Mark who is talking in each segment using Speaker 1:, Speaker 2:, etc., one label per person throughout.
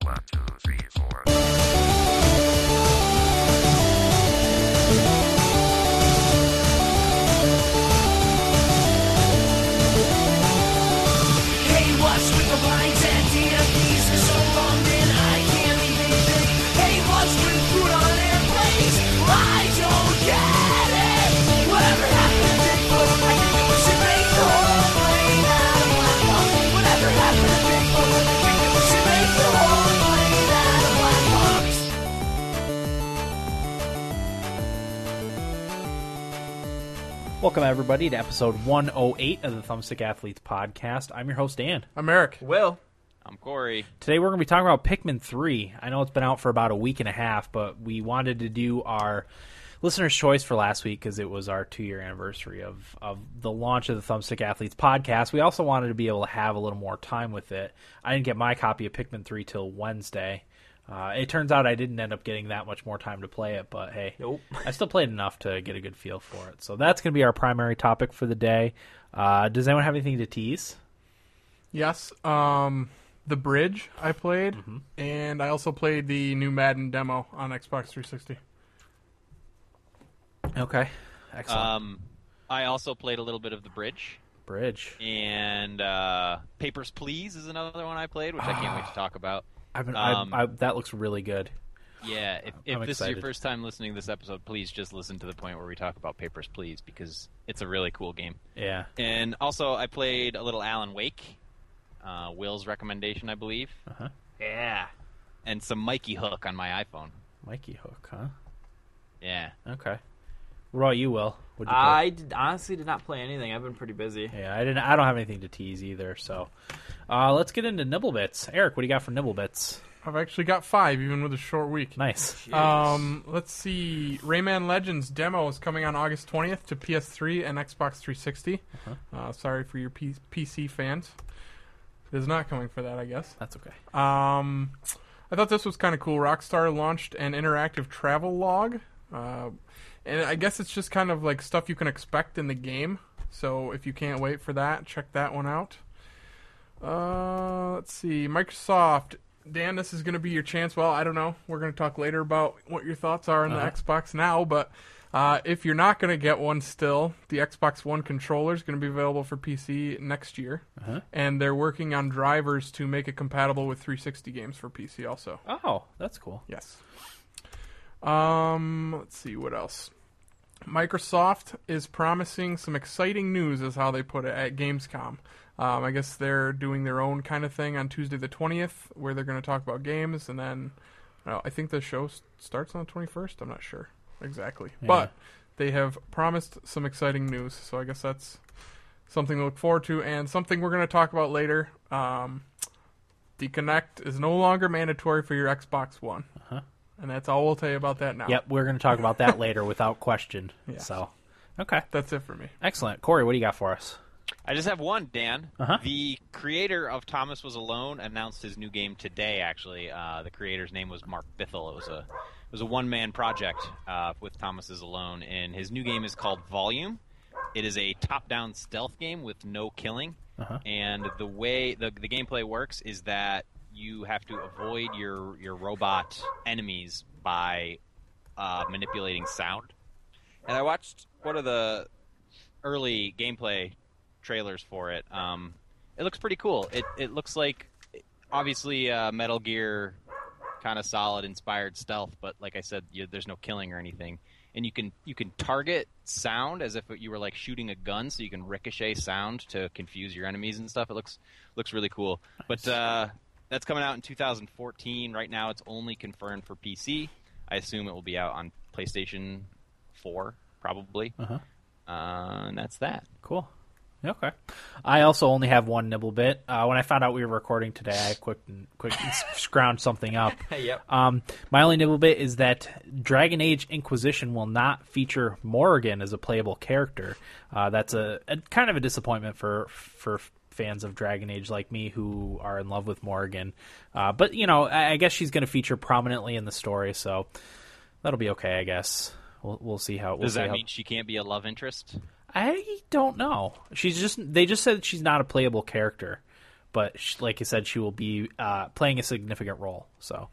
Speaker 1: One, two, three, four.
Speaker 2: Hey, what's with the blinds and DMPs? They're so bummed in, I can't even think. Hey, what's with food on airplanes? I don't get it. Whatever happened to Bigfoot? I think it was a big the whole plane out of my car. Whatever happened to Bigfoot? I think it was a big the whole plane out of my box.
Speaker 3: Welcome everybody to episode 108 of the Thumbstick Athletes podcast. I'm your host Dan.
Speaker 4: I'm Eric.
Speaker 5: Will.
Speaker 6: I'm Corey.
Speaker 3: Today we're going to be talking about Pikmin 3. I know it's been out for about a week and a half, but we wanted to do our listener's choice for last week because it was our two year anniversary of, of the launch of the Thumbstick Athletes podcast. We also wanted to be able to have a little more time with it. I didn't get my copy of Pikmin 3 till Wednesday. Uh, it turns out I didn't end up getting that much more time to play it, but hey,
Speaker 5: Nope.
Speaker 3: I still played enough to get a good feel for it. So that's going to be our primary topic for the day. Uh, does anyone have anything to tease?
Speaker 4: Yes. Um, the bridge I played, and I also played the new Madden demo on Xbox 360.
Speaker 3: Okay, excellent.
Speaker 6: Um, I also played a little bit of The Bridge,
Speaker 3: Bridge.
Speaker 6: and uh, Papers, Please is another one I played, which I can't wait to talk about.
Speaker 3: I've been,
Speaker 6: Um,
Speaker 3: I, I, that looks really good.
Speaker 6: Yeah, if, if
Speaker 3: I'm
Speaker 6: this is
Speaker 3: excited.
Speaker 6: your first time listening to this episode, please just listen to the point where we talk about Papers, Please, because it's a really cool game.
Speaker 3: Yeah.
Speaker 6: And also, I played a little Alan Wake, uh, Will's recommendation, I believe,
Speaker 3: Uh-huh.
Speaker 5: Yeah.
Speaker 6: and some Mikey Hook on my iPhone.
Speaker 3: Mikey Hook, huh?
Speaker 6: Yeah.
Speaker 3: Okay. What about you, Will? What'd you
Speaker 5: I did, honestly did not play anything. I've been pretty busy.
Speaker 3: play? Yeah, I didn't. I don't have anything to tease either. So, uh, let's get into Nibblebits. Eric, what do you got for Nibblebits?
Speaker 4: I've actually got five, even with a short week.
Speaker 3: Nice.
Speaker 4: Um, let's see. Rayman Legends demo is coming on August 20th to PS3 and Xbox 360. Uh, sorry for your P- PC fans. It is not coming for that, I guess.
Speaker 3: That's okay.
Speaker 4: Um, I thought this was kind of cool. Rockstar launched an interactive travel log, uh, and I guess it's just kind of like stuff you can expect in the game. So if you can't wait for that, check that one out. Uh, let's see, Microsoft. Dan, this is going to be your chance. Well, I don't know. We're going to talk later about what your thoughts are on
Speaker 3: Uh-huh.
Speaker 4: the Xbox now, but uh, if you're not going to get one still, the Xbox One controller is going to be available for PC next year and they're working on drivers to make it compatible with 360 games for PC also.
Speaker 3: Oh, that's cool.
Speaker 4: Yes. Um, let's see what else. Microsoft is promising some exciting news, is how they put it at Gamescom. Um, I guess they're doing their own kind of thing on Tuesday the 20th, where they're going to talk about games, and then uh, I think the show s- starts on the 21st. I'm not sure exactly, but they have promised some exciting news, so I guess that's something to look forward to, and something we're going to talk about later. Um, the Connect is no longer mandatory for your Xbox One, and that's all we'll tell you about that now.
Speaker 3: Yep, we're going to talk about that later without question. So, okay,
Speaker 4: That's it for me.
Speaker 3: excellent. Corey, what do you got for us?
Speaker 6: I just have one, Dan.
Speaker 3: Uh-huh.
Speaker 6: The creator of Thomas Was Alone announced his new game today. Actually, uh, the creator's name was Mark Bithell. It was a it was a one man project uh, with Thomas Is Alone, and his new game is called Volume. It is a top down stealth game with no killing, and the way the the gameplay works is that you have to avoid your your robot enemies by uh, manipulating sound. And I watched one of the early gameplay trailers for it. Um, it looks pretty cool. It it looks like obviously uh, Metal Gear kind of solid inspired stealth, but like I said, you, there's no killing or anything, and you can you can target sound as if you were like shooting a gun, so you can ricochet sound to confuse your enemies and stuff. It looks looks really cool, but. Uh, that's coming out in 2014. Right now, it's only confirmed for PC. I assume it will be out on PlayStation 4, probably. Uh-huh. Uh, and that's that.
Speaker 3: Cool. Okay. I also only have one nibble bit. Uh, when I found out we were recording today, I quick quick scrounged something up.
Speaker 5: Yep.
Speaker 3: Um, my only nibble bit is that Dragon Age Inquisition will not feature Morrigan as a playable character. Uh, that's a, a kind of a disappointment for for fans of Dragon Age like me who are in love with Morrigan. Uh, but you know, I, I guess she's going to feature prominently in the story, so that'll be okay. I guess we'll we'll see how. We'll
Speaker 6: Does
Speaker 3: see
Speaker 6: that
Speaker 3: how...
Speaker 6: mean she can't be a love interest?
Speaker 3: I don't know. She's just they just said that she's not a playable character, but sh like I said, she will be uh, playing a significant role. So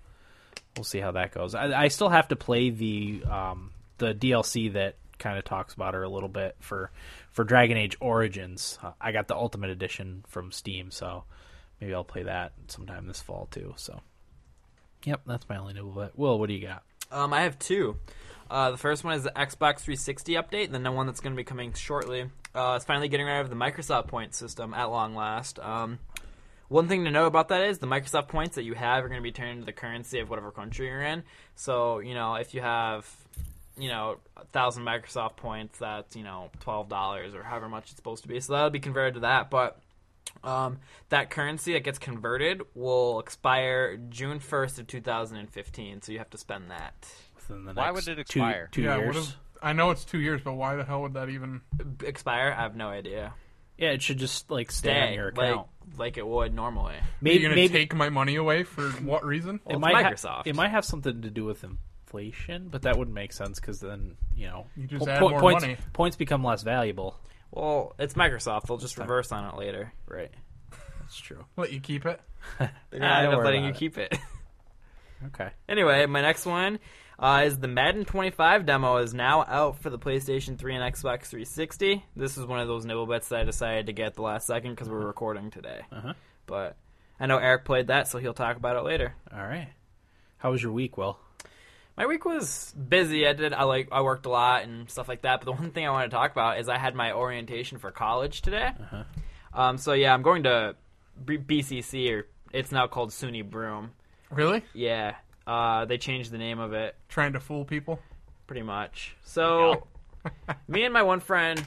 Speaker 3: we'll see how that goes. I, I still have to play the um, the DLC that kind of talks about her a little bit for for Dragon Age Origins. Uh, I got the Ultimate Edition from Steam, so maybe I'll play that sometime this fall too. So, yep, that's my only nibble. But Will, what do you got?
Speaker 5: Um, I have two. Uh, the first one is the Xbox 360 update, and then the one that's going to be coming shortly. Uh, it's finally getting rid of the Microsoft point system at long last. Um, one thing to know about that is the Microsoft points that you have are going to be turned into the currency of whatever country you're in. So you know if you have you know a thousand Microsoft points, that's you know twelve dollars or however much it's supposed to be. So that'll be converted to that, but. Um, that currency that gets converted will expire June 1st of 2015, so you have to spend that.
Speaker 3: Within the
Speaker 6: Why
Speaker 3: next
Speaker 6: would it
Speaker 3: two-
Speaker 6: expire?
Speaker 3: Two,
Speaker 4: yeah, what
Speaker 3: years.
Speaker 4: is, I know it's two years, but why the hell would that even?
Speaker 5: expire? I have no idea.
Speaker 3: Yeah, it should just like stay on
Speaker 5: Dang,
Speaker 3: your account.
Speaker 5: like like it would normally.
Speaker 4: Are you
Speaker 3: maybe
Speaker 4: gonna
Speaker 3: maybe
Speaker 4: take my money away for what reason?
Speaker 3: it
Speaker 5: Well, it's
Speaker 3: might ha-
Speaker 5: Microsoft.
Speaker 3: it might have something to do with inflation, but that wouldn't make sense because then you know
Speaker 4: You just
Speaker 3: po-
Speaker 4: add
Speaker 3: po-
Speaker 4: more
Speaker 3: points
Speaker 4: money.
Speaker 3: points become less valuable.
Speaker 5: Well, it's Microsoft. They'll just reverse on it later.
Speaker 3: Right. That's true.
Speaker 4: Let you keep it.
Speaker 5: They're
Speaker 3: Ah,
Speaker 5: gonna end
Speaker 3: don't
Speaker 5: up
Speaker 3: worry
Speaker 5: letting
Speaker 3: about
Speaker 5: you
Speaker 3: it.
Speaker 5: keep it.
Speaker 3: Okay.
Speaker 5: anyway, my next one uh, is the Madden 25 demo is now out for the PlayStation 3 and Xbox 360. This is one of those nibble bits that I decided to get the last second because we're recording today.
Speaker 3: Uh-huh.
Speaker 5: But I know Eric played that, so he'll talk about it later.
Speaker 3: All right. How was your week, Will?
Speaker 5: My week was busy. I did I like I worked a lot and stuff like that. But the one thing I want to talk about is I had my orientation for college today. Um, so yeah, I'm going to B- BCC or it's now called SUNY Broom.
Speaker 4: Really?
Speaker 5: Yeah, uh, they changed the name of it
Speaker 4: Trying to fool people?
Speaker 5: pretty much. So me and my one friend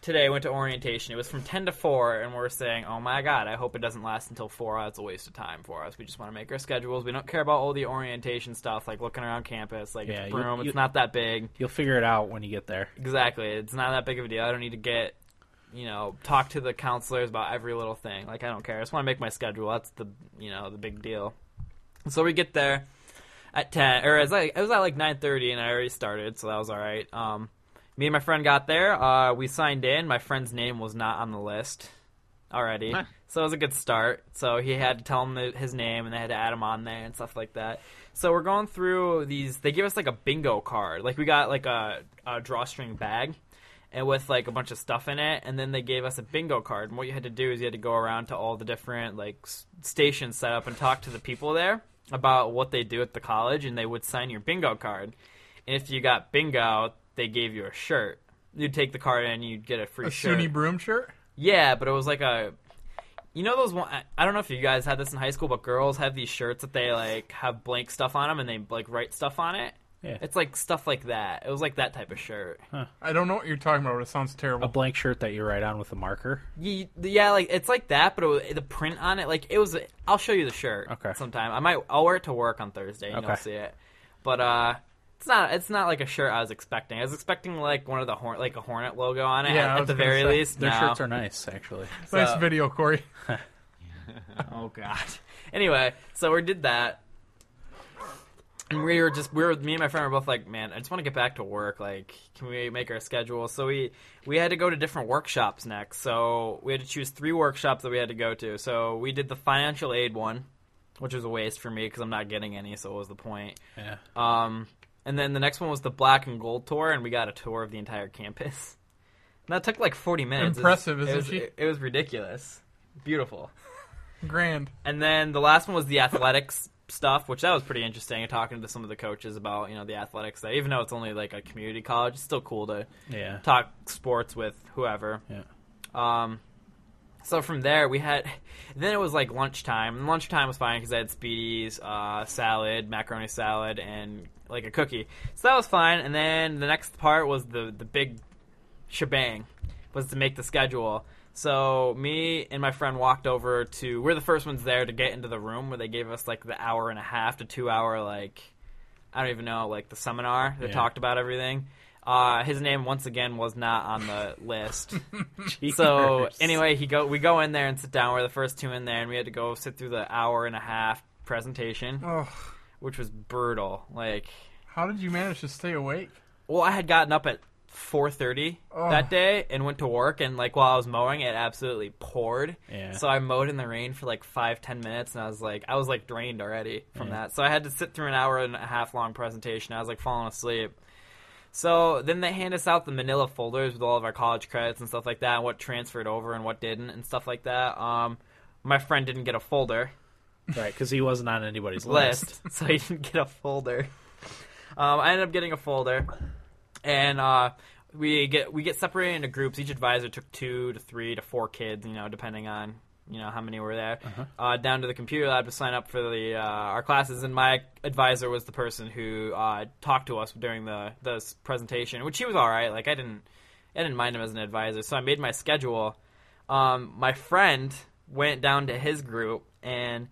Speaker 5: today went to orientation. It was from ten to four, and we are saying, "Oh my god, I hope it doesn't last until four. That's a waste of time for us. We just want to make our schedules. We don't care about all the orientation stuff, like looking around campus. Like
Speaker 3: Yeah,
Speaker 5: it's
Speaker 3: you-
Speaker 5: Broom.
Speaker 3: you-
Speaker 5: it's not that big."
Speaker 3: You'll figure it out when you get there.
Speaker 5: Exactly. It's not that big of a deal. I don't need to get, you know, talk to the counselors about every little thing. Like I don't care. I just want to make my schedule. That's the, you know, the big deal. So we get there at ten, or it's like it was at like nine thirty, and I already started, so that was all right. Um, me and my friend got there. Uh, we signed in. My friend's name was not on the list already,
Speaker 6: Huh.
Speaker 5: so it was a good start. So he had to tell him the, his name, and they had to add him on there and stuff like that. So we're going through these. They give us like a bingo card. Like we got like a, a drawstring bag. And with like a bunch of stuff in it, and then they gave us a bingo card. And what you had to do is you had to go around to all the different like s- stations set up and talk to the people there about what they do at the college, and they would sign your bingo card. And if you got bingo, they gave you a shirt. You'd take the card and you'd get a free
Speaker 4: A
Speaker 5: shirt.
Speaker 4: SUNY broom shirt?
Speaker 5: Yeah, but it was like a. You know those one. I- I don't know if you guys had this in high school, but girls have these shirts that they like have blank stuff on them and they like write stuff on it.
Speaker 3: Yeah.
Speaker 5: It's like stuff like that. It was like that type of shirt.
Speaker 4: I don't know what you're talking about. It sounds
Speaker 3: A
Speaker 4: terrible.
Speaker 3: blank shirt that you write on with a marker.
Speaker 5: Yeah, yeah, like it's like that, but it was, the print on it, like it was. I'll show you the shirt
Speaker 3: Okay.
Speaker 5: sometime. I might. I'll wear it to work on Thursday, and
Speaker 3: Okay.
Speaker 5: you'll see it. But uh, it's not. It's not like a shirt I was expecting. I was expecting like one of the horn, like a hornet logo on it
Speaker 4: Yeah, I
Speaker 5: at, at
Speaker 4: was
Speaker 5: the
Speaker 4: gonna
Speaker 5: very
Speaker 4: say,
Speaker 5: least.
Speaker 3: Their
Speaker 5: no.
Speaker 3: shirts are nice, actually.
Speaker 4: nice
Speaker 5: so-
Speaker 4: video, Corey.
Speaker 5: Oh God. Anyway, so we did that, and we were just we were me and my friend were both like, man, I just want to get back to work. Like, can we make our schedule? So we we had to go to different workshops next. So we had to choose three workshops that we had to go to. So we did the financial aid one, which was a waste for me because I'm not getting any. So what was the point?
Speaker 3: Yeah.
Speaker 5: Um, and then the next one was the black and gold tour, and we got a tour of the entire campus. And that took like 40 minutes. It was-
Speaker 4: Impressive, isn't
Speaker 5: it was,
Speaker 4: she?
Speaker 5: It, it was ridiculous. Beautiful.
Speaker 4: Grand.
Speaker 5: And then the last one was the athletics stuff, which that was pretty interesting. Talking to some of the coaches about you know the athletics there, even though it's only like a community college, it's still cool to
Speaker 3: Yeah.
Speaker 5: talk sports with whoever.
Speaker 3: Yeah.
Speaker 5: Um, so from there we had, then it was like lunchtime. And lunchtime was fine because I had speedies, uh, salad, macaroni salad, and like a cookie. So that was fine. And then the next part was the the big shebang was to make the schedule. So me and my friend walked over to we're the first ones there to get into the room where they gave us like the hour and a half to two hour like I don't even know like the seminar that
Speaker 3: Yeah.
Speaker 5: talked about everything. Uh, his name once again was not on the list. so anyway, he go we go in there and sit down. We're the first two in there, and we had to go sit through the hour and a half presentation,
Speaker 4: Oh,
Speaker 5: which was brutal. Like
Speaker 4: how did you manage to stay awake?
Speaker 5: well, I had gotten up at 4:30 that day and went to work and like while I was mowing it absolutely poured.
Speaker 3: Yeah.
Speaker 5: So I mowed in the rain for like five ten minutes and I was like I was like drained already from that. So I had to sit through an hour and a half long presentation. I was like falling asleep. So then they hand us out the manila folders with all of our college credits and stuff like that, and what transferred over and what didn't and stuff like that. Um, my friend didn't get a folder
Speaker 3: right? Because he wasn't on anybody's list.
Speaker 5: list, so he didn't get a folder. Um, I ended up getting a folder, and uh, we get we get separated into groups. Each advisor took two to three to four kids, you know, depending on you know how many were there, uh down to the computer lab to sign up for the uh, our classes. And my advisor was the person who uh, talked to us during the the s- presentation, which he was all right. Like I didn't I didn't mind him as an advisor, so I made my schedule. Um, my friend went down to his group and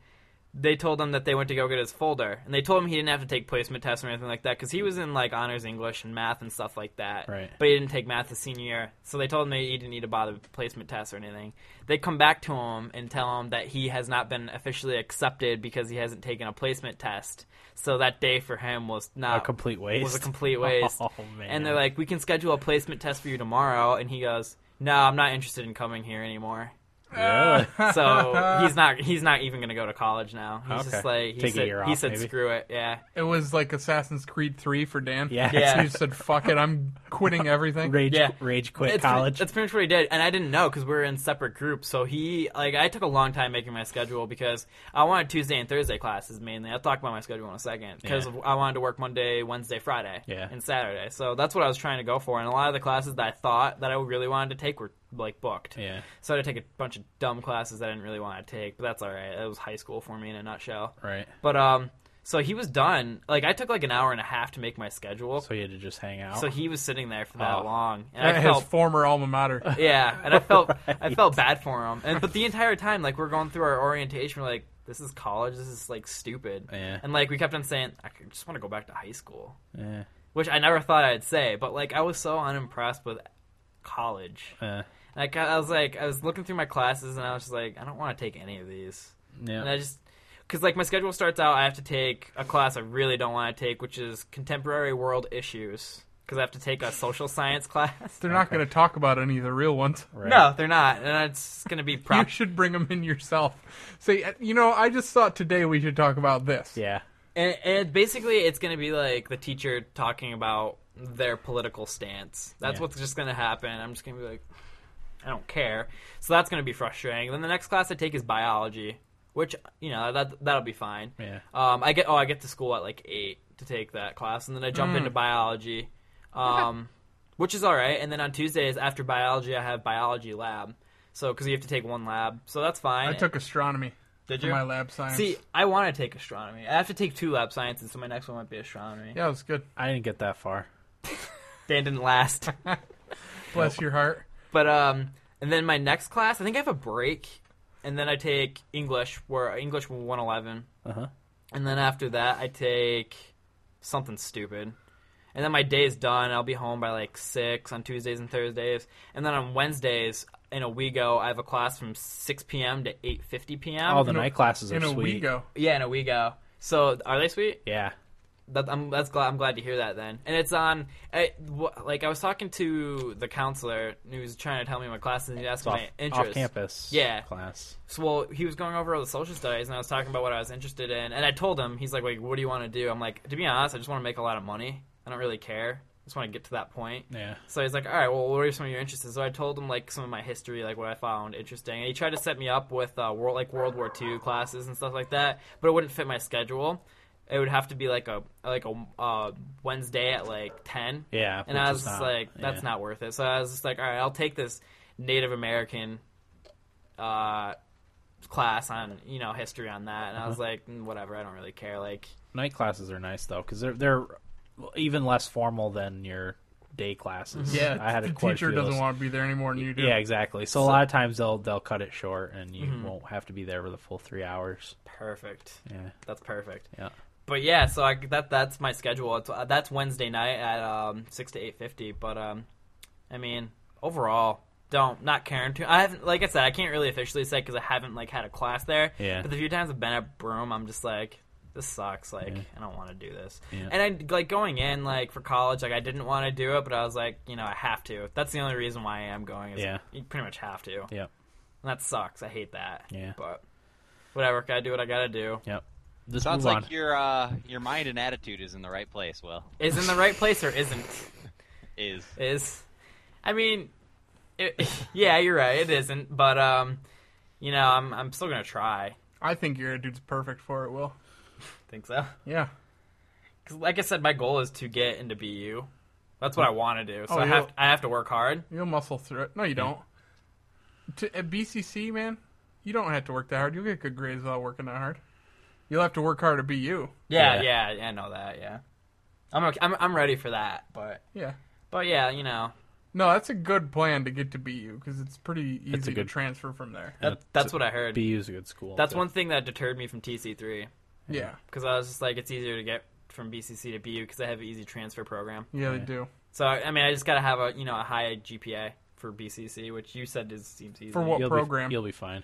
Speaker 5: they told him that they went to go get his folder, and they told him he didn't have to take placement tests or anything like that because he was in like honors English and math and stuff like that.
Speaker 3: Right.
Speaker 5: But he didn't take math his senior year, so they told him that he didn't need to bother with placement tests or anything. They come back to him and tell him that he has not been officially accepted because he hasn't taken a placement test. So that day for him was not
Speaker 3: A complete waste.
Speaker 5: Was a complete waste.
Speaker 3: Oh, man.
Speaker 5: And they're like, "We can schedule a placement test for you tomorrow," and he goes, "No, I'm not interested in coming here anymore."
Speaker 3: Really?
Speaker 5: So he's not he's not even gonna go to college now. He's
Speaker 3: Okay.
Speaker 5: just like he
Speaker 3: Take a
Speaker 5: said,
Speaker 3: year
Speaker 5: he
Speaker 3: off,
Speaker 5: said
Speaker 3: maybe.
Speaker 5: screw it, yeah.
Speaker 4: It was like Assassin's Creed 3 for Dan.
Speaker 3: Yeah.
Speaker 5: Yeah.
Speaker 4: He just said, fuck it, I'm quitting everything.
Speaker 3: rage,
Speaker 5: Yeah.
Speaker 3: rage quit
Speaker 5: It's pre-
Speaker 3: college.
Speaker 5: that's pretty much what he did, and I didn't know because we were in separate groups. So he like I took a long time making my schedule because I wanted Tuesday and Thursday classes mainly. I'll talk about my schedule in a second because
Speaker 3: Yeah.
Speaker 5: I wanted to work Monday, Wednesday, Friday,
Speaker 3: Yeah.
Speaker 5: and Saturday. So that's what I was trying to go for. And a lot of the classes that I thought that I really wanted to take were like booked.
Speaker 3: yeah,
Speaker 5: So I had to take a bunch of dumb classes that I didn't really want to take, but that's all right. It was high school for me in a nutshell.
Speaker 3: right.
Speaker 5: But um, so he was done. Like I took like an hour and a half to make my schedule. So,
Speaker 3: So you had to just hang out.
Speaker 5: he was sitting there for that
Speaker 3: Oh.
Speaker 5: long, and I
Speaker 4: At his
Speaker 5: felt
Speaker 4: former alma mater.
Speaker 5: yeah, and I felt I felt bad for him. And but the entire time, like we're going through our orientation, we're like, this is college. This is like stupid.
Speaker 3: Yeah.
Speaker 5: And like we kept on saying, I could- just want to go back to high school,
Speaker 3: yeah.
Speaker 5: which I never thought I'd say. But like I was so unimpressed with college.
Speaker 3: Uh,
Speaker 5: Like I I was like I was looking through my classes, and I was just like, I don't want to take any of these.
Speaker 3: yeah.
Speaker 5: And I just because like my schedule starts out, I have to take a class I really don't want to take, which is contemporary world issues. Because I have to take a social science class.
Speaker 4: They're not going to talk about any of the real ones.
Speaker 3: right.
Speaker 5: No, they're not, and it's going to be
Speaker 4: You
Speaker 5: prop.
Speaker 4: should bring them in yourself. Say, you know, I just thought today we should talk about this.
Speaker 3: Yeah.
Speaker 5: and, and basically, it's going to be like the teacher talking about their political stance. That's
Speaker 3: Yeah.
Speaker 5: what's just going to happen. I'm just going to be like, I don't care. So that's going to be frustrating. Then the next class I take is biology, which you know that that'll be fine.
Speaker 3: Yeah.
Speaker 5: Um, I get oh I get to school at like eight to take that class, and then I jump
Speaker 4: Mm.
Speaker 5: into biology, um, which is all right. And then on Tuesdays after biology, I have biology lab. So because you have to take one lab, so that's fine.
Speaker 4: I took astronomy
Speaker 5: Did
Speaker 4: for
Speaker 5: you?
Speaker 4: my lab science.
Speaker 5: See, I want to take astronomy. I have to take two lab sciences, so my next one might be astronomy.
Speaker 4: yeah, it was good.
Speaker 3: I didn't get that far.
Speaker 5: Dan didn't last,
Speaker 4: Bless your heart.
Speaker 5: but um, and then my next class, I think I have a break, and then I take English, where English one eleven,
Speaker 3: Uh-huh.
Speaker 5: and then after that I take something stupid. And then my day is done. I'll be home by like six on Tuesdays and Thursdays, and then on Wednesdays in a WeGo, I have a class from six p.m. to eight fifty p.m.
Speaker 3: All the
Speaker 4: in a-
Speaker 3: night classes are
Speaker 4: in a
Speaker 3: sweet.
Speaker 4: WeGo.
Speaker 5: yeah, in a WeGo. So are they sweet?
Speaker 3: Yeah.
Speaker 5: That, I'm that's glad I'm glad to hear that then. And it's on I, wh- like I was talking to the counselor who was trying to tell me my classes and he asked
Speaker 3: It's off,
Speaker 5: my
Speaker 3: off
Speaker 5: interests.
Speaker 3: campus.
Speaker 5: Yeah.
Speaker 3: Class.
Speaker 5: So well, he was going over all the social studies and I was talking about what I was interested in and I told him he's like, "Wait, what do you want to do?" I'm like, "To be honest, I just want to make a lot of money. I don't really care. I just want to get to that point."
Speaker 3: Yeah.
Speaker 5: So he's like, "All right, well, what are some of your interests?" So I told him like some of my history, like what I found interesting, and he tried to set me up with uh, world like World War II classes and stuff like that, but it wouldn't fit my schedule. It would have to be like a like a uh, Wednesday at like ten.
Speaker 3: Yeah.
Speaker 5: and I
Speaker 3: which
Speaker 5: was
Speaker 3: is
Speaker 5: just
Speaker 3: not-
Speaker 5: like, "That's
Speaker 3: yeah.
Speaker 5: not worth it." So I was just like, "All right, I'll take this Native American uh, class on you know history on that," and I
Speaker 3: Uh-huh.
Speaker 5: was like, "Mm, "Whatever, I don't really care." Like,
Speaker 3: Night classes are nice though, because they're they're even less formal than your day classes.
Speaker 4: Mm-hmm. Yeah,
Speaker 3: I had
Speaker 4: the
Speaker 3: a quite a
Speaker 4: teacher
Speaker 3: few of
Speaker 4: doesn't
Speaker 3: those.
Speaker 4: want to be there any more than you do.
Speaker 3: Yeah, exactly. So, a lot of times they'll they'll cut it short, and you
Speaker 5: Mm-hmm.
Speaker 3: won't have to be there for the full three hours.
Speaker 5: perfect.
Speaker 3: Yeah,
Speaker 5: That's perfect.
Speaker 3: yeah,
Speaker 5: but yeah, so I, that that's my schedule. It's, uh, that's Wednesday night at um, six to eight fifty. But um, I mean, overall, don't not caring too. I haven't, like I said, I can't really officially say because I haven't like had a class there.
Speaker 3: Yeah.
Speaker 5: But the few times I've been at Broom, I'm just like, this sucks. Like, I don't want to do this.
Speaker 3: Yeah.
Speaker 5: And I like going in like for college, like I didn't want to do it, but I was like, you know, I have to. That's the only reason why I am going. Is
Speaker 3: Yeah.
Speaker 5: you pretty much have to.
Speaker 3: Yep.
Speaker 5: And that sucks. I hate that.
Speaker 3: Yeah.
Speaker 5: But whatever, gotta do what I gotta do.
Speaker 3: Yep. Just
Speaker 6: Sounds
Speaker 3: move
Speaker 6: like
Speaker 3: on.
Speaker 6: your uh, your mind and attitude is in the right place. Well,
Speaker 5: Is in the right place or isn't?
Speaker 6: is
Speaker 5: Is, I mean, it, yeah, you're right. It isn't, but um, you know, I'm I'm still gonna try.
Speaker 4: I think your dude's perfect for it, Will.
Speaker 5: Think so.
Speaker 4: Yeah.
Speaker 5: Because, like I said, my goal is to get into BU. That's what I want to do. So
Speaker 4: Oh,
Speaker 5: I have
Speaker 4: you'll-
Speaker 5: I have to work hard.
Speaker 4: You'll muscle through it. No, you don't. To, at BCC, man, you don't have to work that hard. You'll get good grades without working that hard. You'll have to work hard to be you.
Speaker 5: Yeah,
Speaker 3: Yeah.
Speaker 5: yeah, yeah. I know that. Yeah, I'm okay, I'm I'm ready for that. But
Speaker 4: Yeah.
Speaker 5: but yeah, you know,
Speaker 4: No, that's a good plan to get to BU because it's pretty easy
Speaker 3: That's a
Speaker 4: to
Speaker 3: good-
Speaker 4: transfer from there.
Speaker 5: that, that's what I heard.
Speaker 3: BU's a good school.
Speaker 5: that's
Speaker 3: but-
Speaker 5: one thing that deterred me from TC3
Speaker 4: Yeah.
Speaker 5: because I was just like, it's easier to get from BCC to BU because I have an easy transfer program.
Speaker 4: Yeah, they do.
Speaker 5: So I mean, I just gotta have a you know a high GPA for BCC, which you said is seems easy.
Speaker 4: For what
Speaker 3: You'll
Speaker 4: program?
Speaker 3: Be, you'll be fine.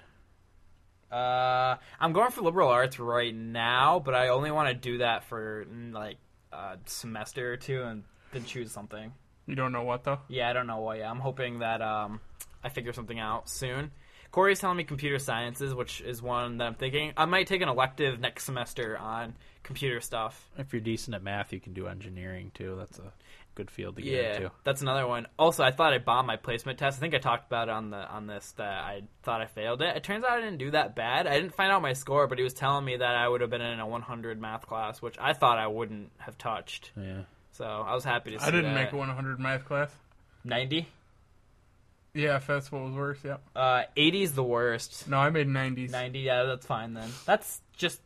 Speaker 5: Uh, I'm going for liberal arts right now, but I only want to do that for mm, like a semester or two, and then choose something.
Speaker 4: you don't know what, though?
Speaker 5: Yeah, I don't know why. Yeah, I'm hoping that um, I figure something out soon. Corey's telling me computer sciences, which is one that I'm thinking. I might take an elective next semester on computer stuff.
Speaker 3: If you're decent at math, you can do engineering too. That's a good field to get
Speaker 5: Yeah,
Speaker 3: into.
Speaker 5: that's another one. Also, I thought I bombed my placement test. I think I talked about it on the on this that I thought I failed it. It turns out I didn't do that bad. I didn't find out my score, but he was telling me that I would have been in a 100 math class, which I thought I wouldn't have touched.
Speaker 3: Yeah.
Speaker 5: So I was happy to see
Speaker 4: I didn't
Speaker 5: that.
Speaker 4: make a 100 math class.
Speaker 5: 90.
Speaker 4: Yeah, if that's what was worse, yeah.
Speaker 5: Uh, 80 is the worst.
Speaker 4: No, I made 90s.
Speaker 5: 90. Yeah, that's fine then. That's just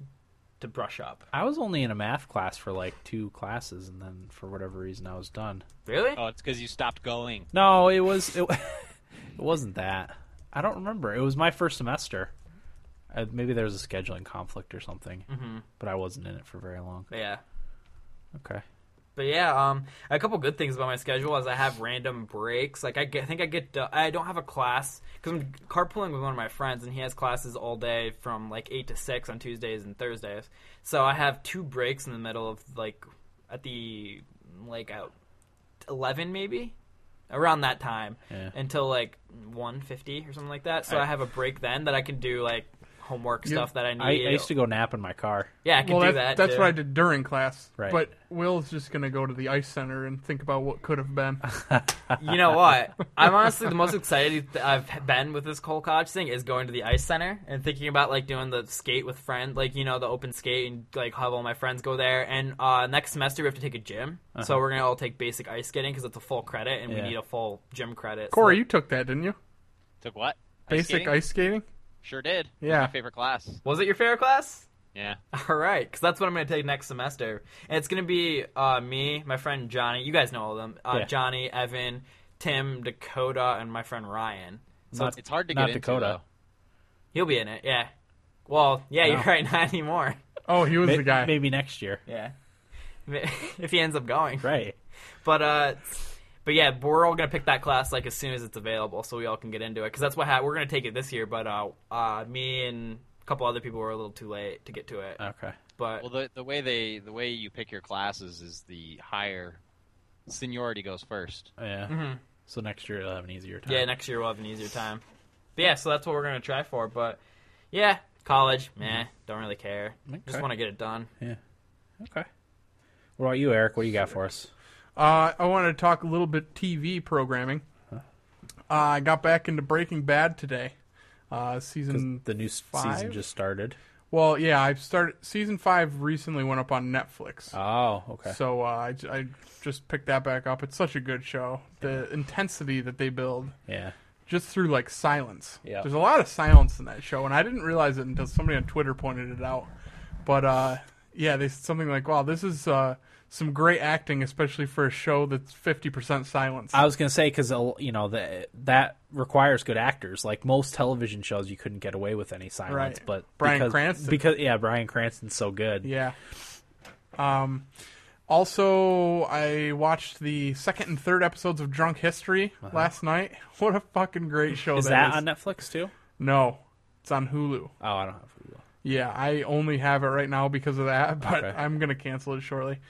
Speaker 5: to brush up.
Speaker 3: I was only in a math class for like two classes, and then for whatever reason, I was done.
Speaker 5: Really?
Speaker 6: oh, it's because you stopped going.
Speaker 3: No, it was it, it wasn't that. I don't remember. It was my first semester. Uh, maybe there was a scheduling conflict or something, mm-hmm. but I wasn't in it for very long.
Speaker 5: Yeah.
Speaker 3: Okay.
Speaker 5: But yeah, um, a couple good things about my schedule is I have random breaks. Like I, get, I think I get do- I don't have a class because I'm carpooling with one of my friends, and he has classes all day from like eight to six on Tuesdays and Thursdays. So I have two breaks in the middle of like at the like out eleven maybe around that time
Speaker 3: Yeah.
Speaker 5: until like one fifty or something like that. So I, have a break then that I can do like homework stuff that I need.
Speaker 3: I, I used to go nap in my car.
Speaker 5: yeah, I can
Speaker 4: well,
Speaker 5: do
Speaker 4: that's,
Speaker 5: that.
Speaker 4: that's
Speaker 5: too.
Speaker 4: what I did during class.
Speaker 3: Right.
Speaker 4: But Will's just going to go to the ice center and think about what could have been.
Speaker 5: You know what? I'm honestly the most excited that I've been with this Cole Koch thing is going to the ice center and thinking about like doing the skate with friends, like you know the open skate and like have all my friends go there. And uh, next semester we have to take a gym, so we're gonna all take basic ice skating because it's a full credit and
Speaker 3: Yeah.
Speaker 5: we need a full gym credit. so-
Speaker 4: Corey, you took that, didn't you?
Speaker 6: Took what?
Speaker 4: Basic
Speaker 6: skating?
Speaker 4: ice skating?
Speaker 6: Sure did. It was
Speaker 4: Yeah.
Speaker 6: my favorite class.
Speaker 5: was it your favorite class?
Speaker 6: Yeah.
Speaker 5: All right, because that's what I'm gonna take next semester, and it's gonna be uh, me, my friend Johnny. You guys know all of them: uh,
Speaker 3: Yeah.
Speaker 5: Johnny, Evan, Tim, Dakota, and my friend Ryan. So
Speaker 3: Not-
Speaker 5: it's
Speaker 6: It's hard to
Speaker 3: Not
Speaker 6: get
Speaker 3: Dakota.
Speaker 6: into.
Speaker 5: He'll be in it, yeah. Well, yeah, you're
Speaker 3: No.
Speaker 5: right, not anymore.
Speaker 4: Oh, he was
Speaker 3: May-
Speaker 4: the guy.
Speaker 3: Maybe next year.
Speaker 5: Yeah. if he ends up going.
Speaker 3: Right.
Speaker 5: But uh but yeah, we're all going to pick that class like as soon as it's available so we all can get into it cuz that's what ha- we're going to take it this year, but uh uh me and a couple other people were a little too late to get to it.
Speaker 3: Okay.
Speaker 6: Though.
Speaker 5: but
Speaker 6: Well, the the way they the way you pick your classes is the higher seniority goes first.
Speaker 3: Yeah. So next year, I'll have an easier time.
Speaker 5: yeah, next year we'll have an easier time. But yeah, so that's what we're going to try for, but yeah, college, meh, don't really care. Just
Speaker 3: Okay.
Speaker 5: want to get it done.
Speaker 3: Okay. What about you, Eric? What do you got for us?
Speaker 4: Uh, I wanted to talk a little bit TV programming. Uh, I got back into Breaking Bad today. Uh,
Speaker 3: 'Cause
Speaker 4: season
Speaker 3: the new s- season
Speaker 4: five?
Speaker 3: just started.
Speaker 4: well, yeah, I started season five recently went up on Netflix,
Speaker 3: Oh, okay.
Speaker 4: so uh, I, j- I just picked that back up. It's such a good show. The intensity that they build
Speaker 3: yeah.
Speaker 4: just through like silence.
Speaker 3: Yeah.
Speaker 4: There's a lot of silence in that show, and I didn't realize it until somebody on Twitter pointed it out. But uh, yeah, they said something like, "Wow, this is uh, some great acting, especially for a show that's fifty percent silence."
Speaker 3: I was gonna say because you know that that requires good actors. Like most television shows, you couldn't get away with any silence.
Speaker 4: Right.
Speaker 3: But
Speaker 4: Bryan
Speaker 3: because,
Speaker 4: Cranston.
Speaker 3: because yeah, Brian Cranston's so good.
Speaker 4: Yeah. Um, also, I watched the second and third episodes of Drunk History
Speaker 3: Uh-huh.
Speaker 4: last night. What a fucking great show
Speaker 3: is that on Netflix too?
Speaker 4: No, it's on
Speaker 3: Oh,
Speaker 4: Hulu.
Speaker 3: I don't have Hulu.
Speaker 4: Yeah, I only have it right now because of that, but
Speaker 3: Okay.
Speaker 4: I'm gonna cancel it shortly.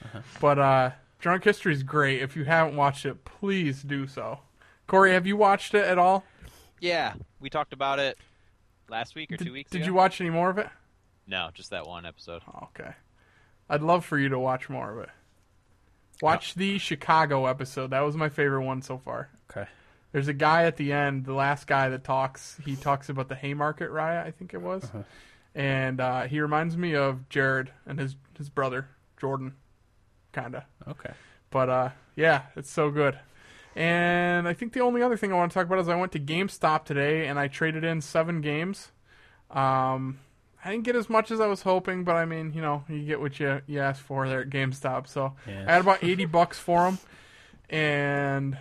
Speaker 4: But uh Drunk History is great. If you haven't watched it, please do so. Corey, have you watched it at all?
Speaker 6: Yeah, we talked about it last week or
Speaker 4: Did,
Speaker 6: two weeks
Speaker 4: did
Speaker 6: ago.
Speaker 4: you watch any more of it?
Speaker 6: No, just that one episode.
Speaker 4: Okay. I'd love for you to watch more of it. Watch the Chicago episode. That was my favorite one so far.
Speaker 3: Okay.
Speaker 4: There's a guy at the end, the last guy that talks. He talks about the Haymarket riot, I think it was, and uh, he reminds me of Jared and his his brother Jordan, kinda.
Speaker 3: Okay.
Speaker 4: But uh, yeah, it's so good. And I think the only other thing I want to talk about is I went to GameStop today and I traded in seven games. Um, I didn't get as much as I was hoping, but I mean, you know, you get what you you ask for there at GameStop. So
Speaker 3: Yeah.
Speaker 4: I had about eighty bucks for them, and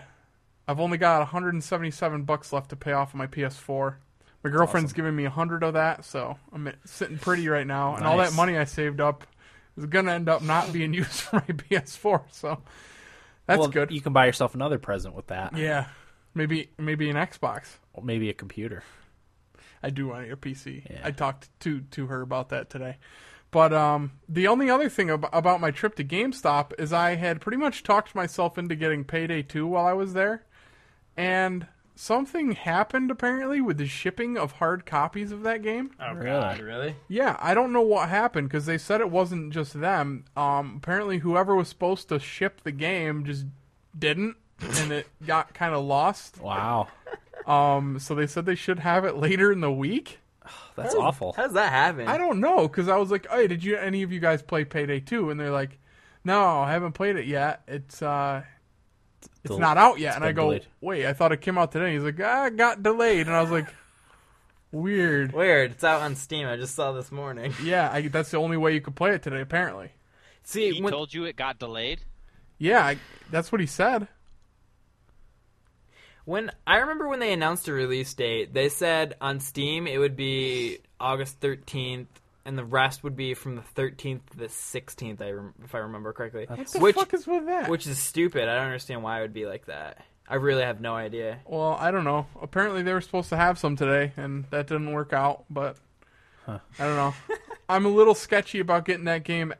Speaker 4: I've only got one hundred and seventy-seven bucks left to pay off my PS4. My girlfriend's giving me a hundred of that, so I'm at- sitting pretty right now. And all that
Speaker 3: Nice.
Speaker 4: money I saved up is gonna end up not being used for my PS4. So that's
Speaker 3: well,
Speaker 4: good.
Speaker 3: You can buy yourself another present with that.
Speaker 4: yeah, maybe maybe an Xbox.
Speaker 3: Or Maybe a computer.
Speaker 4: I do want a PC.
Speaker 3: Yeah.
Speaker 4: I talked to to her about that today. But um, the only other thing ab- about my trip to GameStop is I had pretty much talked myself into getting Payday 2 while I was there, and something happened apparently with the shipping of hard copies of that game.
Speaker 5: Oh
Speaker 3: Really?
Speaker 5: god, really?
Speaker 4: Yeah, I don't know what happened because they said it wasn't just them. Um, apparently, whoever was supposed to ship the game just didn't, and it got kind of lost.
Speaker 3: Wow.
Speaker 4: Um, so they said they should have it later in the week.
Speaker 3: That's awful.
Speaker 5: How does that happen?
Speaker 4: I don't know because I was like, "Hey, did you any of you guys play Payday 2? And they're like, "No, I haven't played it yet. It's uh, it's
Speaker 3: Del-
Speaker 4: not out yet." And I
Speaker 3: been
Speaker 4: go,
Speaker 3: delayed.
Speaker 4: "Wait, I thought it came out today." He's like, "Ah, it got delayed," and I was like, "Weird."
Speaker 5: Weird. It's out on Steam. I just saw this morning.
Speaker 4: Yeah, I, that's the only way you could play it today, apparently.
Speaker 5: See,
Speaker 6: He
Speaker 5: when,
Speaker 6: told you it got delayed.
Speaker 4: Yeah, I, that's what he said.
Speaker 5: when I remember when they announced a release date, they said on Steam it would be August 13th, and the rest would be from the 13th to the 16th. I rem- if I remember correctly,
Speaker 4: What the
Speaker 5: which
Speaker 4: fuck is with that?
Speaker 5: which is stupid. I don't understand why it would be like that. I really have no idea.
Speaker 4: well, I don't know. Apparently, they were supposed to have some today, and that didn't work out. But I don't know. I'm a little sketchy about getting that game.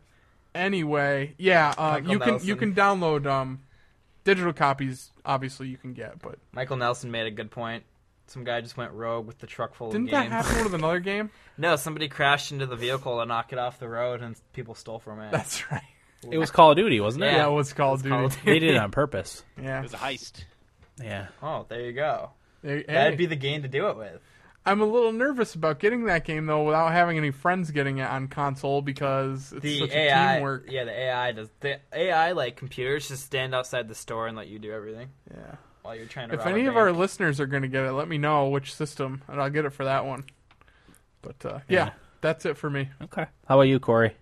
Speaker 4: Anyway, yeah, uh,
Speaker 5: Michael
Speaker 4: you can you
Speaker 5: Nelson.
Speaker 4: can download um, digital copies. Obviously, you can get, but
Speaker 5: Michael Nelson made a good point. Some guy just went rogue with the truck full
Speaker 4: didn't
Speaker 5: of games.
Speaker 4: that happen with another game?
Speaker 5: No, somebody crashed into the vehicle to knock it off the road, and people stole from it.
Speaker 4: That's right.
Speaker 3: It was Call of Duty, wasn't it?
Speaker 5: Yeah.
Speaker 4: Yeah, what's Call of
Speaker 5: It's
Speaker 4: Duty?
Speaker 5: Call of Duty.
Speaker 3: They did it on purpose.
Speaker 4: Yeah,
Speaker 6: It was a heist.
Speaker 3: Yeah.
Speaker 5: Oh, there you go.
Speaker 4: Hey,
Speaker 5: That'd be the game to do it with.
Speaker 4: I'm a little nervous about getting that game though, without having any friends getting it on console because it's
Speaker 5: The
Speaker 4: such a
Speaker 5: AI,
Speaker 4: teamwork.
Speaker 5: yeah, the AI does. The AI like computers just stand outside the store and let you do everything
Speaker 4: Yeah.
Speaker 5: while you're trying to.
Speaker 4: If
Speaker 5: rob a
Speaker 4: any of
Speaker 5: bank.
Speaker 4: our listeners are going to get it, let me know which system, and I'll get it for that one. But uh, yeah,
Speaker 3: Yeah.
Speaker 4: that's it for me.
Speaker 3: Okay. How about you, Corey?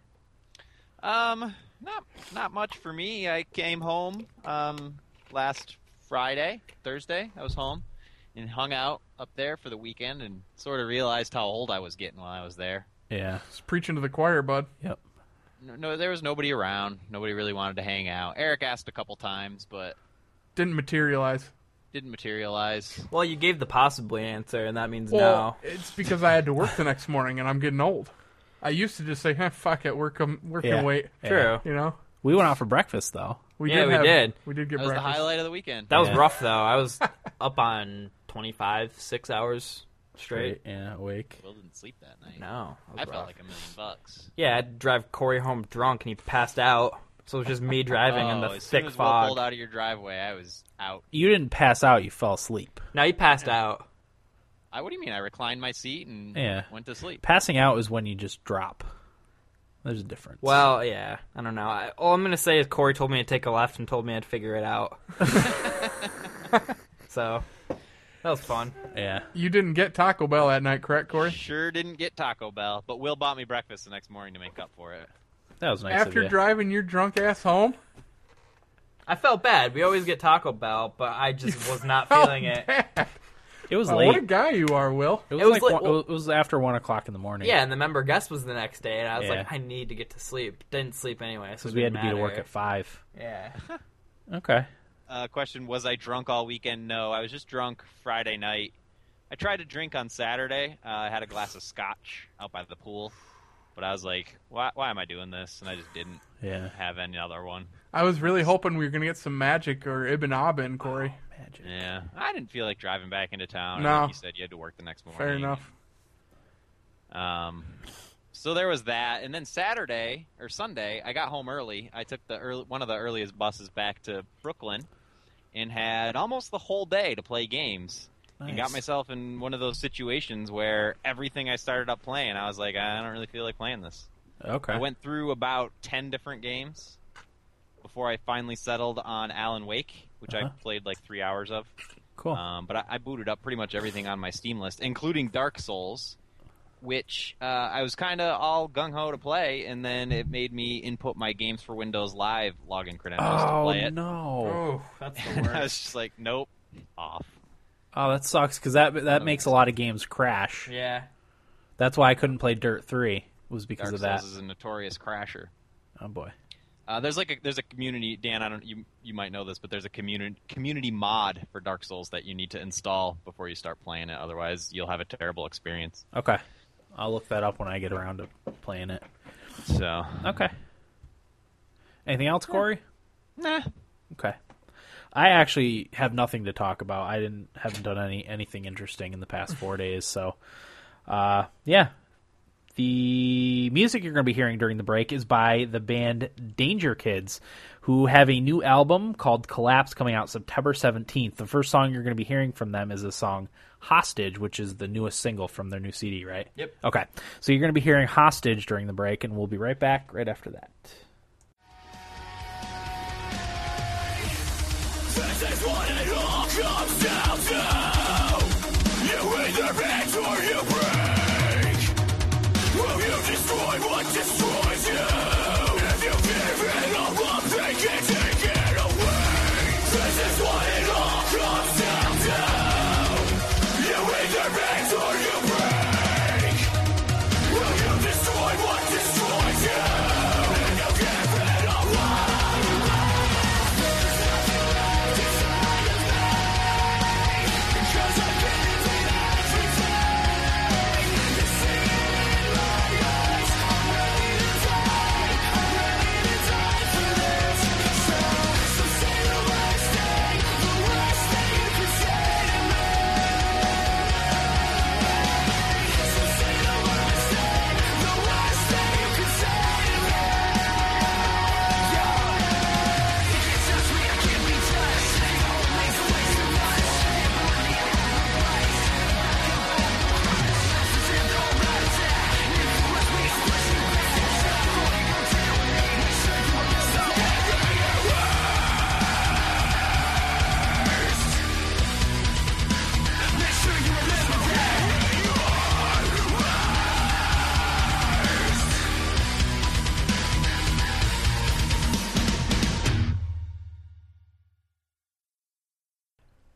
Speaker 6: Um, not not much for me. I came home um last Friday, Thursday. I was home and hung out up there for the weekend and sort of realized how old I was getting while I was there.
Speaker 3: Yeah.
Speaker 4: Just preaching to the choir, bud.
Speaker 3: Yep.
Speaker 6: No, no there was nobody around. Nobody really wanted to hang out. Eric asked a couple times, but
Speaker 4: Didn't materialize.
Speaker 6: didn't materialize.
Speaker 5: Well, you gave the possibly answer, and that means
Speaker 4: Well, it's because I had to work the next morning, and I'm getting old. I used to just say, "Huh, "Fuck it, work, um, work
Speaker 3: Yeah.
Speaker 4: and wait."
Speaker 5: no. True.
Speaker 4: You know,
Speaker 3: We went out for breakfast though.
Speaker 4: we
Speaker 5: Yeah,
Speaker 4: did.
Speaker 5: we
Speaker 4: have-
Speaker 5: did.
Speaker 4: We did get
Speaker 6: That was the
Speaker 4: breakfast.
Speaker 6: highlight of the weekend.
Speaker 5: That was
Speaker 3: Yeah.
Speaker 5: rough though. I was up on 25, six hours straight.
Speaker 3: Yeah. Awake.
Speaker 6: Will didn't sleep that night.
Speaker 5: No, that was
Speaker 6: I felt
Speaker 5: rough.
Speaker 6: like a million bucks.
Speaker 5: Yeah, I'd drive Corey home drunk, and he passed out. So it was just me driving in
Speaker 6: oh,
Speaker 5: the
Speaker 6: as
Speaker 5: thick
Speaker 6: soon as Will
Speaker 5: fog.
Speaker 6: pulled out of your driveway, I was out.
Speaker 3: You didn't pass out. You fell asleep.
Speaker 5: Now he passed out.
Speaker 6: I what do you mean? I reclined my seat and
Speaker 3: Yeah.
Speaker 6: went to sleep.
Speaker 3: Passing out is when you just drop. There's a difference.
Speaker 5: Well, yeah, I don't know. I, all I'm gonna say is Corey told me to take a left and told me I'd figure it out. so that was fun.
Speaker 3: Yeah.
Speaker 4: You didn't get Taco Bell that night, correct, Corey?
Speaker 6: Sure didn't get Taco Bell, but Will bought me breakfast the next morning to make up for it.
Speaker 3: That was nice.
Speaker 4: After
Speaker 3: of you.
Speaker 4: driving your drunk ass home,
Speaker 5: I felt bad. We always get Taco Bell, but I just was not
Speaker 4: How
Speaker 5: feeling it.
Speaker 4: bad.
Speaker 3: it was
Speaker 4: Wow,
Speaker 3: late.
Speaker 4: Oh, what a guy you are, Will.
Speaker 3: It was,
Speaker 5: It was
Speaker 3: like
Speaker 5: like-
Speaker 3: one, it was after one o'clock in the morning.
Speaker 5: Yeah, and the member guest was the next day, and I was
Speaker 3: Yeah.
Speaker 5: like, I need to get to sleep. Didn't sleep anyway, so it
Speaker 3: because we had to
Speaker 5: didn't
Speaker 3: be to work
Speaker 5: matter.
Speaker 3: at five.
Speaker 5: Yeah,
Speaker 3: Okay.
Speaker 6: Uh, question: Was I drunk all weekend? No, I was just drunk Friday night. I tried to drink on Saturday. Uh, I had a glass of scotch out by the pool, But I was like, why, why am I doing this? And I just didn't
Speaker 3: Yeah.
Speaker 6: have any other one.
Speaker 4: I was really hoping we were gonna get some magic or Ibn Abin, Corey.
Speaker 3: Magic.
Speaker 6: Yeah, I didn't feel like driving back into town. and
Speaker 4: No.
Speaker 6: like you said you had to work the next morning.
Speaker 4: Fair enough.
Speaker 6: Um, so there was that, and then Saturday or Sunday, I got home early. I took the early, one of the earliest buses back to Brooklyn, and had almost the whole day to play games. And got
Speaker 3: Nice.
Speaker 6: myself in one of those situations where everything I started up playing, I was like, I don't really feel like playing this.
Speaker 3: Okay.
Speaker 6: I went through about ten different games before I finally settled on Alan Wake, which
Speaker 3: Uh-huh.
Speaker 6: I played like three hours of.
Speaker 3: cool.
Speaker 6: Um, but I, I booted up pretty much everything on my Steam list, including Dark Souls, which uh, I was kind of all gung ho to play, and then it made me input my Games for Windows Live login credentials to
Speaker 3: oh
Speaker 6: play it.
Speaker 3: no.
Speaker 4: Oh,
Speaker 5: That's the
Speaker 6: And I
Speaker 5: worst.
Speaker 6: was just like, nope, off.
Speaker 3: Oh, that sucks because that that
Speaker 6: Oh,
Speaker 3: makes a
Speaker 6: yes.
Speaker 3: lot of games crash.
Speaker 5: yeah.
Speaker 3: That's why I couldn't play Dirt Three was because
Speaker 6: Dark
Speaker 3: of that.
Speaker 6: Souls is a notorious crasher.
Speaker 3: Oh boy.
Speaker 6: Uh, there's like a there's a community, Dan. I don't you you might know this, but there's a community community mod for Dark Souls that you need to install before you start playing it. Otherwise, you'll have a terrible experience.
Speaker 3: Okay. I'll look that up when I get around to playing it.
Speaker 6: So,
Speaker 3: Okay. Anything else, Corey?
Speaker 6: nah,
Speaker 3: Okay. I actually have nothing to talk about. I didn't haven't done any anything interesting in the past four days, so uh yeah. The music you're going to be hearing during the break is by the band Danger Kids, who have a new album called Collapse coming out September 17th. The first song you're going to be hearing from them is the song Hostage, which is the newest single from their new CD, right?
Speaker 5: Yep.
Speaker 3: Okay. So you're going to be hearing Hostage during the break, and we'll be right back right after that.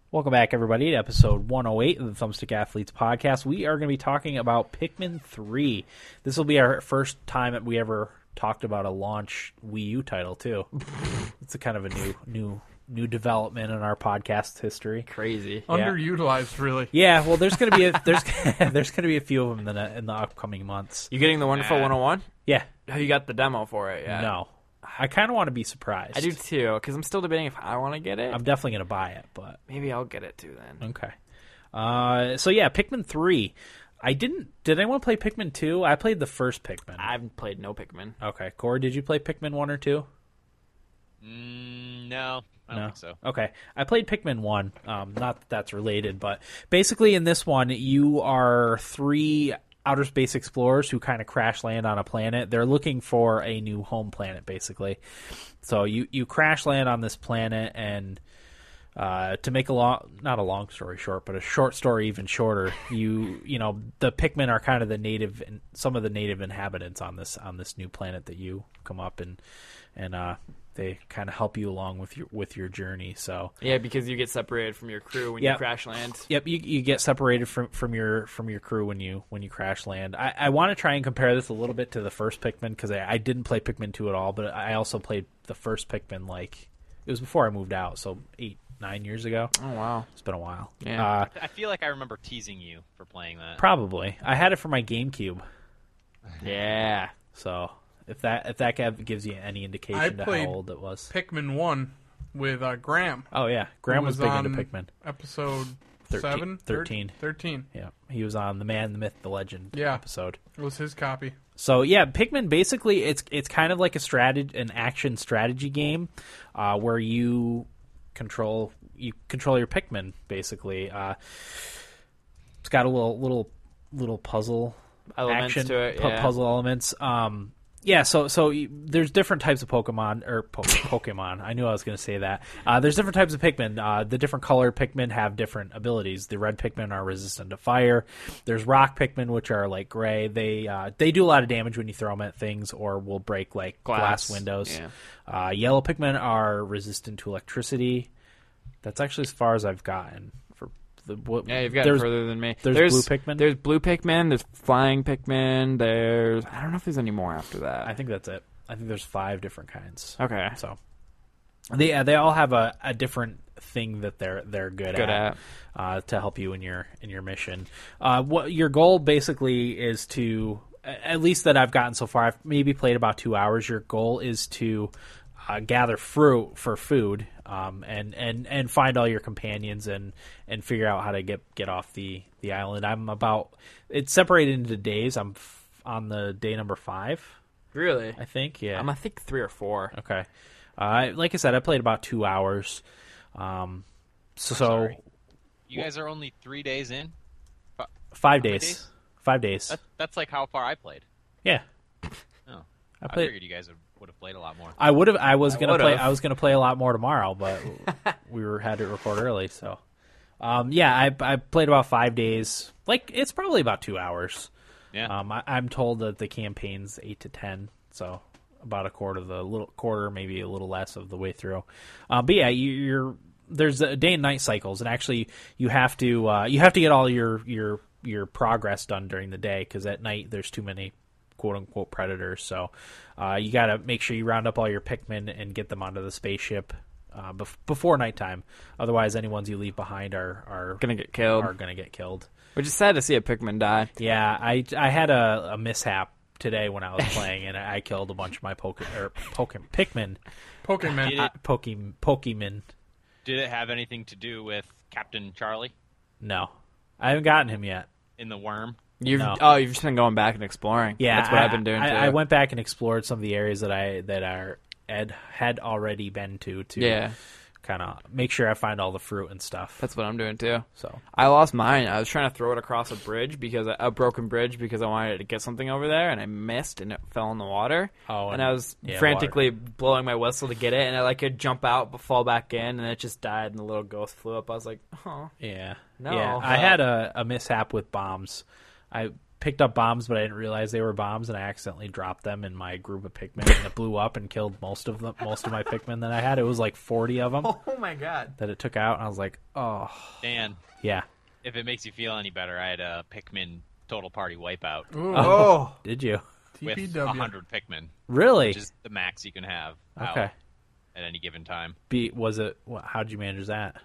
Speaker 3: Welcome back, everybody, to episode 108 of the Thumbstick Athletes podcast. We are going to be talking about Pikmin 3. This will be our first time that we ever talked about a launch Wii U title, too. it's a kind of a new, new, new development in our podcast history.
Speaker 5: Crazy.
Speaker 4: underutilized, really.
Speaker 3: Yeah, well, there's going to be a, there's there's going to be a few of them in the, in the upcoming months.
Speaker 5: You getting the wonderful
Speaker 6: Nah.
Speaker 5: 101?
Speaker 3: Yeah,
Speaker 5: Have Oh, you got the demo for it yet?
Speaker 3: no, I kind of want to be surprised.
Speaker 5: I do too, because I'm still debating if I want to get it.
Speaker 3: I'm definitely going to buy it, but
Speaker 5: Maybe I'll get it too then.
Speaker 3: Okay. Uh, so yeah, Pikmin three. I didn't. Did anyone play Pikmin two? I played the first Pikmin.
Speaker 5: I haven't played no Pikmin.
Speaker 3: okay, Corey, did you play Pikmin one or two?
Speaker 6: mm, no, I don't
Speaker 3: No.
Speaker 6: think so.
Speaker 3: Okay, I played Pikmin one. Um, not that that's related, but basically in this one, you are three outer space explorers who kind of crash land on a planet. They're looking for a new home planet, basically. So you you crash land on this planet and. Uh, to make a long, not a long story short, but a short story even shorter, you you know the Pikmin are kind of the native, and some of the native inhabitants on this on this new planet that you come up and and uh, they kind of help you along with your with your journey. So
Speaker 5: Yeah, because you get separated from your crew when
Speaker 3: Yep.
Speaker 5: you crash land.
Speaker 3: Yep, you, you get separated from, from your from your crew when you when you crash land. I, I want to try and compare this a little bit to the first Pikmin because I, I didn't play Pikmin two at all, but I also played the first Pikmin like it was before I moved out, so eight nine years ago.
Speaker 5: Oh wow.
Speaker 3: It's been a while.
Speaker 5: Yeah.
Speaker 3: Uh,
Speaker 6: I feel like I remember teasing you for playing that.
Speaker 3: probably. I had it for my GameCube.
Speaker 5: Yeah.
Speaker 3: So if that if that gav- gives you any
Speaker 4: I
Speaker 3: indication to how
Speaker 4: played
Speaker 3: old it was.
Speaker 4: Pikmin one with uh, Graham.
Speaker 3: Oh yeah, Graham was,
Speaker 4: who
Speaker 3: big
Speaker 4: on
Speaker 3: into Pikmin.
Speaker 4: Episode
Speaker 3: Thirteen-
Speaker 4: seven, Thir-
Speaker 3: thirteen.
Speaker 4: thirteen
Speaker 3: Yeah, he was on the Man, the Myth, the Legend
Speaker 4: Yeah.
Speaker 3: episode.
Speaker 4: was his copy.
Speaker 3: So yeah, Pikmin basically it's it's kind of like a strategy, an action strategy game, uh, where you control you control your Pikmin basically. Uh, it's got a little little little puzzle
Speaker 5: Elements
Speaker 3: action
Speaker 5: to it,
Speaker 3: pu-
Speaker 5: yeah.
Speaker 3: puzzle elements. Um, yeah, so so you, there's different types of Pokemon or po- Pokemon. I knew I was going to say that. Uh, there's different types of Pikmin. Uh, the different color Pikmin have different abilities. The red Pikmin are resistant to fire. There's rock Pikmin, which are like gray. They uh, they do a lot of damage when you throw them at things or will break like glass,
Speaker 5: Glass,
Speaker 3: windows.
Speaker 5: yeah.
Speaker 3: Uh, yellow Pikmin are resistant to electricity. That's actually as far as I've gotten for the. What,
Speaker 5: Yeah, you've gotten
Speaker 3: there's-
Speaker 5: further than me.
Speaker 3: there's blue Pikmin?
Speaker 5: There's blue Pikmin. There's flying Pikmin. There's I don't know if there's any more after that.
Speaker 3: I think that's it. I think there's five different kinds.
Speaker 5: okay.
Speaker 3: So they yeah, they all have a, a different thing that they're they're good,
Speaker 5: Good at.
Speaker 3: uh, to help you in your in your mission. Uh, what your goal basically is to a- at least that I've gotten so far. I've maybe played about two hours. Your goal is to uh, gather fruit for food um, and and and find all your companions and and figure out how to get get off the the island. I'm about it's separated into days. I'm f- on the day number five,
Speaker 5: Really?
Speaker 3: I think. Yeah,
Speaker 5: I'm I think three or four.
Speaker 3: Okay. Uh, like I said, I played about two hours. Um, so
Speaker 6: sorry. You guys are only three days in.
Speaker 3: five
Speaker 6: many
Speaker 3: days.
Speaker 6: days?
Speaker 3: Five days.
Speaker 6: That, that's like how far I played.
Speaker 3: yeah,
Speaker 6: Oh,
Speaker 3: I
Speaker 6: I,
Speaker 3: played-
Speaker 6: figured you guys would have played a lot more.
Speaker 3: I would have. I was
Speaker 5: I
Speaker 3: gonna play.
Speaker 5: would've.
Speaker 3: I was gonna play a lot more tomorrow, but we were had to record early. So, um, yeah, I I played about five days. Like it's probably about two hours.
Speaker 6: Yeah,
Speaker 3: Um, I, I'm told that the campaign's eight to ten, so about a quarter of the little quarter, maybe a little less of the way through. Uh, but yeah, you, you're there's a day and night cycles, and actually you have to uh, you have to get all your your your progress done during the day because at night there's too many quote unquote predators. So uh, you got to make sure you round up all your Pikmin and get them onto the spaceship. Uh, bef- before nighttime, otherwise, any ones you leave behind are are
Speaker 5: Gonna get killed.
Speaker 3: are gonna get killed.
Speaker 5: Which is sad to see a Pikmin die.
Speaker 3: Yeah, I I had a, a mishap today when I was playing, and I killed a bunch of my poke or poke Pikmin, Uh,
Speaker 4: Pokemon.
Speaker 6: Did it,
Speaker 3: poke Pokemon.
Speaker 6: did it have anything to do with Captain Charlie
Speaker 3: No, I haven't gotten him yet.
Speaker 6: in the worm?
Speaker 5: You've
Speaker 3: No.
Speaker 5: oh, you've just been going back and exploring.
Speaker 3: Yeah,
Speaker 5: that's what
Speaker 3: I,
Speaker 5: have been doing.
Speaker 3: I,
Speaker 5: too.
Speaker 3: I went back and explored some of the areas that I that are Ed had already been to to
Speaker 5: Yeah,
Speaker 3: kind of make sure I find all the fruit and stuff.
Speaker 5: that's what I'm doing too.
Speaker 3: so
Speaker 5: I lost mine. I was trying to throw it across a bridge because a broken bridge because I wanted to get something over there, and I missed, and it fell in the water.
Speaker 3: Oh,
Speaker 5: and,
Speaker 3: and-
Speaker 5: I was
Speaker 3: yeah,
Speaker 5: frantically blowing my whistle to get it, and I like could jump out, but fall back in, and it just died, and the little ghost flew up. I was like, oh,
Speaker 3: yeah,
Speaker 5: No.
Speaker 3: yeah. I had a, a mishap with bombs. I picked up bombs, but I didn't realize they were bombs, and I accidentally dropped them in my group of Pikmin, and it blew up and killed most of the most of my Pikmin that I had. It was like forty of them.
Speaker 5: oh my god.
Speaker 3: that it took out, and I was like, oh
Speaker 6: Dan,
Speaker 3: yeah.
Speaker 6: if it makes you feel any better, I had a Pikmin total party wipeout
Speaker 4: Ooh,
Speaker 5: Oh,
Speaker 3: Did you
Speaker 6: with
Speaker 4: TPW.
Speaker 6: hundred Pikmin,
Speaker 3: really?
Speaker 6: which is the max you can have. out
Speaker 3: okay.
Speaker 6: At any given time.
Speaker 3: Be was it? wha- How'd you manage that?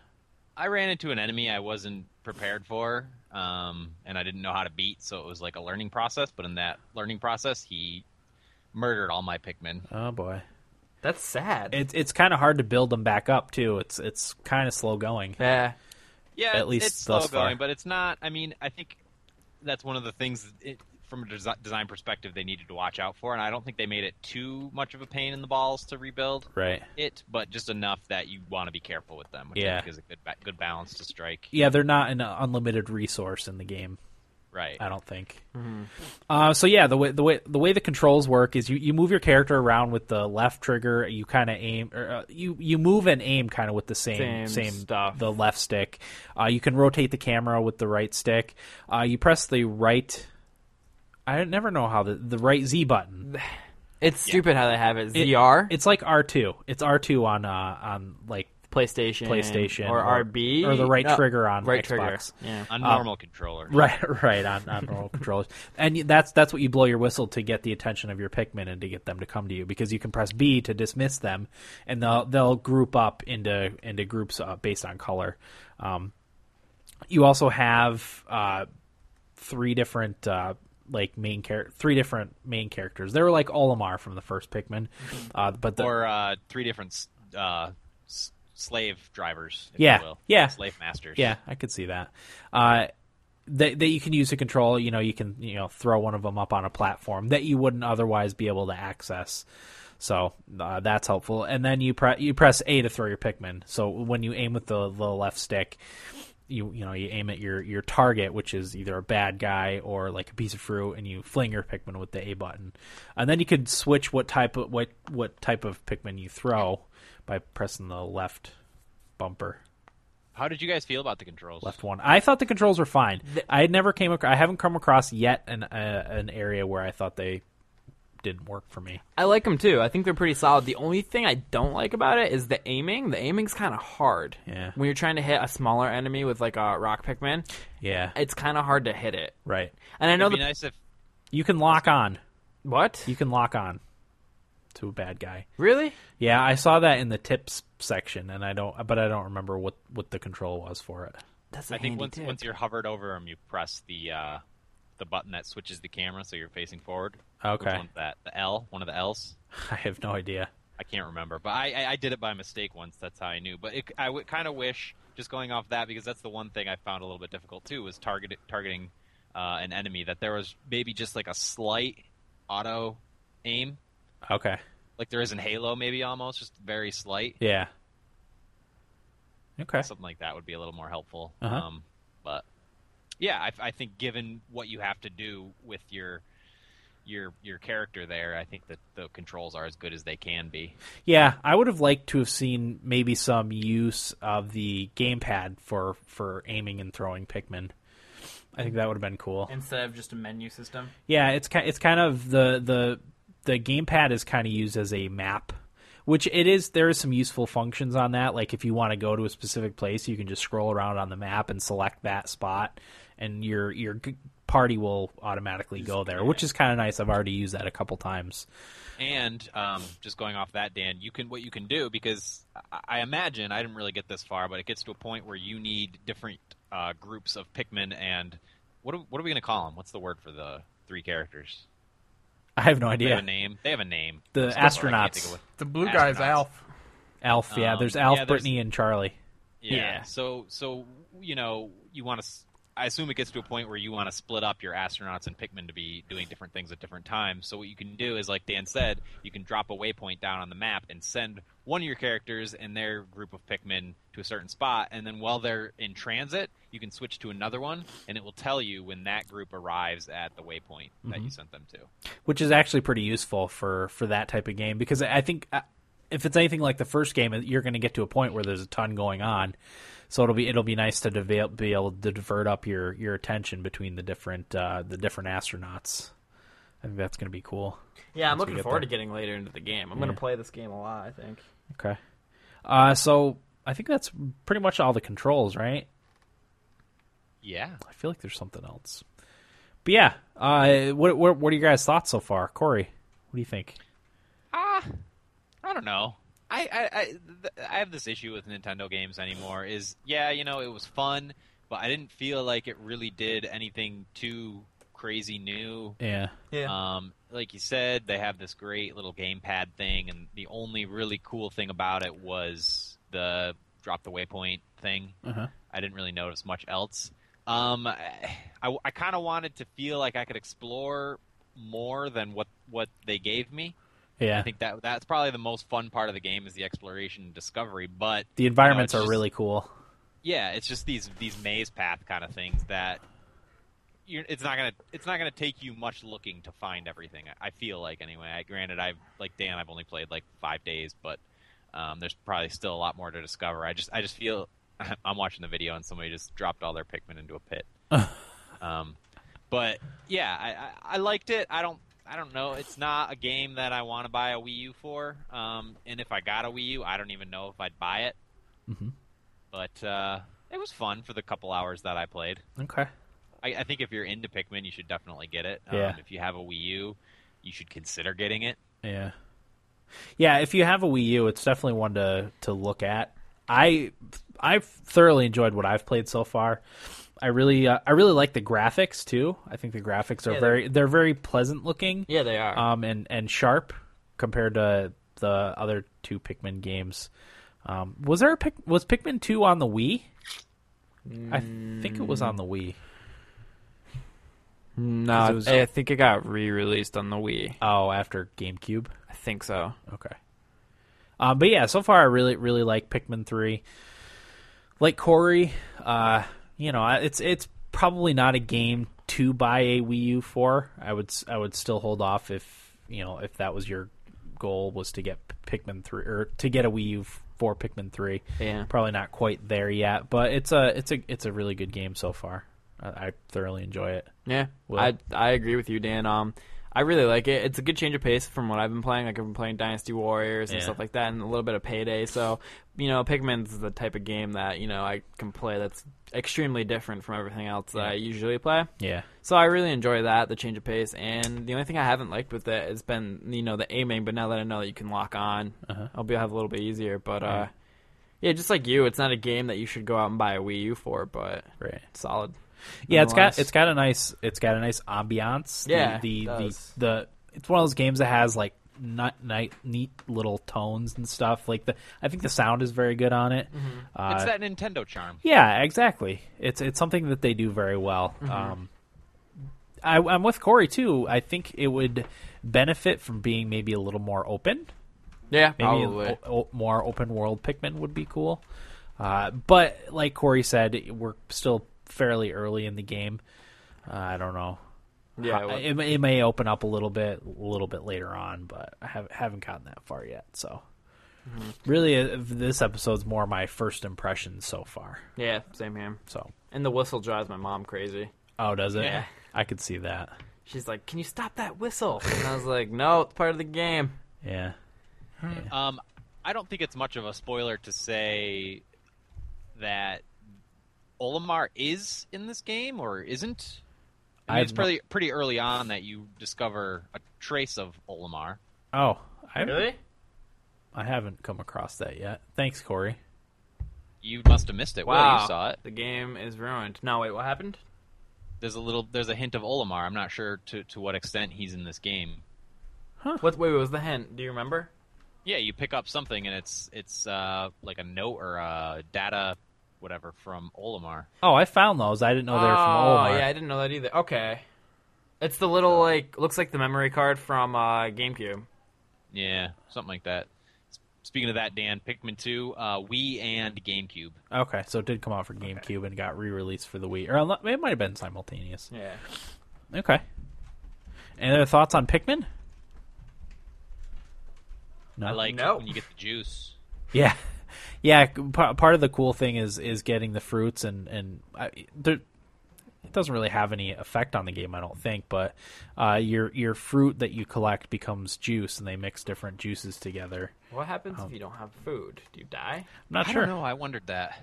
Speaker 6: I ran into an enemy I wasn't prepared for, um, and I didn't know how to beat, so it was like a learning process. But in that learning process, he murdered all my Pikmin.
Speaker 3: Oh boy,
Speaker 5: that's sad.
Speaker 3: it's it's kind of hard to build them back up too. It's it's kind of slow going.
Speaker 5: yeah,
Speaker 6: Yeah,
Speaker 3: At
Speaker 6: it's-
Speaker 3: least
Speaker 6: it's slow
Speaker 3: thus far.
Speaker 6: going, but it's not. I mean, I think that's one of the things that it, from a desi- design perspective they needed to watch out for, and I don't think they made it too much of a pain in the balls to rebuild
Speaker 3: Right.
Speaker 6: it, but just enough that you want to be careful with them, which
Speaker 3: Yeah.
Speaker 6: I think is a good ba- good balance to strike.
Speaker 3: Yeah, they're not an unlimited resource in the game.
Speaker 6: Right.
Speaker 3: I don't think.
Speaker 5: Mm-hmm.
Speaker 3: Uh, so yeah, the way the way the way the controls work is you, you move your character around with the left trigger. You kind of aim, or, uh, you you move and aim kind of with the same
Speaker 5: Same
Speaker 3: same
Speaker 5: stuff.
Speaker 3: The left stick. Uh, you can rotate the camera with the right stick. Uh, you press the right. I never know how the the right Z button.
Speaker 5: it's stupid how they have it.
Speaker 3: It-
Speaker 5: ZR,
Speaker 3: It's like R two. It's R two on uh, on like
Speaker 5: PlayStation,
Speaker 3: PlayStation
Speaker 5: or, RB,
Speaker 3: or the right
Speaker 5: No,
Speaker 3: trigger on
Speaker 5: right
Speaker 3: Xbox.
Speaker 5: trigger. Yeah.
Speaker 6: On normal controller.
Speaker 3: Right, right on, on normal controllers, and you- that's that's what you blow your whistle to get the attention of your Pikmin and to get them to come to you because you can press B to dismiss them, and they'll they'll group up into into groups uh, based on color. Um, you also have uh, three different uh, like main character, three different main characters. They were like Olimar from the first Pikmin, uh, but the,
Speaker 6: or uh, three different s- uh, s- slave drivers. If
Speaker 3: Yeah,
Speaker 6: you will.
Speaker 3: yeah.
Speaker 6: slave masters.
Speaker 3: Yeah, I could see that. Uh, that that you can use to control. You know, you can you know throw one of them up on a platform that you wouldn't otherwise be able to access. So uh, that's helpful. And then you pre- you press A to throw your Pikmin. So when you aim with the, the left stick, you you know you aim at your your target, which is either a bad guy or like a piece of fruit, and you fling your Pikmin with the A button. And then you could switch what type of what what type of Pikmin you throw by pressing the left bumper
Speaker 6: How did you guys feel about the controls?
Speaker 3: left one. I thought the controls were fine. I had never came across, I haven't come across yet an uh, an area where I thought they didn't work for me.
Speaker 5: I like them too. I think they're pretty solid. The only thing I don't like about it is the aiming. The aiming's kind of hard.
Speaker 3: Yeah.
Speaker 5: When you're trying to hit a smaller enemy with like a rock Pikmin,
Speaker 3: Yeah,
Speaker 5: it's kind of hard to hit it.
Speaker 3: right.
Speaker 5: And I know
Speaker 6: It'd
Speaker 5: the
Speaker 6: be nice if
Speaker 3: You can lock on.
Speaker 5: what
Speaker 3: You can lock on to a bad guy.
Speaker 5: really?
Speaker 3: Yeah, I saw that in the tips section, and I don't, but I don't remember what what the control was for it.
Speaker 5: That's a
Speaker 6: I think
Speaker 5: handy
Speaker 6: once
Speaker 5: tip.
Speaker 6: once you're hovered over them, you press the uh, the button that switches the camera so you're facing forward.
Speaker 3: Okay.
Speaker 6: Which one's that the L, one of the L's.
Speaker 3: I have no idea.
Speaker 6: I can't remember, but I, I, I did it by mistake once. That's how I knew. But it, I w- kind of wish just going off that because that's the one thing I found a little bit difficult too was target targeting uh, an enemy that there was maybe just like a slight auto aim,
Speaker 3: Okay.
Speaker 6: like there is in Halo, maybe almost just very slight.
Speaker 3: Yeah. Okay.
Speaker 6: Something like that would be a little more helpful.
Speaker 3: Uh-huh.
Speaker 6: Um, but yeah, I, I think given what you have to do with your your your character there, I think that the controls are as good as they can be.
Speaker 3: Yeah, I would have liked to have seen maybe some use of the gamepad for for aiming and throwing Pikmin. I think that would have been cool.
Speaker 5: instead of just a menu system.
Speaker 3: Yeah, it's kind it's kind of the the the gamepad is kind of used as a map, which it is. There is some useful functions on that. Like if you want to go to a specific place, you can just scroll around on the map and select that spot, and your your g- party will automatically go there, which is kind of nice. I've already used that a couple times.
Speaker 6: And um, just going off that, Dan, you can what you can do because I, I imagine I didn't really get this far, but it gets to a point where you need different uh, groups of Pikmin and what are, what are we going to call them? What's the word for the three characters?
Speaker 3: I have no
Speaker 6: They
Speaker 3: idea.
Speaker 6: have a name. They have a name.
Speaker 3: The
Speaker 6: It's the word I can't
Speaker 3: astronauts.
Speaker 6: think of what-
Speaker 4: The blue guy's
Speaker 6: Astronauts.
Speaker 4: Alf.
Speaker 3: Alf, yeah.
Speaker 6: Um,
Speaker 3: There's
Speaker 6: yeah,
Speaker 3: Alf,
Speaker 6: there's-
Speaker 3: Brittany, and Charlie.
Speaker 6: Yeah.
Speaker 5: Yeah.
Speaker 6: So so you know you want to. I assume it gets to a point where you want to split up your astronauts and Pikmin to be doing different things at different times. So what you can do is, like Dan said, you can drop a waypoint down on the map and send one of your characters and their group of Pikmin to a certain spot, and then while they're in transit, you can switch to another one, and it will tell you when that group arrives at the waypoint that you sent them to.
Speaker 3: which is actually pretty useful for for that type of game because I think uh, if it's anything like the first game, you're going to get to a point where there's a ton going on. So it'll be it'll be nice to develop, be able to divert up your your attention between the different uh, the different astronauts. I think that's going to be cool.
Speaker 5: Yeah, I'm
Speaker 3: Once we
Speaker 5: looking
Speaker 3: get
Speaker 5: forward
Speaker 3: there.
Speaker 5: to getting later into the game. I'm gonna play this game a lot. I think.
Speaker 3: Okay, uh, so I think that's pretty much all the controls, right?
Speaker 6: Yeah.
Speaker 3: I feel like there's something else, but yeah. Uh, what what what are your guys' thoughts so far, Corey? What do you think?
Speaker 6: Ah, I don't know. I I I, th- I have this issue with Nintendo games anymore. Is yeah, you know, it was fun, but I didn't feel like it really did anything too crazy new.
Speaker 3: Yeah,
Speaker 5: Yeah.
Speaker 6: Um, like you said, they have this great little gamepad thing, and the only really cool thing about it was the drop the waypoint thing.
Speaker 3: Uh-huh.
Speaker 6: I didn't really notice much else. Um, I, kind of wanted to feel like I could explore more than what what they gave me.
Speaker 3: yeah.
Speaker 6: I think that that's probably the most fun part of the game is the exploration and discovery. But
Speaker 3: the environments
Speaker 6: you know,
Speaker 3: are
Speaker 6: it's just-
Speaker 3: really cool.
Speaker 6: yeah, it's just these these maze path kind of things that you're, it's not gonna it's not gonna take you much looking to find everything. I I feel like anyway. I, granted, I've like Dan, I've only played like five days, but um, there's probably still a lot more to discover. I just I just feel I'm watching the video and somebody just dropped all their Pikmin into a pit. um, but yeah, I, I, I liked it. I don't I don't know. It's not a game that I want to buy a Wii U for. Um, and if I got a Wii U, I don't even know if I'd buy it. But uh, it was fun for the couple hours that I played.
Speaker 3: Okay.
Speaker 6: I, I think if you're into Pikmin, you should definitely get it.
Speaker 3: Yeah.
Speaker 6: Um, if you have a Wii U, you should consider getting it.
Speaker 3: Yeah. Yeah, if you have a Wii U, it's definitely one to to look at. I I've thoroughly enjoyed what I've played so far. I really uh, I really like the graphics too. I think the graphics are
Speaker 5: Yeah, they're-
Speaker 3: very they're very pleasant looking.
Speaker 5: Yeah, they are.
Speaker 3: Um and and sharp compared to the other two Pikmin games. Um, was there a Pic- was Pikmin two on the Wii? I think it was on the Wii.
Speaker 5: no,
Speaker 3: 'cause it was-
Speaker 5: I think it got re-released on the Wii.
Speaker 3: Oh, after GameCube.
Speaker 5: I think so.
Speaker 3: Okay. Um, but yeah, so far I really really like Pikmin three. Like Corey, uh, you know, I- it's it's probably not a game to buy a Wii U for. I would s- I would still hold off if you know if that was your goal was to get P- Pikmin three or to get a Wii U f- for Pikmin three.
Speaker 5: Yeah.
Speaker 3: probably not quite there yet, but it's a it's a it's a really good game so far. I, I thoroughly enjoy it.
Speaker 5: Yeah,
Speaker 3: Will?
Speaker 5: I I agree with you, Dan. Um, I really like it. It's a good change of pace from what I've been playing. Like I've been playing Dynasty Warriors and
Speaker 3: Yeah.
Speaker 5: stuff like that, and a little bit of Payday. So you know, Pikmin's the type of game that you know I can play. That's extremely different from everything else that I usually play.
Speaker 3: Yeah,
Speaker 5: So I really enjoy that, the change of pace, and the only thing I haven't liked with it has been you know the aiming. But now that I know that you can lock on,
Speaker 3: Uh-huh.
Speaker 5: I'll be I'll have a little bit easier. But uh, yeah, just like you, it's not a game that you should go out and buy a Wii U for, but
Speaker 3: right.
Speaker 5: it's solid.
Speaker 3: yeah it's
Speaker 5: nonetheless.
Speaker 3: got it's got a nice it's got a nice ambiance The-
Speaker 5: Yeah,
Speaker 3: the
Speaker 5: it
Speaker 3: the,
Speaker 5: does.
Speaker 3: the it's one of those games that has like not night neat little tones and stuff like the i think the sound is very good on it
Speaker 5: Mm-hmm.
Speaker 3: uh,
Speaker 6: it's that Nintendo charm.
Speaker 3: yeah exactly it's it's something that they do very well
Speaker 5: Mm-hmm.
Speaker 3: um I, i'm with corey too i think it would benefit from being maybe a little more open
Speaker 5: Yeah,
Speaker 3: Maybe
Speaker 5: probably.
Speaker 3: o- o- more open world Pikmin would be cool. Uh, but like Corey said, we're still fairly early in the game. Uh, I don't know.
Speaker 5: Yeah,
Speaker 3: How-
Speaker 5: well-
Speaker 3: it, may- it may open up a little bit, a little bit later on, but I haven't, haven't gotten that far yet. So,
Speaker 5: Mm-hmm.
Speaker 3: really, uh, this episode's more my first impressions so far.
Speaker 5: Yeah, same here.
Speaker 3: So,
Speaker 5: And the whistle drives my mom crazy.
Speaker 3: oh, does it?
Speaker 6: Yeah.
Speaker 3: I could see that.
Speaker 5: She's like, "Can you stop that whistle?" And I was like, "No, it's part of the game."
Speaker 3: Yeah,
Speaker 6: Um, I don't think it's much of a spoiler to say that Olimar is in this game or isn't. I mean,
Speaker 3: I
Speaker 6: it's
Speaker 3: have
Speaker 6: pretty pretty early on that you discover a trace of Olimar.
Speaker 3: Oh, I I haven't come across that yet. Thanks, Corey.
Speaker 6: You must have missed it. Will,
Speaker 5: Wow.
Speaker 6: you saw it.
Speaker 5: The game is ruined. No, wait, what happened?
Speaker 6: There's a little. There's a hint of Olimar. I'm not sure to to what extent he's in this game.
Speaker 5: What? Wait, what was the hint? Do you remember?
Speaker 6: Yeah, you pick up something and it's it's uh, like a note or a data, whatever from Olimar.
Speaker 3: Oh, I found those. I didn't know they were from
Speaker 5: oh,
Speaker 3: Olimar.
Speaker 5: yeah, I didn't know that either. Okay, it's the little like looks like the memory card from uh, GameCube.
Speaker 6: Yeah, something like that. S- Speaking of that, Dan, Pikmin 2, uh, Wii and GameCube.
Speaker 3: Okay, so it did come out for GameCube and got re-released for the Wii, or unlo- it might have been simultaneous.
Speaker 5: Yeah.
Speaker 3: Okay. Any other thoughts on Pikmin? No.
Speaker 6: I
Speaker 3: Oh,
Speaker 6: like
Speaker 5: No.
Speaker 6: when you get the juice.
Speaker 3: Yeah, yeah. c- pa- Part of the cool thing is is getting the fruits, and and I, there, it doesn't really have any effect on the game, I don't think. But uh, your your fruit that you collect becomes juice, and they mix different juices together.
Speaker 5: What happens if you don't have food? Do you
Speaker 3: I'm
Speaker 5: die?
Speaker 3: not
Speaker 6: I
Speaker 3: sure.
Speaker 6: don't know. I wondered that.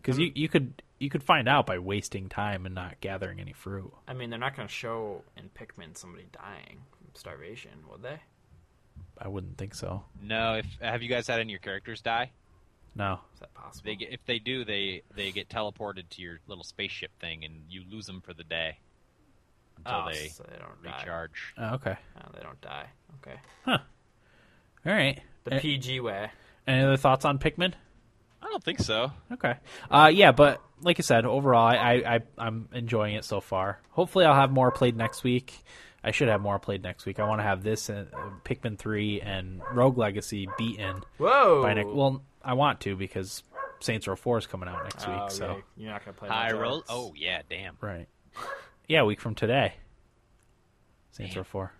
Speaker 3: because you you could you could find out by wasting time and not gathering any fruit.
Speaker 5: I mean, they're not going to show in Pikmin somebody dying from starvation, would they?
Speaker 3: I wouldn't think so.
Speaker 6: No, if have you guys had any of your characters die?
Speaker 3: No.
Speaker 5: Is that possible?
Speaker 6: They get, if they do, they they get teleported to your little spaceship thing, and you lose them for the day until
Speaker 5: oh,
Speaker 6: they
Speaker 5: so they don't die.
Speaker 6: recharge.
Speaker 3: Oh, okay.
Speaker 5: Oh, they don't die. Okay.
Speaker 3: All right.
Speaker 5: The PG way.
Speaker 3: Any other thoughts on Pikmin?
Speaker 6: I don't think so.
Speaker 3: Okay. Uh, yeah, but like I said, overall, I, I, I I'm enjoying it so far. Hopefully, I'll have more played next week. I should have more played next week. I want to have this and uh, Pikmin Three and Rogue Legacy beaten
Speaker 5: Whoa!
Speaker 3: by next. Well, I want to because Saints Row Four is coming out next week.
Speaker 5: Oh,
Speaker 3: so
Speaker 5: yeah, you're not gonna play.
Speaker 6: High
Speaker 5: much
Speaker 6: roll.
Speaker 5: else.
Speaker 6: Oh yeah, damn.
Speaker 3: right. Yeah, a week from today. Saints Row Four.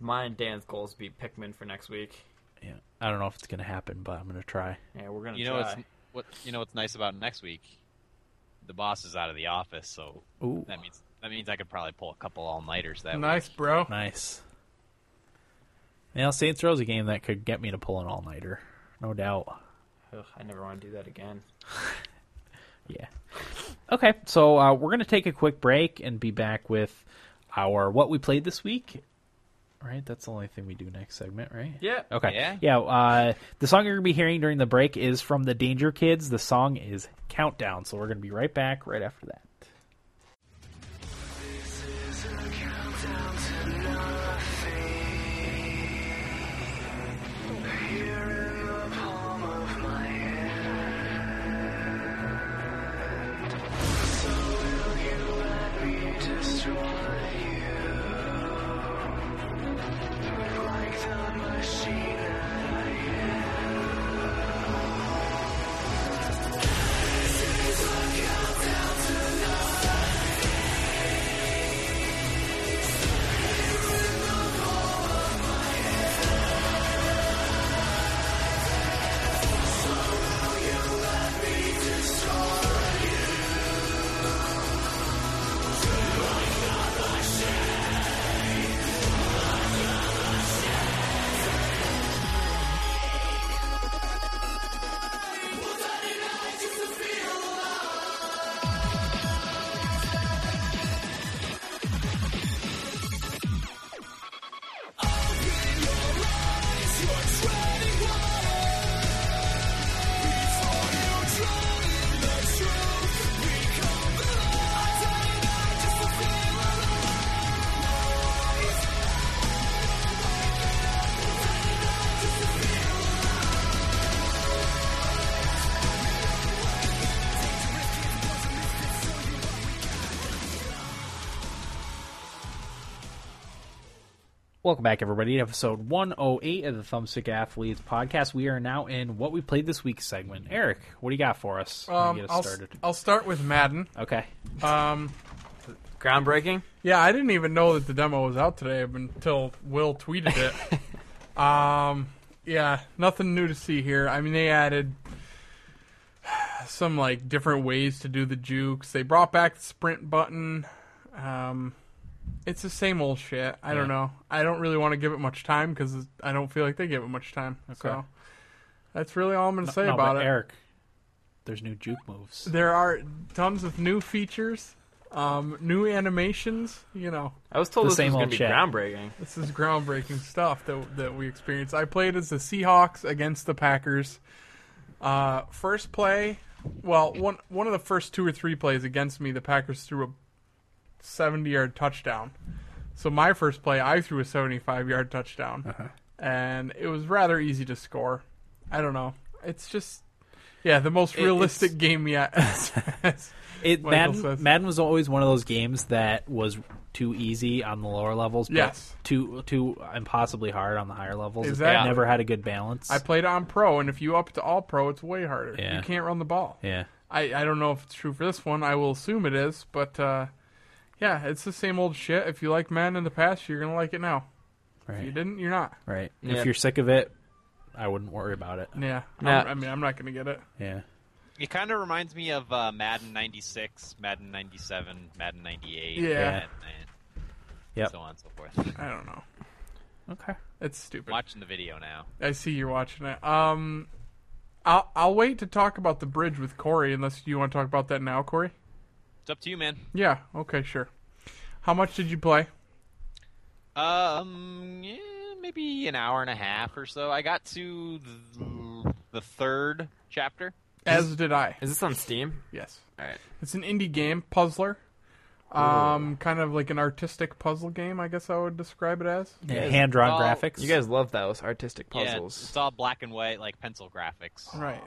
Speaker 5: mine and Dan's goals be Pikmin for next week.
Speaker 3: Yeah, I don't know if it's gonna happen, but I'm gonna try.
Speaker 5: Yeah, we're gonna.
Speaker 6: You know
Speaker 5: try.
Speaker 6: what's what you know what's nice about next week? The boss is out of the office, so
Speaker 3: Ooh.
Speaker 6: that means that means I could probably pull a couple all nighters that week.
Speaker 4: Nice, bro.
Speaker 3: Nice. You know, Saints Row's a game that could get me to pull an all nighter, no doubt.
Speaker 5: Ugh, I never want to do that again.
Speaker 3: Yeah. Okay, so uh, we're gonna take a quick break and be back with our what we played this week. Right, that's the only thing we do next segment, right?
Speaker 5: Yeah.
Speaker 3: Okay.
Speaker 6: Yeah.
Speaker 3: Uh, the song you're gonna be hearing during the break is from the Danger Kids. The song is "Countdown," so we're gonna be right back right after that. Welcome back, everybody, to episode 108 of the Thumbstick Athletes podcast. We are now in what we played this week segment. Eric, what do you got for us? Let me
Speaker 4: Um, I'll, s- I'll start with Madden.
Speaker 3: okay.
Speaker 4: Um,
Speaker 5: Groundbreaking.
Speaker 4: yeah, I didn't even know that the demo was out today until Will tweeted it. um, yeah, nothing new to see here. I mean, they added some like different ways to do the jukes. They brought back the sprint button. Um, it's the same old shit. I don't know. I don't really want to give it much time because I don't feel like they give it much time. So that's really all I'm going to say
Speaker 3: No,
Speaker 4: about
Speaker 3: but
Speaker 4: it.
Speaker 3: Eric, there's new juke moves.
Speaker 4: There are tons of new features, um, new animations. You know,
Speaker 5: I was told
Speaker 3: The
Speaker 5: this
Speaker 3: same
Speaker 5: was going
Speaker 3: old
Speaker 5: to be
Speaker 3: shit.
Speaker 5: groundbreaking.
Speaker 4: this is groundbreaking stuff that that we experienced. I played as the Seahawks against the Packers. Uh, first play, well, one one of the first two or three plays against me, the Packers threw a seventy-yard touchdown. So my first play, I threw a seventy-five-yard touchdown, and it was rather easy to score. I don't know. It's just, yeah, the most realistic game yet.
Speaker 3: It,
Speaker 4: Michael
Speaker 3: Madden,
Speaker 4: says.
Speaker 3: Madden was always one of those games that was too easy on the lower levels, but
Speaker 4: Yes.
Speaker 3: too too impossibly hard on the higher levels. It
Speaker 4: Exactly.
Speaker 3: never had a good balance.
Speaker 4: I played on pro, and if you up to all pro, it's way harder.
Speaker 3: Yeah.
Speaker 4: You can't run the ball.
Speaker 3: yeah,
Speaker 4: I, I don't know if it's true for this one. I will assume it is, but uh, yeah, it's the same old shit. If you like Madden in the past, you're gonna like it now. If you
Speaker 3: right,
Speaker 4: didn't, you're not.
Speaker 3: right.
Speaker 5: Yeah.
Speaker 3: If you're sick of it, I wouldn't worry about it.
Speaker 4: Yeah, I'm-
Speaker 5: Yeah.
Speaker 4: I mean, I'm not gonna get it.
Speaker 3: Yeah,
Speaker 6: It kind of reminds me of uh, Madden 96, Madden 97, Madden 98,
Speaker 4: Yeah.
Speaker 6: Madden, and
Speaker 3: Yep.
Speaker 6: so on and so forth.
Speaker 4: I don't know.
Speaker 3: okay.
Speaker 4: It's stupid.
Speaker 6: Watching the video now.
Speaker 4: I see you're watching it. Um, I'll I'll wait to talk about the bridge with Corey, unless you want to talk about that now, Corey.
Speaker 6: It's up to you, man.
Speaker 4: Yeah. Okay. Sure. How much did you play?
Speaker 6: Um, yeah, maybe an hour and a half or so. I got to the, the third chapter.
Speaker 4: As did I.
Speaker 5: Is this on Steam?
Speaker 4: Yes.
Speaker 5: All right.
Speaker 4: It's an indie game, puzzler. Um, kind of like an artistic puzzle game, I guess I would describe it as.
Speaker 3: Yeah, hand drawn
Speaker 6: well,
Speaker 3: graphics.
Speaker 5: You guys love those artistic
Speaker 6: Yeah, it's-
Speaker 5: puzzles.
Speaker 6: it's all black and white, like pencil graphics.
Speaker 4: Right.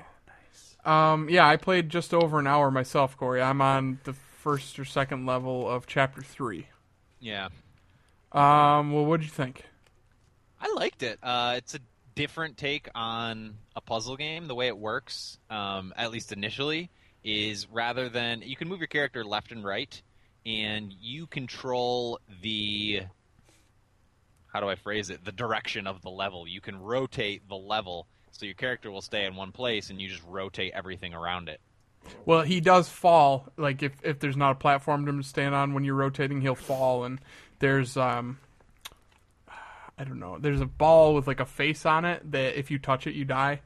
Speaker 4: Um, yeah, I played just over an hour myself, Corey. I'm on the first or second level of chapter three.
Speaker 6: Yeah.
Speaker 4: Um, well, what'd you think?
Speaker 6: I liked it. Uh, it's a different take on a puzzle game. The way it works, um, at least initially, is rather than you can move your character left and right, and you control the how do I phrase it? The direction of the level. You can rotate the level, so your character will stay in one place, and you just rotate everything around it.
Speaker 4: Well, he does fall. Like if if there's not a platform to stand on when you're rotating, he'll fall. And there's um, I don't know. There's a ball with like a face on it that if you touch it, you die.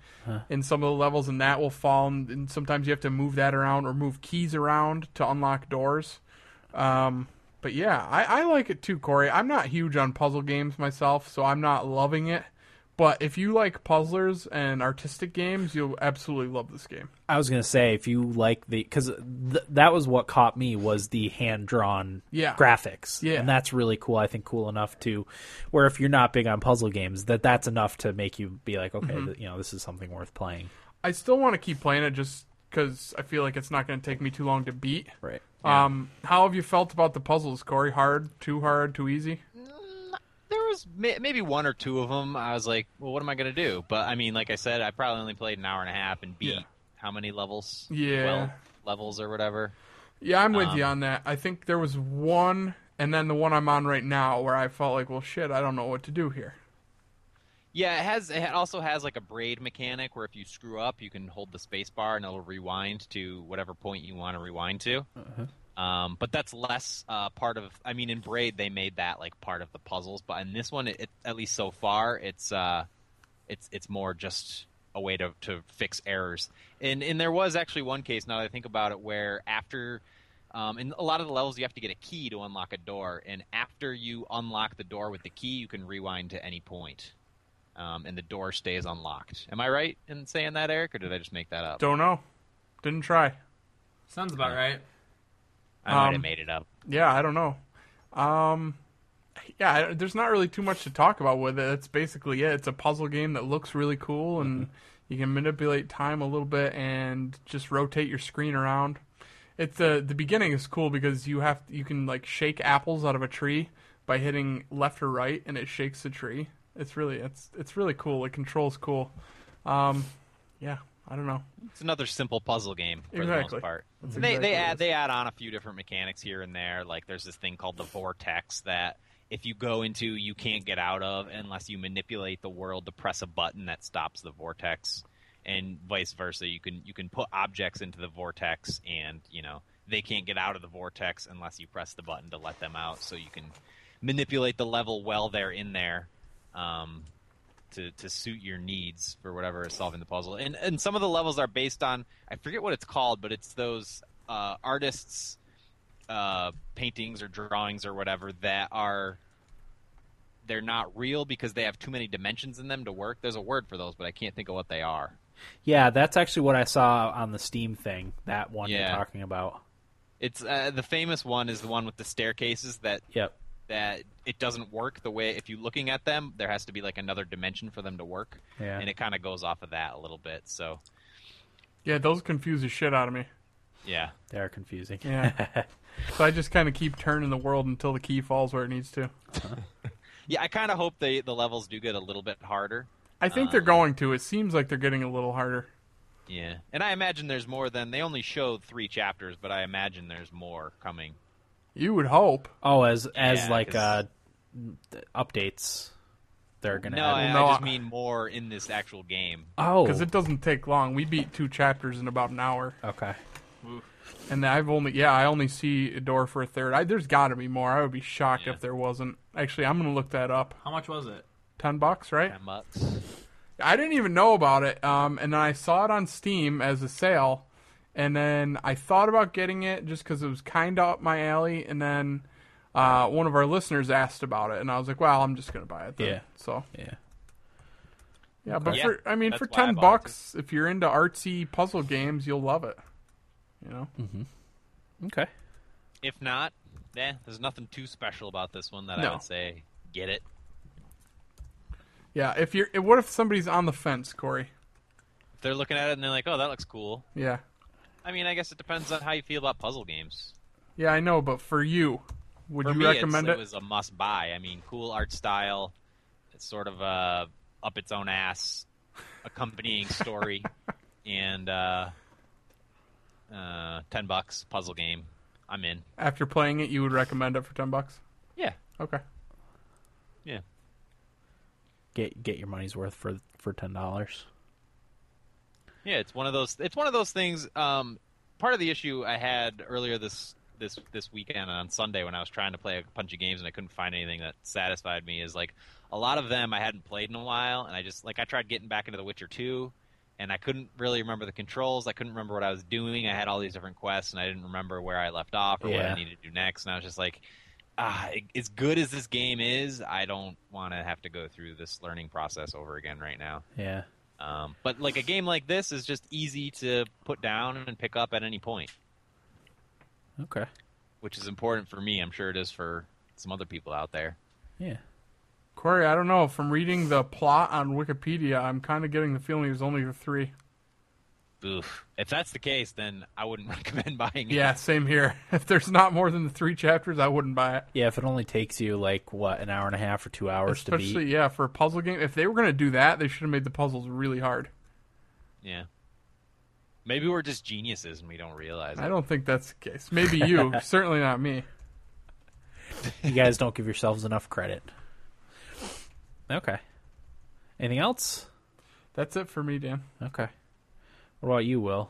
Speaker 4: In some of the levels, and that will fall. And, and sometimes you have to move that around or move keys around to unlock doors. Um, but yeah, I, I like it too, Corey. I'm not huge on puzzle games myself, so I'm not loving it. But if you like puzzlers and artistic games, you'll absolutely love this game.
Speaker 3: I was gonna say if you like the because th- that was what caught me was the hand drawn
Speaker 4: Yeah.
Speaker 3: graphics,
Speaker 4: Yeah.
Speaker 3: and that's really cool. I think cool enough to where if you're not big on puzzle games, that that's enough to make you be like, okay, th- you know, this is something worth playing.
Speaker 4: I still want to keep playing it just because I feel like it's not going to take me too long to beat.
Speaker 3: Right.
Speaker 4: Um, how have you felt about the puzzles, Corey? Hard, too hard, too easy?
Speaker 6: there was may- maybe one or two of them i was like well what am i going to do but i mean like i said i probably only played an hour and a half and beat
Speaker 4: Yeah.
Speaker 6: how many levels
Speaker 4: Yeah.
Speaker 6: 12 levels or whatever
Speaker 4: Yeah, I'm with you on that. I think there was one, and then the one I'm on right now, where I felt like, well, shit, I don't know what to do here.
Speaker 6: yeah it has it also has like a braid mechanic where if you screw up you can hold the space bar and it'll rewind to whatever point you want to rewind to um, but that's less uh, part of i mean in braid they made that like part of the puzzles but in this one it, it, at least so far it's uh, it's it's more just a way to, to fix errors. And and there was actually one case now that I think about it where after um, in a lot of the levels you have to get a key to unlock a door, and after you unlock the door with the key, you can rewind to any point, um, and the door stays unlocked. Am I right in saying that, Eric, or did I just make that up?
Speaker 4: Don't know. Didn't try.
Speaker 5: Sounds about right.
Speaker 6: I might
Speaker 4: um,
Speaker 6: have made it up.
Speaker 4: Yeah, I don't know. Um, yeah, I- there's not really too much to talk about with it. That's basically it. It's a puzzle game that looks really cool, and you can manipulate time a little bit and just rotate your screen uh, around. It's the the beginning is cool because you have you can like shake apples out of a tree. by hitting left or right, and it shakes the tree. It's really it's it's really cool. It controls cool. Um, yeah, I don't know.
Speaker 6: It's another simple puzzle game for the
Speaker 4: Exactly.
Speaker 6: most part.
Speaker 4: That's
Speaker 6: And they
Speaker 4: exactly
Speaker 6: they
Speaker 4: what it
Speaker 6: add
Speaker 4: is.
Speaker 6: they add on a few different mechanics here and there. Like there's this thing called the vortex that if you go into, you can't get out of unless you manipulate the world to press a button that stops the vortex, and vice versa. You can you can put objects into the vortex, and you know they can't get out of the vortex unless you press the button to let them out. So you can manipulate the level while they're in there. Um, to, to suit your needs for whatever is solving the puzzle. And and some of the levels are based on I forget what it's called, but it's those uh, artists' uh, paintings or drawings or whatever that are they're not real because they have too many dimensions in them to work. There's a word for those, but I can't think of what they are.
Speaker 3: Yeah, that's actually what I saw on the Steam thing. That one
Speaker 6: Yeah.
Speaker 3: you're talking about.
Speaker 6: It's uh, the famous one is the one with the staircases that
Speaker 3: Yep.
Speaker 6: that it doesn't work the way if you're looking at them there has to be like another dimension for them to work
Speaker 3: Yeah.
Speaker 6: and it kind of goes off of that a little bit so
Speaker 4: Yeah, those confuse the shit out of me.
Speaker 6: yeah
Speaker 3: They are confusing.
Speaker 4: Yeah. so I just kind of keep turning the world until the key falls where it needs to.
Speaker 6: Yeah, I kind of hope they the levels do get a little bit harder.
Speaker 4: I think they're going to. It seems like they're getting a little harder.
Speaker 6: Yeah, and I imagine there's more than they only showed three chapters, but I imagine there's more coming.
Speaker 4: You would hope.
Speaker 3: Oh, as as
Speaker 6: Yeah,
Speaker 3: like uh
Speaker 6: 'cause-
Speaker 3: th- updates, they're gonna.
Speaker 6: No,
Speaker 3: add.
Speaker 6: I,
Speaker 4: No,
Speaker 6: I just
Speaker 4: I-
Speaker 6: mean more in this actual game.
Speaker 3: oh,
Speaker 4: Because it doesn't take long. We beat two chapters in about an hour,
Speaker 3: okay.
Speaker 4: and I've only yeah I only see a door for a third. I, there's got to be more. I would be shocked
Speaker 6: Yeah.
Speaker 4: if there wasn't. Actually, I'm gonna look that up.
Speaker 5: How much was it?
Speaker 4: Ten bucks, right?
Speaker 6: Ten bucks.
Speaker 4: I didn't even know about it, um, and then I saw it on Steam as a sale, and then I thought about getting it just because it was kind of up my alley, and then uh, one of our listeners asked about it, and I was like, "Well, I'm just gonna buy it." Then.
Speaker 3: Yeah.
Speaker 4: So
Speaker 3: Yeah.
Speaker 4: yeah, but
Speaker 6: Yeah,
Speaker 4: for I mean, for
Speaker 6: that's why I
Speaker 4: ten
Speaker 6: bought it,
Speaker 4: bucks, if you're into artsy puzzle games, you'll love it. You know,
Speaker 3: Okay.
Speaker 6: If not, eh, there's nothing too special about this one that I
Speaker 4: No.
Speaker 6: would say get it.
Speaker 4: yeah. If you're, what if somebody's on the fence, Corey?
Speaker 6: If they're looking at it and they're like, "Oh, that looks cool."
Speaker 4: Yeah,
Speaker 6: I mean, I guess it depends on how you feel about puzzle games.
Speaker 4: yeah, I know, but for you, would
Speaker 6: For
Speaker 4: you
Speaker 6: me, it's-
Speaker 4: recommend
Speaker 6: it was a must buy. I mean, cool art style. It's sort of uh, up its own ass accompanying story, and uh, uh, ten bucks puzzle game. I'm in.
Speaker 4: after playing it? You would recommend it for ten bucks?
Speaker 6: Yeah,
Speaker 4: Okay.
Speaker 6: yeah.
Speaker 3: Get get your money's worth for for ten dollars.
Speaker 6: Yeah, it's one of those. It's one of those things. Um, part of the issue I had earlier this this this weekend on Sunday when I was trying to play a bunch of games and I couldn't find anything that satisfied me is like a lot of them I hadn't played in a while, and I just like I tried getting back into The Witcher Two, and I couldn't really remember the controls. I couldn't remember what I was doing. I had all these different quests, and I didn't remember where I left off or what
Speaker 3: Yeah.
Speaker 6: I needed to do next. And I was just like. Ah, as good as this game is, I don't want to have to go through this learning process over again right now.
Speaker 3: Yeah.
Speaker 6: Um, but like a game like this is just easy to put down and pick up at any point,
Speaker 3: Okay.
Speaker 6: which is important for me. I'm sure it is for some other people out there.
Speaker 3: Yeah.
Speaker 4: Corey, I don't know. From reading the plot on Wikipedia, I'm kind of getting the feeling there's only the three.
Speaker 6: Oof. If that's the case, then I wouldn't recommend buying it.
Speaker 4: Yeah, same here. If there's not more than the three chapters, I wouldn't buy it.
Speaker 3: Yeah. If it only takes you like what an hour and a half or two hours to
Speaker 4: Especially,
Speaker 3: beat.
Speaker 4: yeah, for a puzzle game. If they were going to do that, they should have made the puzzles really hard.
Speaker 6: Yeah. Maybe we're just geniuses and we don't realize
Speaker 4: I
Speaker 6: it.
Speaker 4: don't think that's the case. Maybe you, certainly not me.
Speaker 3: You guys don't give yourselves enough credit. Okay. Anything else?
Speaker 4: That's it for me, Dan.
Speaker 3: Okay. What about you, Will?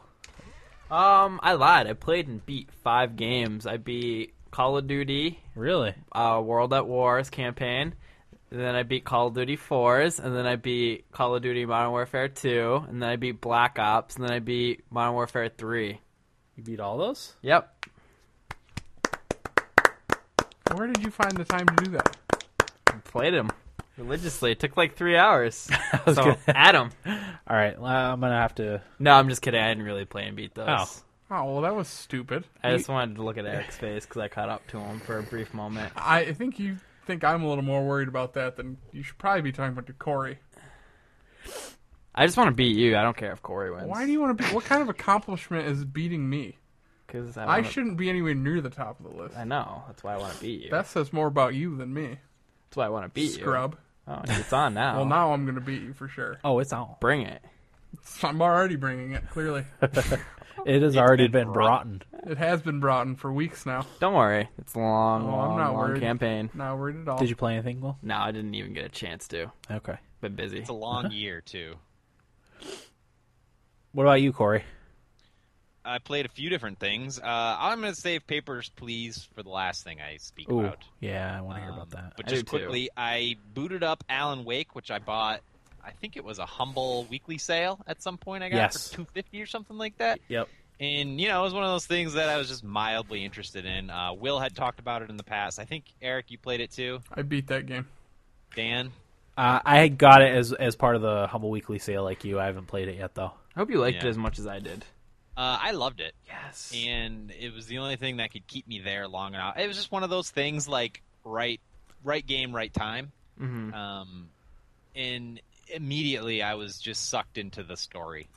Speaker 5: Um, I lied. I played and beat five games. I beat Call of Duty,
Speaker 3: Really?
Speaker 5: uh, World at War's campaign. And then I beat Call of Duty 4s, and then I beat Call of Duty Modern Warfare 2, and then I beat Black Ops, and then I beat Modern Warfare 3.
Speaker 3: You beat all those?
Speaker 5: Yep.
Speaker 4: Where did you find the time to do that?
Speaker 5: Played them religiously. It took like three hours.
Speaker 3: was
Speaker 5: so,
Speaker 3: gonna-
Speaker 5: add 'em.
Speaker 3: All right. well, I'm gonna have to.
Speaker 5: No, I'm just kidding. I didn't really play and beat those.
Speaker 3: Oh.
Speaker 4: Oh, well, that was stupid.
Speaker 5: I just wanted to look at Eric's face because I caught up to him for a brief moment.
Speaker 4: I I think you think I'm a little more worried about that than you should probably be talking about to Corey.
Speaker 5: I just want to beat you. I don't care if Corey wins.
Speaker 4: Why do you want to be. What kind of accomplishment is beating me?
Speaker 5: because I,
Speaker 4: I
Speaker 5: wanna-
Speaker 4: shouldn't be anywhere near the top of the list.
Speaker 5: I know that's why I want to beat you.
Speaker 4: That says more about you than me,
Speaker 5: that's why I want to beat
Speaker 4: scrub.
Speaker 5: you. Oh, it's on now.
Speaker 4: Well, now I'm gonna beat you for sure.
Speaker 3: Oh, it's on.
Speaker 5: bring it.
Speaker 4: I'm already bringing it. Clearly,
Speaker 3: It has already been brought.
Speaker 4: it has been brought in for weeks now.
Speaker 5: Don't worry, it's a long,
Speaker 4: Oh,
Speaker 5: long,
Speaker 4: I'm not
Speaker 5: long
Speaker 4: worried.
Speaker 5: campaign.
Speaker 4: Not worried at all.
Speaker 3: Did you play anything, Will?
Speaker 5: No, I didn't even get a chance to.
Speaker 3: Okay.
Speaker 5: Been busy.
Speaker 6: It's a long year too.
Speaker 3: What about you, Corey?
Speaker 6: I played a few different things. Uh, I'm going to save papers, please, for the last thing I speak about.
Speaker 3: yeah, I want to hear
Speaker 6: Um,
Speaker 3: about that.
Speaker 6: But
Speaker 5: I
Speaker 6: just
Speaker 5: do too.
Speaker 6: quickly, I booted up Alan Wake, which I bought. I think it was a humble weekly sale at some point. I got
Speaker 3: Yes.
Speaker 6: for two fifty or something like that.
Speaker 3: Yep.
Speaker 6: And you know, it was one of those things that I was just mildly interested in. Uh, Will had talked about it in the past. I think Eric, you played it too.
Speaker 4: I beat that game.
Speaker 6: Dan,
Speaker 3: Uh, I got it as as part of the Humble Weekly sale, like you. I haven't played it yet, though.
Speaker 5: I hope you liked
Speaker 6: Yeah.
Speaker 5: it as much as I did.
Speaker 6: uh, I loved it.
Speaker 5: Yes.
Speaker 6: and it was the only thing that could keep me there long enough. It was just one of those things like right, right game, right time.
Speaker 4: Mm-hmm.
Speaker 5: Mhm.
Speaker 6: Um, and immediately I was just sucked into the story.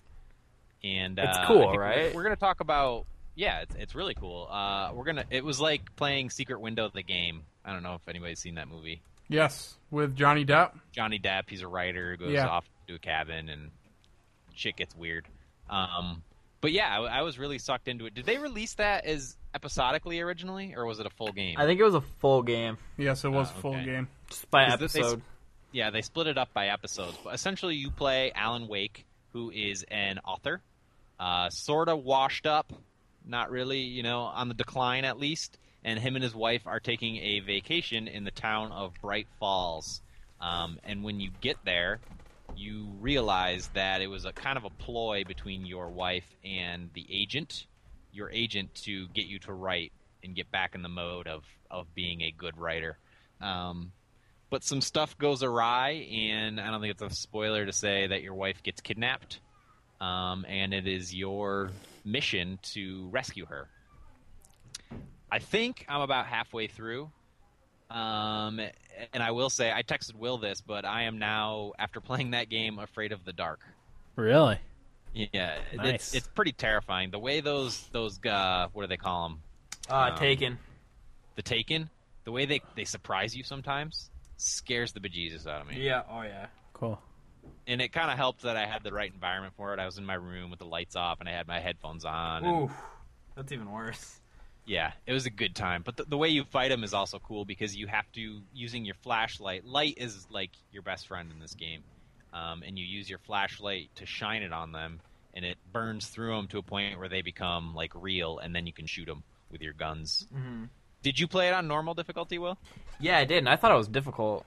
Speaker 6: And
Speaker 5: It's
Speaker 6: uh, I
Speaker 5: cool,
Speaker 6: think we're-
Speaker 5: right?
Speaker 6: We're, gonna talk about yeah, it's, it's really cool. Uh, we're gonna. It was like playing Secret Window, the game. I don't know if anybody's seen that movie.
Speaker 4: Yes, with Johnny Depp.
Speaker 6: Johnny Depp, he's a writer, goes
Speaker 4: Yeah.
Speaker 6: off to a cabin, and shit gets weird. Um, but yeah, I, I was really sucked into it. Did they release that as episodically originally, or was it a full game?
Speaker 5: I think it was a full game,
Speaker 4: Yes, it was
Speaker 3: Oh,
Speaker 6: Ah,
Speaker 4: full
Speaker 6: okay.
Speaker 4: game.
Speaker 5: just by
Speaker 6: Is that they s-
Speaker 5: episode.
Speaker 6: yeah, they split it up by episodes. But essentially, you play Alan Wake, who is an author, uh, sort of washed up, not really, you know, on the decline at least. And him and his wife are taking a vacation in the town of Bright Falls. Um, and when you get there, you realize that it was a kind of a ploy between your wife and the agent, your agent, to get you to write and get back in the mode of, of being a good writer. Um, but some stuff goes awry, and I don't think it's a spoiler to say that your wife gets kidnapped, um, and it is your mission to rescue her. I think I'm about halfway through, um, and I will say I texted Will this, but I am now after playing that game afraid of the dark.
Speaker 3: Really?
Speaker 6: Yeah,
Speaker 3: Nice.
Speaker 6: it's it's pretty terrifying the way those those uh, what do they call them
Speaker 5: uh,
Speaker 6: um,
Speaker 5: Taken.
Speaker 6: the Taken the way they they surprise you sometimes scares the bejesus out of me.
Speaker 5: Yeah. Oh yeah.
Speaker 3: Cool.
Speaker 6: and it kind of helped that I had the right environment for it. I was in my room with the lights off and I had my headphones on. and-
Speaker 5: Ooh, that's even worse.
Speaker 6: yeah, it was a good time. But the, the way you fight them is also cool because you have to using your flashlight. Light is like your best friend in this game, um, and you use your flashlight to shine it on them, and it burns through them to a point where they become like real, and then you can shoot them with your guns. Did you play it on normal difficulty, Will?
Speaker 5: Yeah, I did, and I thought it was difficult.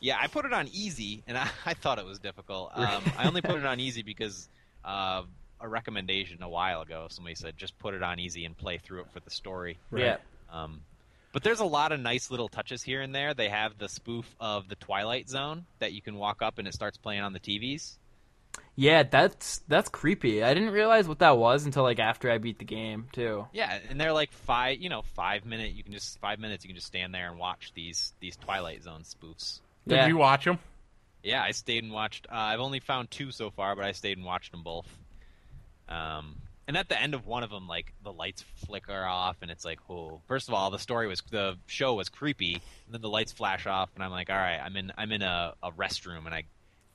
Speaker 6: Yeah, I put it on easy, and I, I thought it was difficult. Um, I only put it on easy because uh, a recommendation a while ago, somebody said just put it on easy and play through it for the story.
Speaker 5: Yeah.
Speaker 6: Um, but there's a lot of nice little touches here and there. They have the spoof of the Twilight Zone that you can walk up and it starts playing on the TVs.
Speaker 5: Yeah, that's that's creepy. I didn't realize what that was until like after I beat the game too.
Speaker 6: Yeah, and they're like five, you know, five minute. You can just five minutes. You can just stand there and watch these these Twilight Zone spoofs.
Speaker 4: Did
Speaker 5: yeah.
Speaker 4: you watch him?
Speaker 6: Yeah, I stayed and watched. Uh, I've only found two so far, but I stayed and watched them both. Um, and at the end of one of them, like the lights flicker off, and it's like, oh. First of all, the story was the show was creepy, and then the lights flash off, and I'm like, all right, I'm in I'm in a, a restroom, and I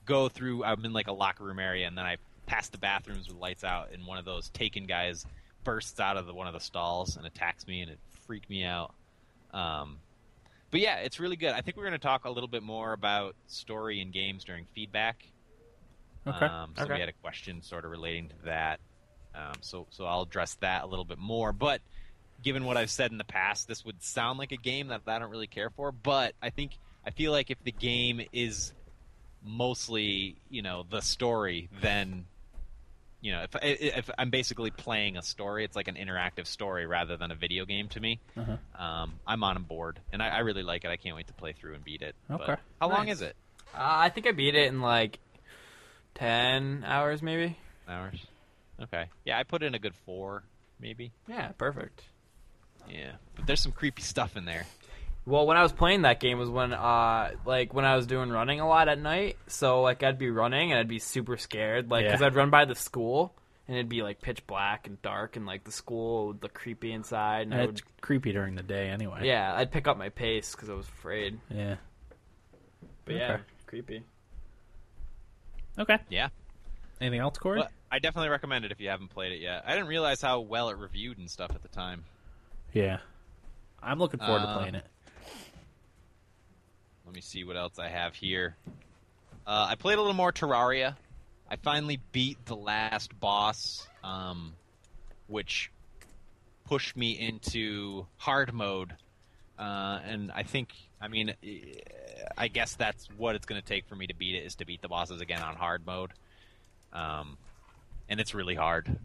Speaker 6: go through. I'm in like a locker room area, and then I pass the bathrooms with lights out, and one of those taken guys bursts out of the, one of the stalls and attacks me, and it freaked me out. Um, but yeah, it's really good. I think we're going to talk a little bit more about story and games during feedback.
Speaker 3: Okay.
Speaker 6: Um, so
Speaker 5: Okay.
Speaker 6: we had a question sort of relating to that. Um, so so I'll address that a little bit more. But given what I've said in the past, this would sound like a game that I don't really care for. But I think I feel like if the game is mostly you know the story, then you know if if I'm basically playing a story, it's like an interactive story rather than a video game to me. Um, I'm on board, and I, I really like it. I can't wait to play through and beat it. But
Speaker 3: Okay.
Speaker 6: how long
Speaker 5: Nice.
Speaker 6: is it?
Speaker 5: Uh, I think I beat it in like ten hours, maybe.
Speaker 6: hours. Okay. Yeah, I put in a good four, maybe.
Speaker 5: Yeah, perfect.
Speaker 6: Yeah, but there's some creepy stuff in there.
Speaker 5: Well, when I was playing that game was when, uh, like when I was doing running a lot at night. So like I'd be running and I'd be super scared, like because
Speaker 3: Yeah.
Speaker 5: I'd run by the school and and it'd be like pitch black and dark, and like the school would look creepy inside. And I
Speaker 3: And Uh,
Speaker 5: would,
Speaker 3: it's creepy during the day anyway.
Speaker 5: yeah, I'd pick up my pace because I was afraid.
Speaker 3: Yeah.
Speaker 5: But yeah,
Speaker 3: Okay.
Speaker 5: creepy.
Speaker 3: Okay.
Speaker 6: Yeah.
Speaker 3: Anything else, Corey?
Speaker 6: Well, I definitely recommend it if you haven't played it yet. I didn't realize how well it reviewed and stuff at the time.
Speaker 3: Yeah. I'm looking forward to
Speaker 6: Uh,
Speaker 3: playing it.
Speaker 6: Let me see what else I have here. Uh, I played a little more Terraria. I finally beat the last boss, um, which pushed me into hard mode. Uh, and I think, I mean, eh, I guess that's what it's going to take for me to beat it is to beat the bosses again on hard mode. Um, and it's really hard.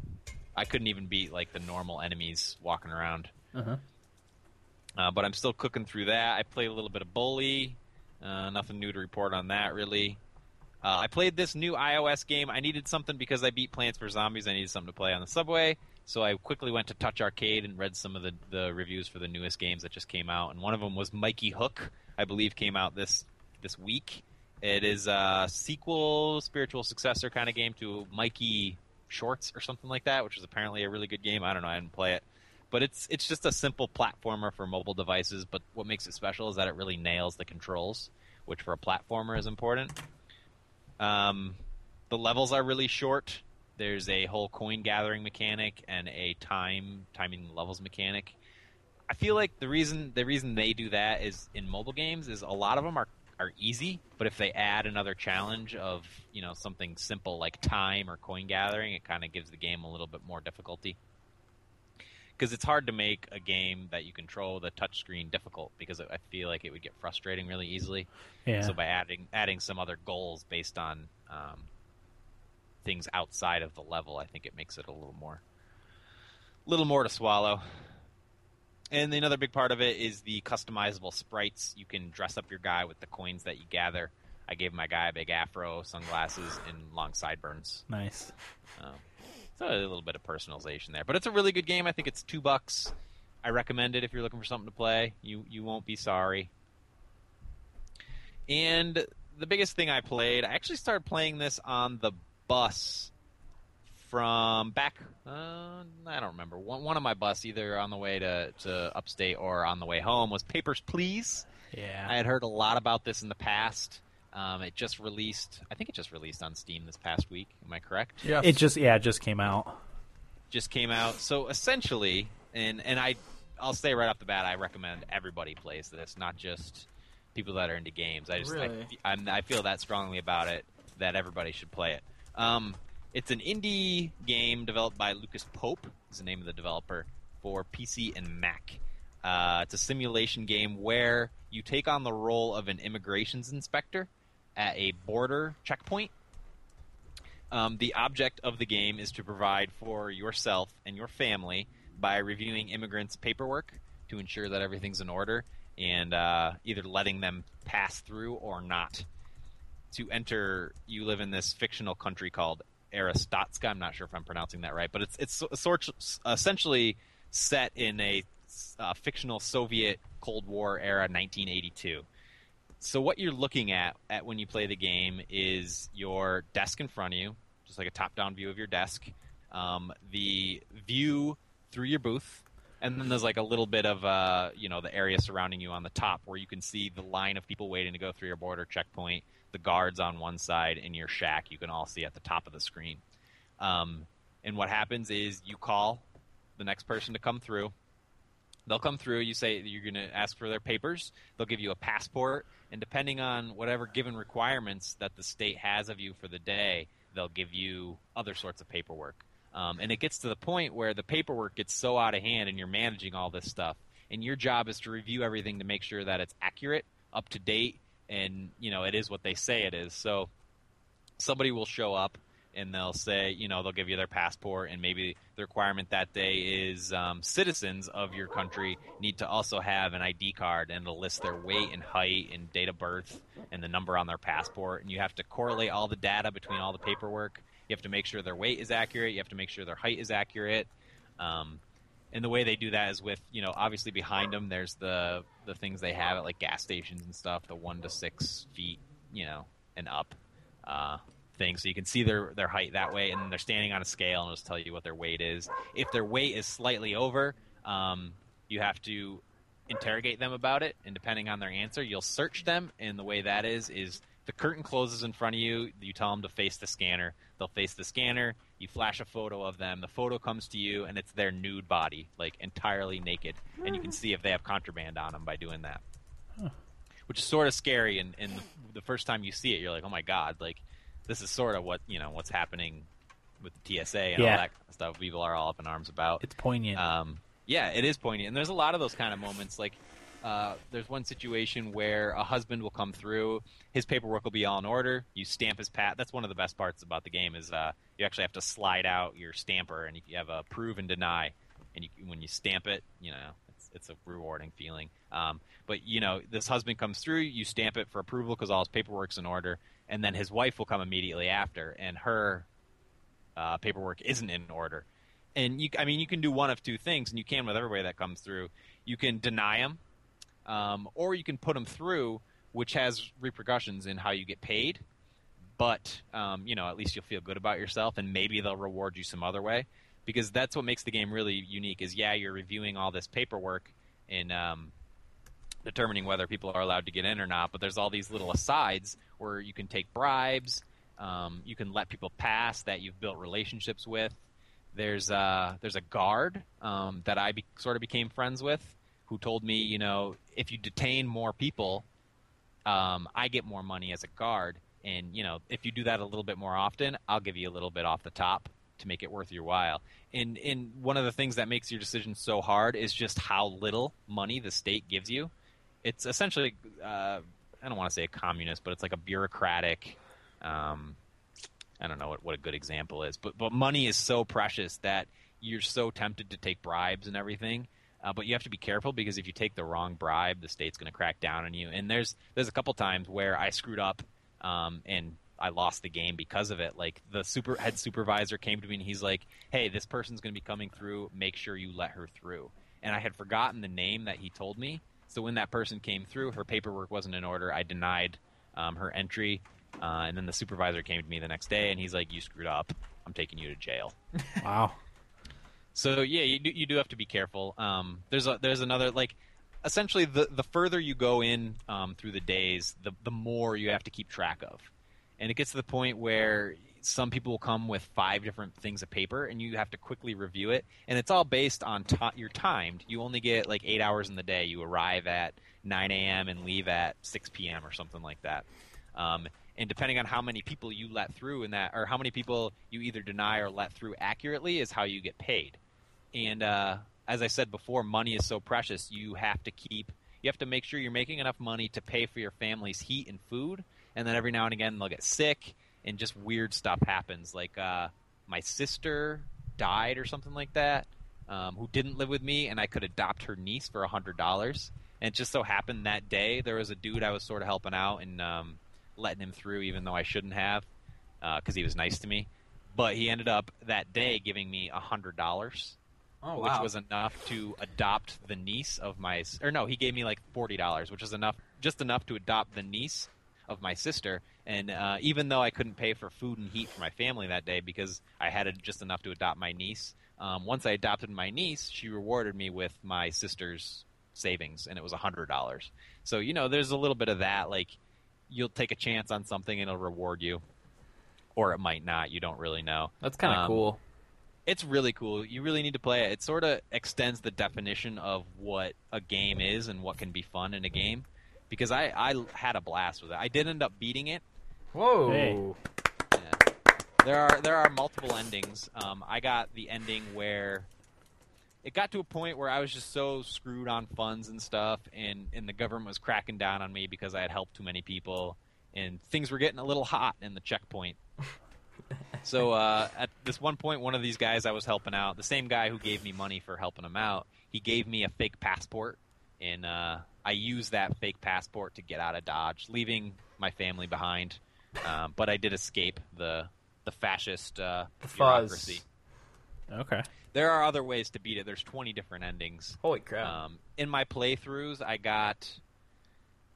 Speaker 6: I couldn't even beat like the normal enemies walking around.
Speaker 3: Uh-huh.
Speaker 6: Uh, but I'm still cooking through that. I played a little bit of Bully. Uh, nothing new to report on that, really. Uh, I played this new iOS game. I needed something because I beat Plants vs. Zombies. I needed something to play on the subway. So I quickly went to Touch Arcade and read some of the, the reviews for the newest games that just came out. And one of them was Mikey Hook, I believe came out this, this week. It is a sequel, spiritual successor kind of game to Mikey Shorts or something like that, which is apparently a really good game. I don't know. I didn't play it but it's it's just a simple platformer for mobile devices. But what makes it special is that it really nails the controls, which for a platformer is important. Um, the levels are really short. There's a whole coin gathering mechanic and a time timing levels mechanic. I feel like the reason the reason they do that is in mobile games is a lot of them are are easy, but if they add another challenge of you know something simple like time or coin gathering, it kind of gives the game a little bit more difficulty because it's hard to make a game that you control with a touchscreen difficult because I feel like it would get frustrating really easily.
Speaker 3: Yeah.
Speaker 6: So by adding adding some other goals based on um, things outside of the level, I think it makes it a little more, little more to swallow. And another big part of it is the customizable sprites. You can dress up your guy with the coins that you gather. I gave my guy a big afro, sunglasses, and long sideburns.
Speaker 3: nice.
Speaker 6: Um, so a little bit of personalization there, but it's a really good game. I think it's two bucks. I recommend it if you're looking for something to play. You you won't be sorry. And the biggest thing I played, I actually started playing this on the bus from back. Uh, I don't remember one one of my bus either on the way to to upstate or on the way home was Papers Please.
Speaker 3: Yeah.
Speaker 6: I had heard a lot about this in the past. Um, it just released. I think it just released on Steam this past week. Am I correct?
Speaker 4: Yes.
Speaker 3: it just yeah, it just came out.
Speaker 6: just came out. So essentially, and and I, I'll say right off the bat, I recommend everybody plays this, not just people that are into games. I just
Speaker 5: Really?
Speaker 6: I, I'm, I feel that strongly about it that everybody should play it. Um, it's an indie game developed by Lucas Pope, is the name of the developer for PC and Mac. Uh, it's a simulation game where you take on the role of an immigrations inspector at a border checkpoint um, the object of the game is to provide for yourself and your family by reviewing immigrants' paperwork to ensure that everything's in order and uh, either letting them pass through or not. To enter, you live in this fictional country called Aristotska. I'm not sure if I'm pronouncing that right, but it's it's so- sort essentially set in a uh, fictional Soviet Cold War era 1982 so what you're looking at at when you play the game is your desk in front of you, just like a top-down view of your desk, um, the view through your booth, and then there's like a little bit of uh, you know the area surrounding you on the top where you can see the line of people waiting to go through your border checkpoint, the guards on one side, and your shack. You can all see at the top of the screen. Um, and what happens is you call the next person to come through. They'll come through. You say you're going to ask for their papers. They'll give you a passport, and depending on whatever given requirements that the state has of you for the day, they'll give you other sorts of paperwork. Um, and it gets to the point where the paperwork gets so out of hand, and you're managing all this stuff. And your job is to review everything to make sure that it's accurate, up to date, and you know it is what they say it is. So somebody will show up and they'll say, you know, they'll give you their passport, and maybe the requirement that day is um, citizens of your country need to also have an ID card, and it'll list their weight and height and date of birth and the number on their passport, and you have to correlate all the data between all the paperwork. You have to make sure their weight is accurate. You have to make sure their height is accurate. Um, and the way they do that is with you know obviously behind them there's the the things they have at like gas stations and stuff the one to six feet you know and up uh, thing, so you can see their their height that way, and they're standing on a scale and it'll tell you what their weight is. If their weight is slightly over, um, you have to interrogate them about it, and depending on their answer, you'll search them. And the way that is is the curtain closes in front of you. You tell them to face the scanner. They'll face the scanner. You flash a photo of them. The photo comes to you, and it's their nude body, like entirely naked, and you can see if they have contraband on them by doing that which is sort of scary. And, and the, the first time you see it, you're like, oh my god, like this is sort of what you know what's happening with the TSA and
Speaker 3: Yeah.
Speaker 6: all that kind of stuff. People are all up in arms about.
Speaker 3: It's poignant.
Speaker 6: Um, yeah, it is poignant, and there's a lot of those kind of moments. Like, uh, there's one situation where a husband will come through, his paperwork will be all in order. You stamp his pat. That's one of the best parts about the game is uh, you actually have to slide out your stamper, and you have a prove and deny. And you, when you stamp it, you know it's, it's a rewarding feeling. Um, but you know, this husband comes through, you stamp it for approval because all his paperwork's in order, and then his wife will come immediately after, and her uh, paperwork isn't in order. And you, I mean, you can do one of two things, and you can with everybody that comes through. You can deny them, um, or you can put them through, which has repercussions in how you get paid. But um, you know, at least you'll feel good about yourself, and maybe they'll reward you some other way. Because that's what makes the game really unique. Is yeah, you're reviewing all this paperwork and um, determining whether people are allowed to get in or not. But there's all these little asides where you can take bribes, um, you can let people pass that you've built relationships with. There's uh, there's a guard um, that I be- sort of became friends with, who told me, you know, if you detain more people, um, I get more money as a guard, and you know, if you do that a little bit more often, I'll give you a little bit off the top to make it worth your while. And and one of the things that makes your decision so hard is just how little money the state gives you. It's essentially, uh, I don't want to say a communist, but it's like a bureaucratic. Um, I don't know what, what a good example is, but but money is so precious that you're so tempted to take bribes and everything. Uh, but you have to be careful because if you take the wrong bribe, the state's going to crack down on you. And there's there's a couple times where I screwed up um, and I lost the game because of it. Like the super head supervisor came to me and he's like, "Hey, this person's going to be coming through. Make sure you let her through." And I had forgotten the name that he told me. So when that person came through, her paperwork wasn't in order. I denied um, her entry. Uh, and then the supervisor came to me the next day and he's like, You screwed up. I'm taking you to jail.
Speaker 3: wow.
Speaker 6: So yeah, you do, you do have to be careful. Um, there's a, there's another like essentially the the further you go in um, through the days, the the more you have to keep track of, and it gets to the point where some people will come with five different things of paper, and you have to quickly review it, and it's all based on ti you're timed. You only get like eight hours in the day. You arrive at 9 a.m. and leave at 6 p.m. or something like that. Um, and depending on how many people you let through in that, or how many people you either deny or let through accurately, is how you get paid and uh, as I said before, money is so precious. You have to keep, you have to make sure you're making enough money to pay for your family's heat and food. And then every now and again, they'll get sick, and just weird stuff happens. Like uh, my sister died or something like that, um, who didn't live with me, and I could adopt her niece for a hundred dollars. And it just so happened that day there was a dude I was sort of helping out and um, letting him through, even though I shouldn't have, because he was nice to me. But he ended up that day giving me a hundred dollars
Speaker 5: Oh
Speaker 6: which was enough to adopt the niece of my or no, he gave me like forty dollars, which was enough, just enough to adopt the niece of my sister. And uh, even though I couldn't pay for food and heat for my family that day because I had just enough to adopt my niece, um, once I adopted my niece, she rewarded me with my sister's savings, and it was hundred dollars. So you know, there's a little bit of that, like you'll take a chance on something and it'll reward you. Or it might not. You don't really know.
Speaker 5: That's kind of
Speaker 6: Um,
Speaker 5: cool.
Speaker 6: it's really cool. You really need to play it. It sort of extends the definition of what a game is and what can be fun in a game. Because I, I had a blast with it. I did end up beating it.
Speaker 5: Whoa.
Speaker 3: Hey.
Speaker 6: There are there are multiple endings. Um, I got the ending where it got to a point where I was just so screwed on funds and stuff, and and the government was cracking down on me because I had helped too many people, and things were getting a little hot in the checkpoint. so uh, at this one point, one of these guys I was helping out, the same guy who gave me money for helping him out, he gave me a fake passport, and uh, I used that fake passport to get out of Dodge, leaving my family behind. Um, but I did escape the the fascist uh,
Speaker 5: The fuzz.
Speaker 6: bureaucracy.
Speaker 3: Okay.
Speaker 6: There are other ways to beat it. There's 20 different endings.
Speaker 5: Holy crap.
Speaker 6: Um, in my playthroughs, I got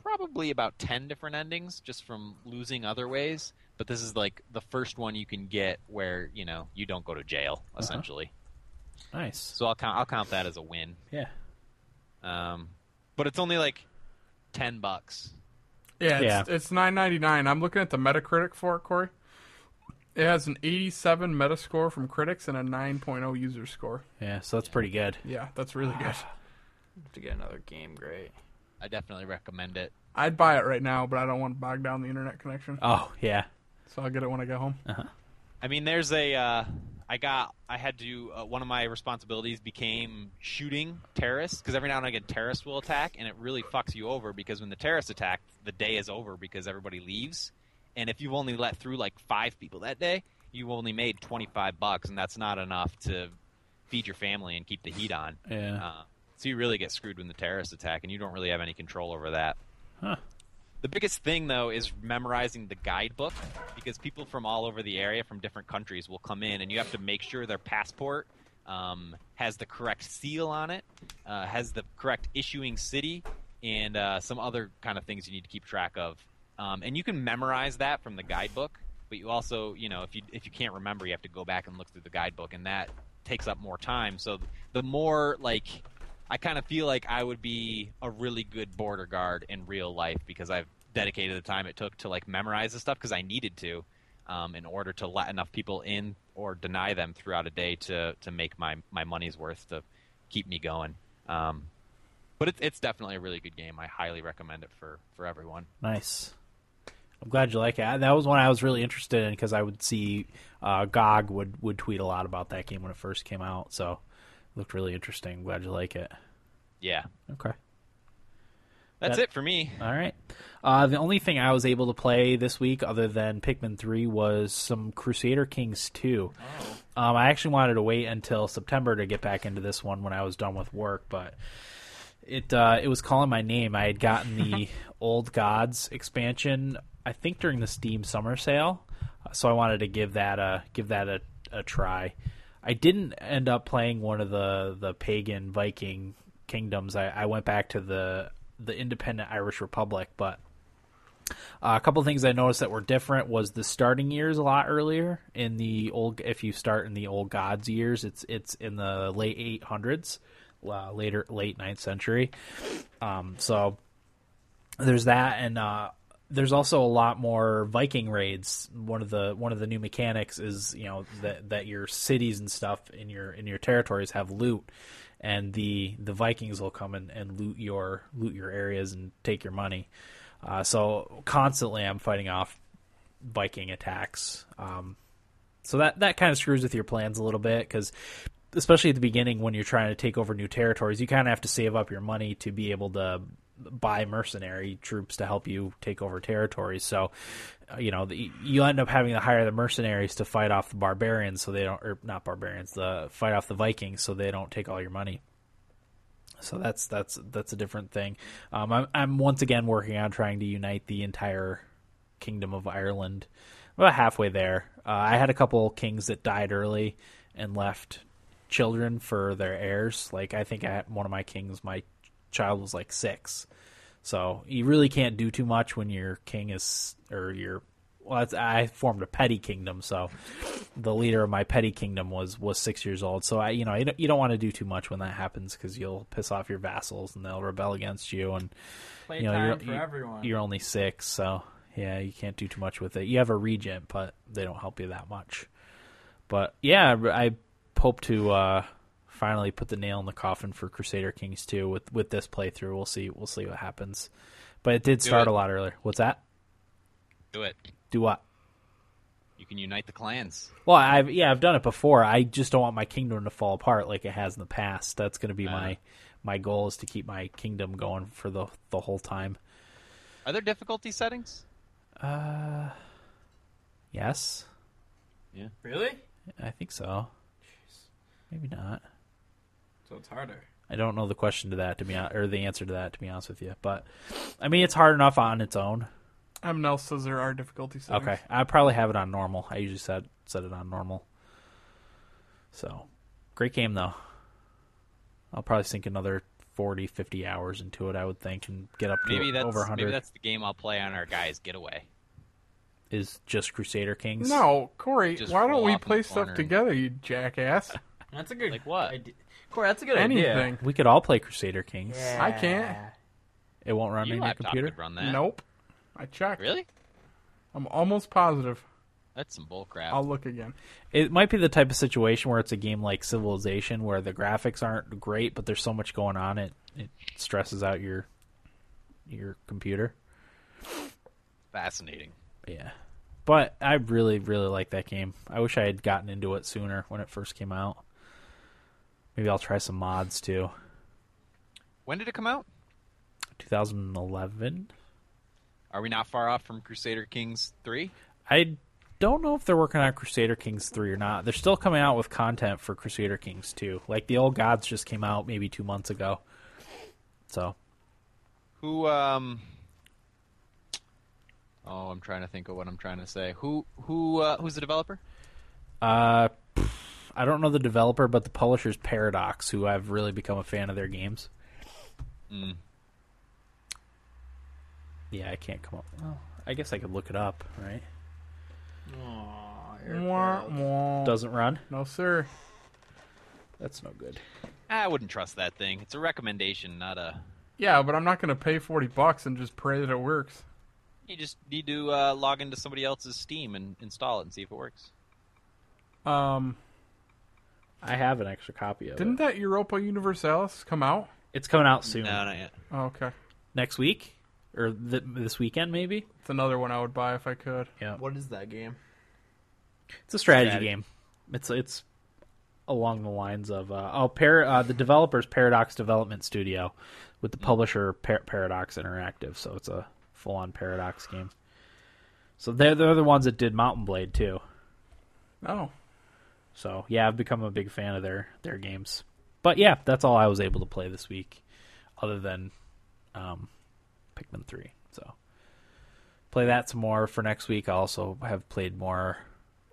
Speaker 6: probably about 10 different endings just from losing other ways. But this is like the first one you can get where you know you don't go to jail essentially.
Speaker 3: Nice.
Speaker 6: So I'll count I'll count that as a win.
Speaker 3: Yeah.
Speaker 6: Um, but it's only like ten bucks.
Speaker 4: Yeah, it's,
Speaker 3: Yeah.
Speaker 4: it's nine ninety nine. I'm looking at the Metacritic for it, Corey. It has an eighty seven Metascore from critics and a 9.0 user score.
Speaker 3: Yeah. So that's pretty good.
Speaker 4: Yeah, that's really good.
Speaker 3: Ah.
Speaker 5: to get another game, great.
Speaker 6: I definitely recommend it.
Speaker 4: I'd buy it right now, but I don't want to bog down the internet connection,
Speaker 3: Oh yeah.
Speaker 4: so I'll get it when I get home.
Speaker 3: Ah.
Speaker 6: I mean, there's a. Uh, I got. I had to. Uh, one of my responsibilities became shooting terrorists because every now and again terrorists will attack, and it really fucks you over because when the terrorists attack, the day is over because everybody leaves, and if you've only let through like five people that day, you only made twenty five bucks, and that's not enough to feed your family and keep the heat on.
Speaker 3: Yeah.
Speaker 6: Uh, so you really get screwed when the terrorists attack, and you don't really have any control over that.
Speaker 3: Huh.
Speaker 6: The biggest thing though is memorizing the guidebook because people from all over the area, from different countries, will come in, and you have to make sure their passport um, has the correct seal on it, uh, has the correct issuing city, and uh, some other kind of things you need to keep track of. Um, and you can memorize that from the guidebook, but you also, you know, if you if you can't remember, you have to go back and look through the guidebook, and that takes up more time. So the more like I kind of feel like I would be a really good border guard in real life because I've dedicated the time it took to like memorize the stuff because I needed to, um, in order to let enough people in or deny them throughout a day to to make my my money's worth to keep me going. Um, but it's it's definitely a really good game. I highly recommend it for for everyone.
Speaker 3: Nice. I'm glad you like it. I- That was one I was really interested in because I would see uh, GOG would would tweet a lot about that game when it first came out. So it looked really interesting. Glad you like it.
Speaker 6: Yeah,
Speaker 3: Okay.
Speaker 6: that's
Speaker 3: That-
Speaker 6: it for me.
Speaker 3: All right. Uh, the only thing I was able to play this week, other than Pikmin 3, was some Crusader Kings 2. Um, I actually wanted to wait until September to get back into this one when I was done with work, but it uh, it was calling my name. I had gotten the Old Gods expansion, I think during the Steam summer sale, uh, so I wanted to give that a give that a, a try. I didn't end up playing one of the the pagan Viking kingdoms. I, I went back to the the independent Irish Republic, but uh, a couple things I noticed that were different was the starting years a lot earlier in the old. If you start in the old gods years, it's it's in the late eight hundreds, uh, later late ninth century. Um, so there's that, and uh, there's also a lot more Viking raids. One of the one of the new mechanics is you know that that your cities and stuff in your in your territories have loot, and the the Vikings will come and, and loot your loot your areas and take your money. Uh, so constantly, I'm fighting off Viking attacks. Um, so that that kind of screws with your plans a little bit because, especially at the beginning when you're trying to take over new territories, you kind of have to save up your money to be able to buy mercenary troops to help you take over territories. So, uh, you know, the, you end up having to hire the mercenaries to fight off the barbarians, so they don't, or not barbarians, the fight off the Vikings, so they don't take all your money. So that's that's that's a different thing. Um, I'm I'm once again working on trying to unite the entire kingdom of Ireland. I'm about halfway there. Uh, I had a couple kings that died early and left children for their heirs. Like I think I had one of my kings, my child was like six. So you really can't do too much when your king is or your well, that's, I formed a petty kingdom, so the leader of my petty kingdom was was six years old. So I, you know, you don't, you don't want to do too much when that happens because you'll piss off your vassals and they'll rebel against you. And you know,
Speaker 5: Playtime
Speaker 3: you're,
Speaker 5: for
Speaker 3: you-
Speaker 5: everyone.
Speaker 3: you're only six, so yeah, you can't do too much with it. You have a regent, but they don't help you that much. But yeah, I I hope to uh, finally put the nail in the coffin for Crusader Kings 2 with with this playthrough. We'll see. We'll see what happens. But it did start
Speaker 6: it.
Speaker 3: a lot earlier. What's that?
Speaker 6: Do it.
Speaker 3: Do what?
Speaker 6: You can unite the clans.
Speaker 3: Well, I've yeah, I've done it before. I just don't want my kingdom to fall apart like it has in the past. That's going to
Speaker 5: Uh-huh.
Speaker 3: be my my goal is to keep my kingdom going for the the whole time.
Speaker 6: Are there difficulty settings?
Speaker 3: Uh, Yes,
Speaker 5: Really?
Speaker 3: I think so. Maybe not.
Speaker 5: So it's harder.
Speaker 3: I don't know the question to that to be hon- or the answer to that to be honest with you. But I mean, it's hard enough on its own.
Speaker 4: M. Nell says there are difficulty settings.
Speaker 3: Okay, I probably have it on normal. I usually set set it on normal. So, great game though. I'll probably sink another 40, 50 hours into it, I would think, and get up to
Speaker 6: Maybe that's
Speaker 3: over 100.
Speaker 6: maybe that's the game I'll play on our guys' getaway.
Speaker 3: is just Crusader Kings.
Speaker 4: No, Corey,
Speaker 6: Just
Speaker 4: why don't
Speaker 6: roll
Speaker 4: we
Speaker 6: off in
Speaker 4: play
Speaker 6: the
Speaker 4: stuff
Speaker 6: corner.
Speaker 4: together, you jackass?
Speaker 5: That's a good
Speaker 6: Like what?
Speaker 5: idea. Corey, that's a good idea.
Speaker 4: Anything.
Speaker 3: we could all play Crusader Kings.
Speaker 5: Yeah.
Speaker 4: I can't.
Speaker 3: It won't run
Speaker 6: Your
Speaker 3: on your
Speaker 6: laptop
Speaker 3: computer.
Speaker 6: could run that.
Speaker 4: Nope. I checked.
Speaker 6: Really?
Speaker 4: I'm almost positive.
Speaker 6: That's some bull crap.
Speaker 4: I'll look again.
Speaker 3: It might be the type of situation where it's a game like Civilization where the graphics aren't great, but there's so much going on it it stresses out your your computer.
Speaker 6: Fascinating.
Speaker 3: Yeah. But I really, really like that game. I wish I had gotten into it sooner when it first came out. Maybe I'll try some mods too.
Speaker 6: When did it come out?
Speaker 3: 2011.
Speaker 6: Are we not far off from Crusader Kings 3?
Speaker 3: I don't know if they're working on Crusader Kings 3 or not. They're still coming out with content for Crusader Kings 2. Like the old gods just came out maybe 2 months ago. So,
Speaker 6: Who um Oh, I'm trying to think of what I'm trying to say. Who who uh, who's the developer?
Speaker 3: uh pff, I don't know the developer, but the publisher's Paradox, who I've really become a fan of their games.
Speaker 6: Mm.
Speaker 3: Yeah, I can't come up. Well, I guess I could look it up, right?
Speaker 4: Wah, wah.
Speaker 3: Doesn't run.
Speaker 4: No, sir.
Speaker 3: That's no good.
Speaker 6: Ah, I wouldn't trust that thing. It's a recommendation, not a
Speaker 4: Yeah, but I'm not going to pay 40 bucks and just pray that it works.
Speaker 6: you just need to uh, log into somebody else's Steam and install it and see if it works.
Speaker 4: Um,
Speaker 3: I have an extra copy of
Speaker 4: didn't
Speaker 3: it.
Speaker 4: that Europa Universalis come out?
Speaker 3: It's coming out soon.
Speaker 6: No, not yet.
Speaker 4: Oh, okay.
Speaker 3: Next week or th- this weekend maybe.
Speaker 4: It's another one I would buy if I could.
Speaker 3: Yeah.
Speaker 5: What is that game?
Speaker 3: It's a strategy,
Speaker 6: Strategy.
Speaker 3: game. It's it's along the lines of uh, oh, Par- uh, the developers Paradox Development Studio with the publisher Par- Paradox Interactive, so it's a full on Paradox game. So they're they're the ones that did Mountain Blade too.
Speaker 4: No.
Speaker 3: So yeah, I've become a big fan of their their games. But yeah, that's all I was able to play this week, other than um, Pikmin three. So play that some more for next week. I also have played more.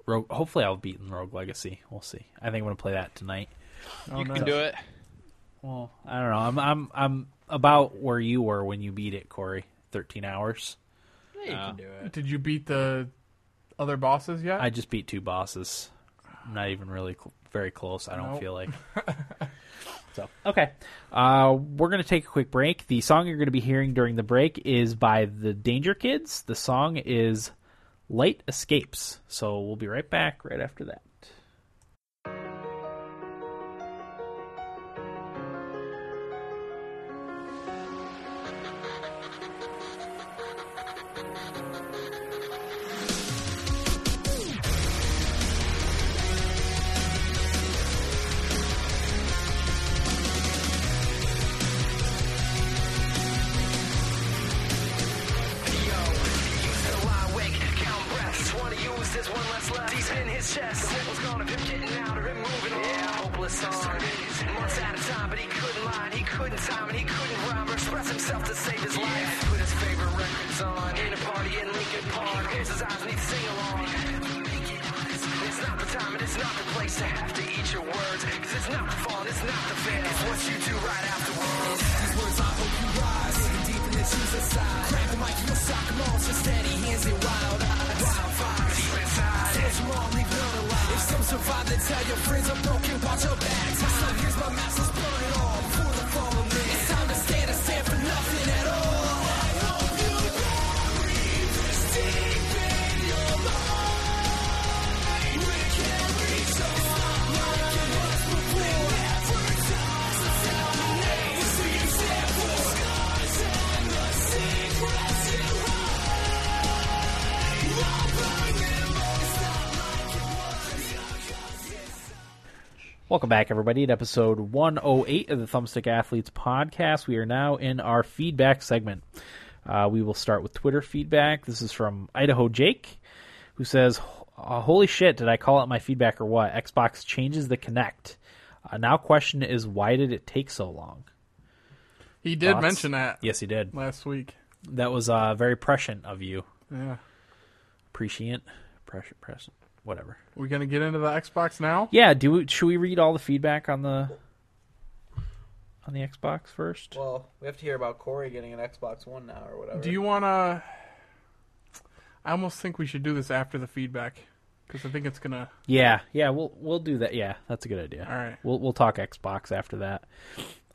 Speaker 3: Rogue, hopefully, I'll beaten Rogue Legacy. We'll see. I think I'm gonna play that tonight.
Speaker 4: Oh,
Speaker 6: you
Speaker 4: no.
Speaker 6: can do it.
Speaker 3: Well, I don't know. I'm I'm I'm about where you were when you beat it, Corey. Thirteen hours.
Speaker 5: Yeah, you can do it.
Speaker 4: Did you beat the other bosses yet?
Speaker 3: I just beat two bosses. I'm not even really cl- very close. I don't
Speaker 4: Nope.
Speaker 3: feel like. so okay, uh, we're gonna take a quick break. The song you're gonna be hearing during the break is by the Danger Kids. The song is "Light Escapes." So we'll be right back right after that. Welcome back, everybody, to episode 108 of the Thumbstick Athletes podcast. We are now in our feedback segment. Uh, we will start with Twitter feedback. This is from Idaho Jake, who says, "Uh, Holy shit, did I call out my feedback or what? Xbox changes the Connect. Uh, now, question is, why did it take so long?
Speaker 4: he did
Speaker 3: Thoughts?
Speaker 4: mention that
Speaker 3: Yes, he did.
Speaker 4: last week.
Speaker 3: That was uh, very prescient of you.
Speaker 4: Yeah.
Speaker 3: Prescient? Prescient, prescient, whatever.
Speaker 4: We going to get into the Xbox now?
Speaker 3: Yeah, do we, should we read all the feedback on the on the Xbox first?
Speaker 5: Well, we have to hear about Corey getting an Xbox One now or whatever.
Speaker 4: Do you want to? I almost think we should do this after the feedback because I think it's gonna.
Speaker 3: Yeah, yeah, we'll we'll do that. Yeah, that's a good idea.
Speaker 4: All right.
Speaker 3: we'll we'll talk Xbox after that.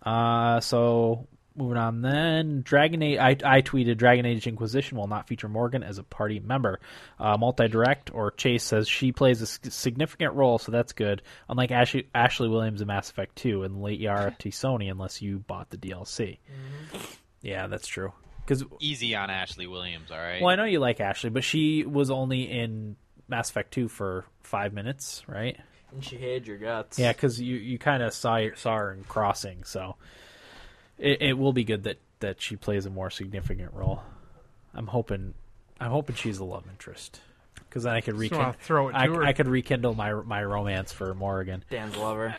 Speaker 3: Uh, so moving on then, Dragon Age. I, I tweeted Dragon Age Inquisition will not feature Morgan as a party member. Uh, Multi-direct or Chase says she plays a s- significant role, so that's good. Unlike Ashley, Ashley Williams in Mass Effect Two and late Yara T. Sony, unless you bought the DLC.
Speaker 4: Mm-hmm.
Speaker 3: Yeah, that's true. Because
Speaker 6: Easy on Ashley Williams, all right?
Speaker 3: well, I know you like Ashley, but she was only in Mass Effect Two for five minutes, right?
Speaker 5: And she hated your guts.
Speaker 3: Yeah, because you, you kind of saw your, saw her in Crossing, so it, it will be good that, that she plays a more significant role. I'm hoping I'm hoping she's a love interest because then I could
Speaker 4: Just wanna
Speaker 3: rekindle
Speaker 4: throw it to
Speaker 3: I,
Speaker 4: her.
Speaker 3: I could rekindle my my romance for Morrigan.
Speaker 5: Dan's lover.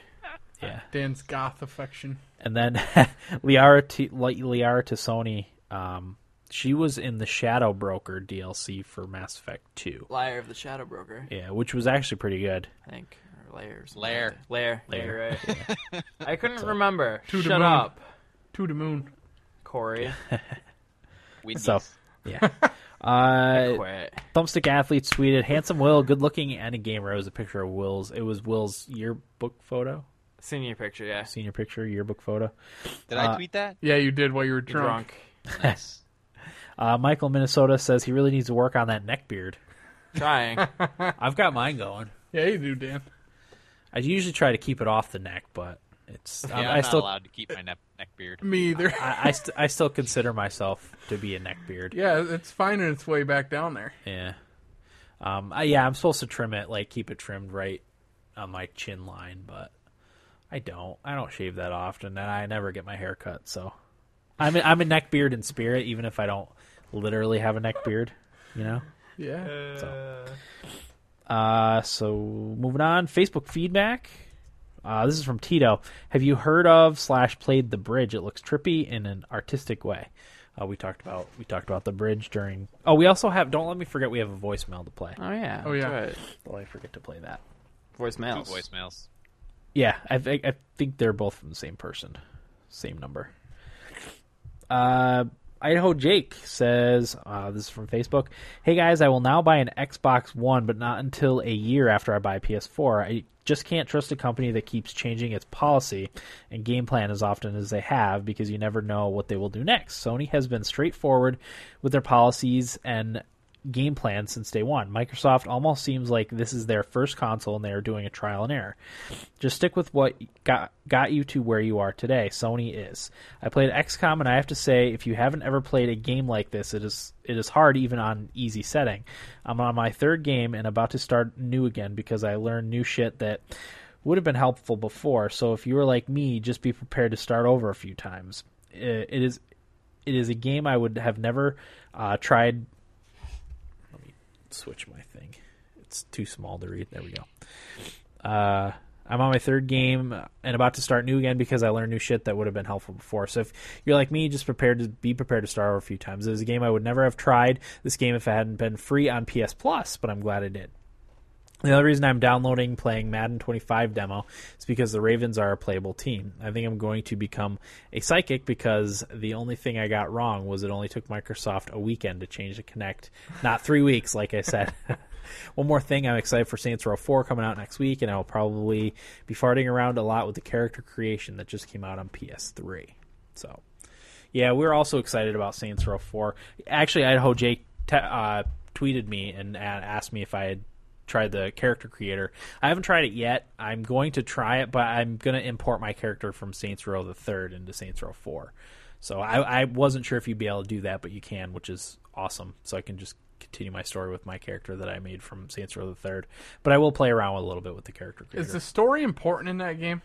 Speaker 3: Yeah,
Speaker 4: Dan's goth affection.
Speaker 3: and then Liara T, Li- Liara Tassoni, um, she was in the Shadow Broker DLC for Mass Effect Two.
Speaker 5: Liar of the Shadow Broker,
Speaker 3: Yeah, which was actually pretty good.
Speaker 5: I think. Or layers.
Speaker 6: Lair.
Speaker 5: Lair.
Speaker 3: Lair.
Speaker 5: Lair. right. I couldn't remember.
Speaker 4: To the
Speaker 5: Shut
Speaker 4: moon.
Speaker 5: up,
Speaker 4: To the moon.
Speaker 5: Corey.
Speaker 6: Wendy's.
Speaker 3: So, yeah. Uh,
Speaker 5: Quit.
Speaker 3: Thumbstick Athletes tweeted, Handsome Will, good looking and a gamer. It was a picture of Will's. It was Will's yearbook photo,
Speaker 5: Senior picture, yeah.
Speaker 3: senior picture, yearbook photo.
Speaker 6: Did
Speaker 3: uh,
Speaker 6: I tweet that?
Speaker 4: Yeah, you did while you were
Speaker 5: You're
Speaker 4: drunk.
Speaker 5: drunk.
Speaker 6: Nice.
Speaker 3: Uh, Michael Minnesota says he really needs to work on that neck beard.
Speaker 5: Trying.
Speaker 3: I've got mine going.
Speaker 4: Yeah, you do, Dan.
Speaker 3: I usually try to keep it off the neck, but it's
Speaker 6: Yeah,
Speaker 3: I-
Speaker 6: I'm
Speaker 3: Um, I,
Speaker 6: not
Speaker 3: still I,
Speaker 6: allowed to keep my neck, neck beard.
Speaker 4: Me either.
Speaker 3: I, st- I still consider myself to be a neck beard.
Speaker 4: yeah, it's finding its way back down there.
Speaker 3: Yeah. Eh. Um. I, yeah, I'm supposed to trim it, like keep it trimmed right on my chin line, but I don't. I don't shave that often, and I never get my hair cut. So I'm a, I'm a neck beard in spirit, even if I don't literally have a neck beard. You know.
Speaker 4: Yeah.
Speaker 3: Uh. So moving on, Facebook feedback. Uh, this is from Tito. Have you heard of slash played the bridge? It looks trippy in an artistic way. Uh, we talked about we talked about the bridge during. Oh, we also have. Don't let me forget. We have a voicemail to play.
Speaker 5: Oh yeah.
Speaker 4: Oh, yeah.
Speaker 5: That's
Speaker 3: Oh, I forget to play that.
Speaker 5: right.
Speaker 6: Two
Speaker 5: Voicemails.
Speaker 6: voicemails.
Speaker 3: Yeah, I, thi- I think they're both from the same person, same number. Uh, Idaho Jake says, uh, "This is from Facebook. Hey guys, I will now buy an Xbox One, but not until a year after I buy a PS4. I just can't trust a company that keeps changing its policy and game plan as often as they have, because you never know what they will do next. Sony has been straightforward with their policies and." game plan since day one. Microsoft almost seems like this is their first console and they are doing a trial and error. Just stick with what got got you to where you are today. Sony is. I played XCOM and I have to say if you haven't ever played a game like this, it is it is hard even on easy setting. I'm on my third game and about to start new again because I learned new shit that would have been helpful before. So if you were like me, just be prepared to start over a few times. It it is it is a game I would have never uh, tried switch my thing. It's too small to read. There we go. Uh, I'm on my third game and about to start new again because I learned new shit that would have been helpful before. So if you're like me, just prepared to be prepared to start over a few times. It was a game I would never have tried this game if it hadn't been free on PS Plus, but I'm glad I did. The other reason I'm downloading playing Madden 25 demo is because the Ravens are a playable team. I think I'm going to become a psychic because the only thing I got wrong was it only took Microsoft a weekend to change the Connect, not three weeks, like I said. One more thing, I'm excited for Saints Row 4 coming out next week, and I will probably be farting around a lot with the character creation that just came out on PS3. So, yeah, we are also excited about Saints Row 4. Actually, Idaho Jake te- uh, tweeted me and a- asked me if I had tried the character creator. I haven't tried it yet. I'm going to try it, but I'm going to import my character from Saints Row the Third into Saints Row 4. So I, I wasn't sure if you'd be able to do that, but you can, which is awesome. So I can just continue my story with my character that I made from Saints Row the Third. But I will play around with a little bit with the character creator.
Speaker 4: Is the story important in that game?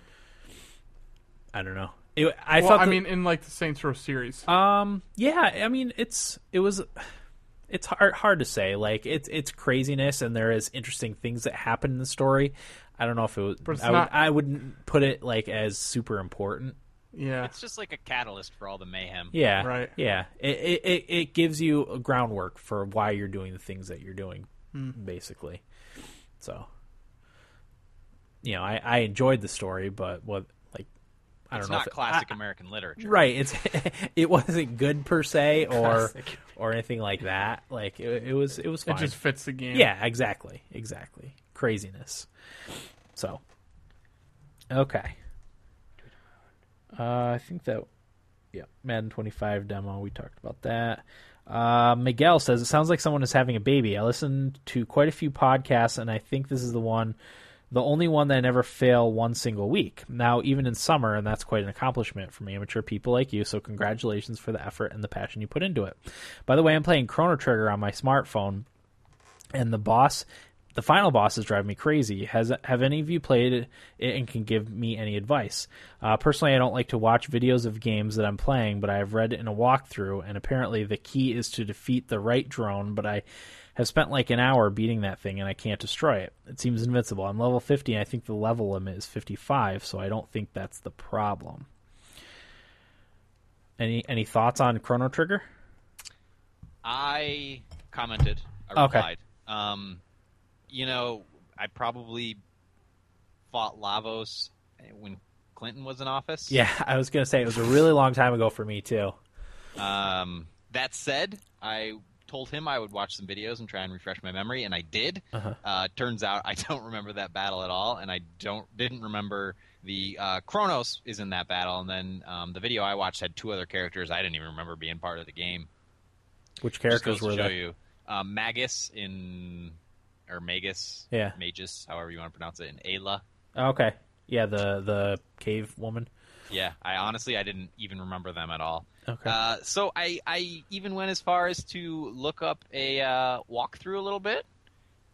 Speaker 3: I don't know. It, I
Speaker 4: well,
Speaker 3: thought
Speaker 4: I
Speaker 3: the-
Speaker 4: mean, in like the Saints Row series.
Speaker 3: Um, yeah, I mean, it's it was it's hard hard to say. Like it's it's craziness, and there is interesting things that happen in the story. I don't know if it was.
Speaker 4: it's
Speaker 3: I,
Speaker 4: not-
Speaker 3: would, I wouldn't put it like as super important.
Speaker 4: yeah.
Speaker 6: It's just like a catalyst for all the mayhem.
Speaker 3: Yeah,
Speaker 4: Right.
Speaker 3: Yeah, it it it, it gives you a groundwork for why you're doing the things that you're doing,
Speaker 4: Hmm.
Speaker 3: basically. So, you know, I I enjoyed the story, but what like I don't
Speaker 6: It's
Speaker 3: know. if
Speaker 6: not
Speaker 3: it-
Speaker 6: classic
Speaker 3: I-
Speaker 6: American literature.
Speaker 3: right. It's it wasn't good per se or
Speaker 5: Classic.
Speaker 3: or anything like that. Like it, it was it was fine.
Speaker 4: It just fits the game.
Speaker 3: Yeah, exactly. Exactly. Craziness. So, okay. Uh, I think that, yeah, Madden 25 demo, we talked about that. Uh, Miguel says, it sounds like someone is having a baby. I listened to quite a few podcasts, and I think this is the one, the only one that I never fail one single week. Now, even in summer, and that's quite an accomplishment from amateur people like you, so congratulations for the effort and the passion you put into it. By the way, I'm playing Chrono Trigger on my smartphone, and the boss the final bosses drive me crazy has have any of you played it and can give me any advice uh, personally i don't like to watch videos of games that i'm playing but i have read in a walkthrough and apparently the key is to defeat the right drone but i have spent like an hour beating that thing and i can't destroy it it seems invincible i'm level 50 and i think the level limit is 55 so i don't think that's the problem any any thoughts on chrono trigger
Speaker 6: I commented. I
Speaker 3: Okay.
Speaker 6: replied. Um, you know, I probably fought Lavos when Clinton was in office.
Speaker 3: yeah i was gonna say it was a really long time ago for me too
Speaker 6: Um, that said, I told him I would watch some videos and try and refresh my memory, and I did.
Speaker 3: Uh-huh.
Speaker 6: uh turns out I don't remember that battle at all, and I don't didn't remember the uh, Kronos is in that battle, and then um, the video I watched had two other characters I didn't even remember being part of the game.
Speaker 3: which
Speaker 6: Just
Speaker 3: characters
Speaker 6: goes
Speaker 3: were
Speaker 6: to show
Speaker 3: there
Speaker 6: you uh, Magus in or Magus,
Speaker 3: Yeah.
Speaker 6: Magus, however you want to pronounce it, in Ayla.
Speaker 3: Oh, Okay. Yeah, the the cave woman.
Speaker 6: Yeah, I honestly I didn't even remember them at all.
Speaker 3: Okay.
Speaker 6: Uh, so I, I even went as far as to look up a uh, walkthrough a little bit.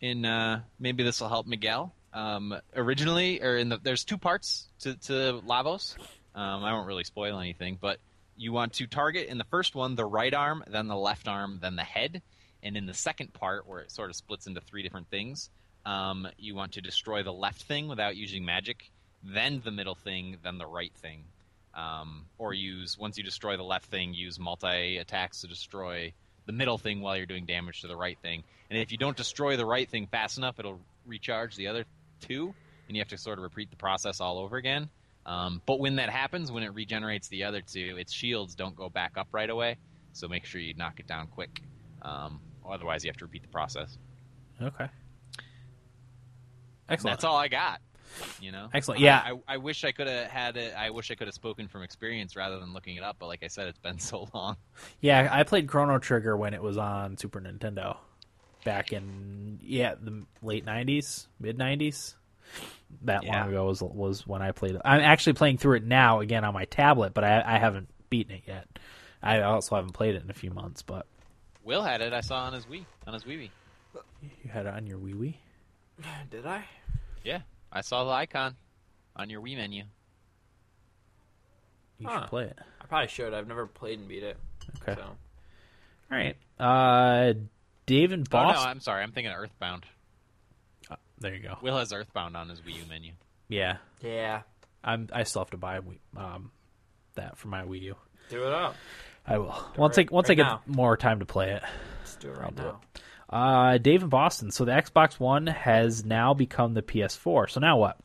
Speaker 6: In uh, maybe this will help Miguel. Um, originally, or in the there's two parts to to Lavos. Um, I won't really spoil anything, but you want to target in the first one the right arm, then the left arm, then the head, and in the second part where it sort of splits into three different things, um, you want to destroy the left thing without using magic, then the middle thing, then the right thing um, or use once you destroy the left thing, use multi attacks to destroy the middle thing while you're doing damage to the right thing. And if you don't destroy the right thing fast enough, it'll recharge the other two, and you have to sort of repeat the process all over again. Um, but when that happens, when it regenerates the other two, its shields don't go back up right away, so make sure you knock it down quick. Um, otherwise, you have to repeat the process.
Speaker 3: okay.
Speaker 6: And
Speaker 3: Excellent.
Speaker 6: that's all I got. You know,
Speaker 3: Excellent. Yeah.
Speaker 6: I, I, I wish I could have had it. I wish I could have spoken from experience rather than looking it up. But like I said, it's been so long.
Speaker 3: Yeah, I played Chrono Trigger when it was on Super Nintendo back in yeah, the late 90s, mid 90s. That
Speaker 6: Yeah.
Speaker 3: long ago was was when I played it. I'm actually playing through it now again on my tablet, but I I haven't beaten it yet. I also haven't played it in a few months, but
Speaker 6: Will had it. I saw on his Wii, on his Wii.
Speaker 3: you had it on your Wii Wii.
Speaker 5: Did I?
Speaker 6: Yeah, I saw the icon on your Wii menu.
Speaker 3: You
Speaker 5: Huh.
Speaker 3: should play it.
Speaker 5: I probably should. I've never played and beat it.
Speaker 3: Okay.
Speaker 5: So.
Speaker 3: All right. Uh Dave and Boss.
Speaker 6: Oh no, I'm sorry. I'm thinking of Earthbound.
Speaker 3: there you go.
Speaker 6: Will has Earthbound on his Wii U menu.
Speaker 3: Yeah.
Speaker 5: Yeah.
Speaker 3: I'm I still have to buy a Wii- um that for my Wii U.
Speaker 5: Do it up.
Speaker 3: I will once I once I
Speaker 5: right
Speaker 3: get
Speaker 5: now.
Speaker 3: more time to play it.
Speaker 5: Let's do it right
Speaker 3: do
Speaker 5: now.
Speaker 3: Uh, Dave in Boston. So the Xbox One has now become the PS4. So now what?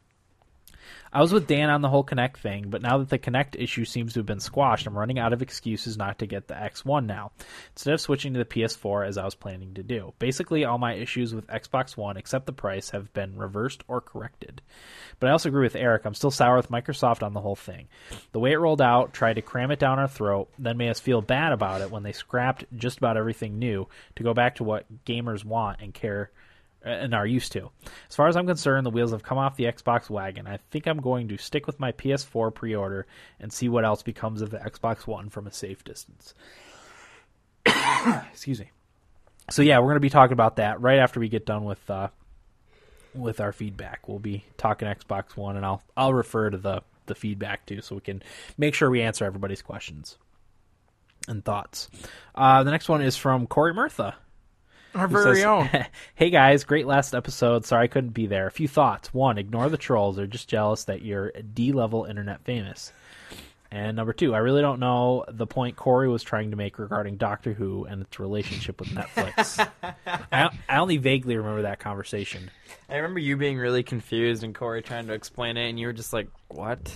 Speaker 3: I was with Dan on the whole Connect thing, but now that the Connect issue seems to have been squashed, I'm running out of excuses not to get the X1 now, instead of switching to the PS4 as I was planning to do. Basically, all my issues with Xbox One, except the price, have been reversed or corrected. But I also agree with Eric, I'm still sour with Microsoft on the whole thing. The way it rolled out, tried to cram it down our throat, then made us feel bad about it when they scrapped just about everything new to go back to what gamers want and care and are used to. As far as I'm concerned, the wheels have come off the Xbox wagon. I think I'm going to stick with my PS4 pre-order and see what else becomes of the Xbox One from a safe distance. Excuse me. So yeah, we're going to be talking about that right after we get done with uh, with our feedback. We'll be talking Xbox One, and I'll I'll refer to the the feedback too, so we can make sure we answer everybody's questions and thoughts. Uh, the next one is from Corey Murtha
Speaker 4: Our
Speaker 3: who
Speaker 4: very
Speaker 3: says,
Speaker 4: own.
Speaker 3: hey guys, great last episode. Sorry I couldn't be there. A few thoughts. One, ignore the trolls. They're just jealous that you're D level internet famous. And number two, I really don't know the point Corey was trying to make regarding Doctor Who and its relationship with Netflix. I, I only vaguely remember that conversation.
Speaker 5: I remember you being really confused and Corey trying to explain it, and you were just like, "What?"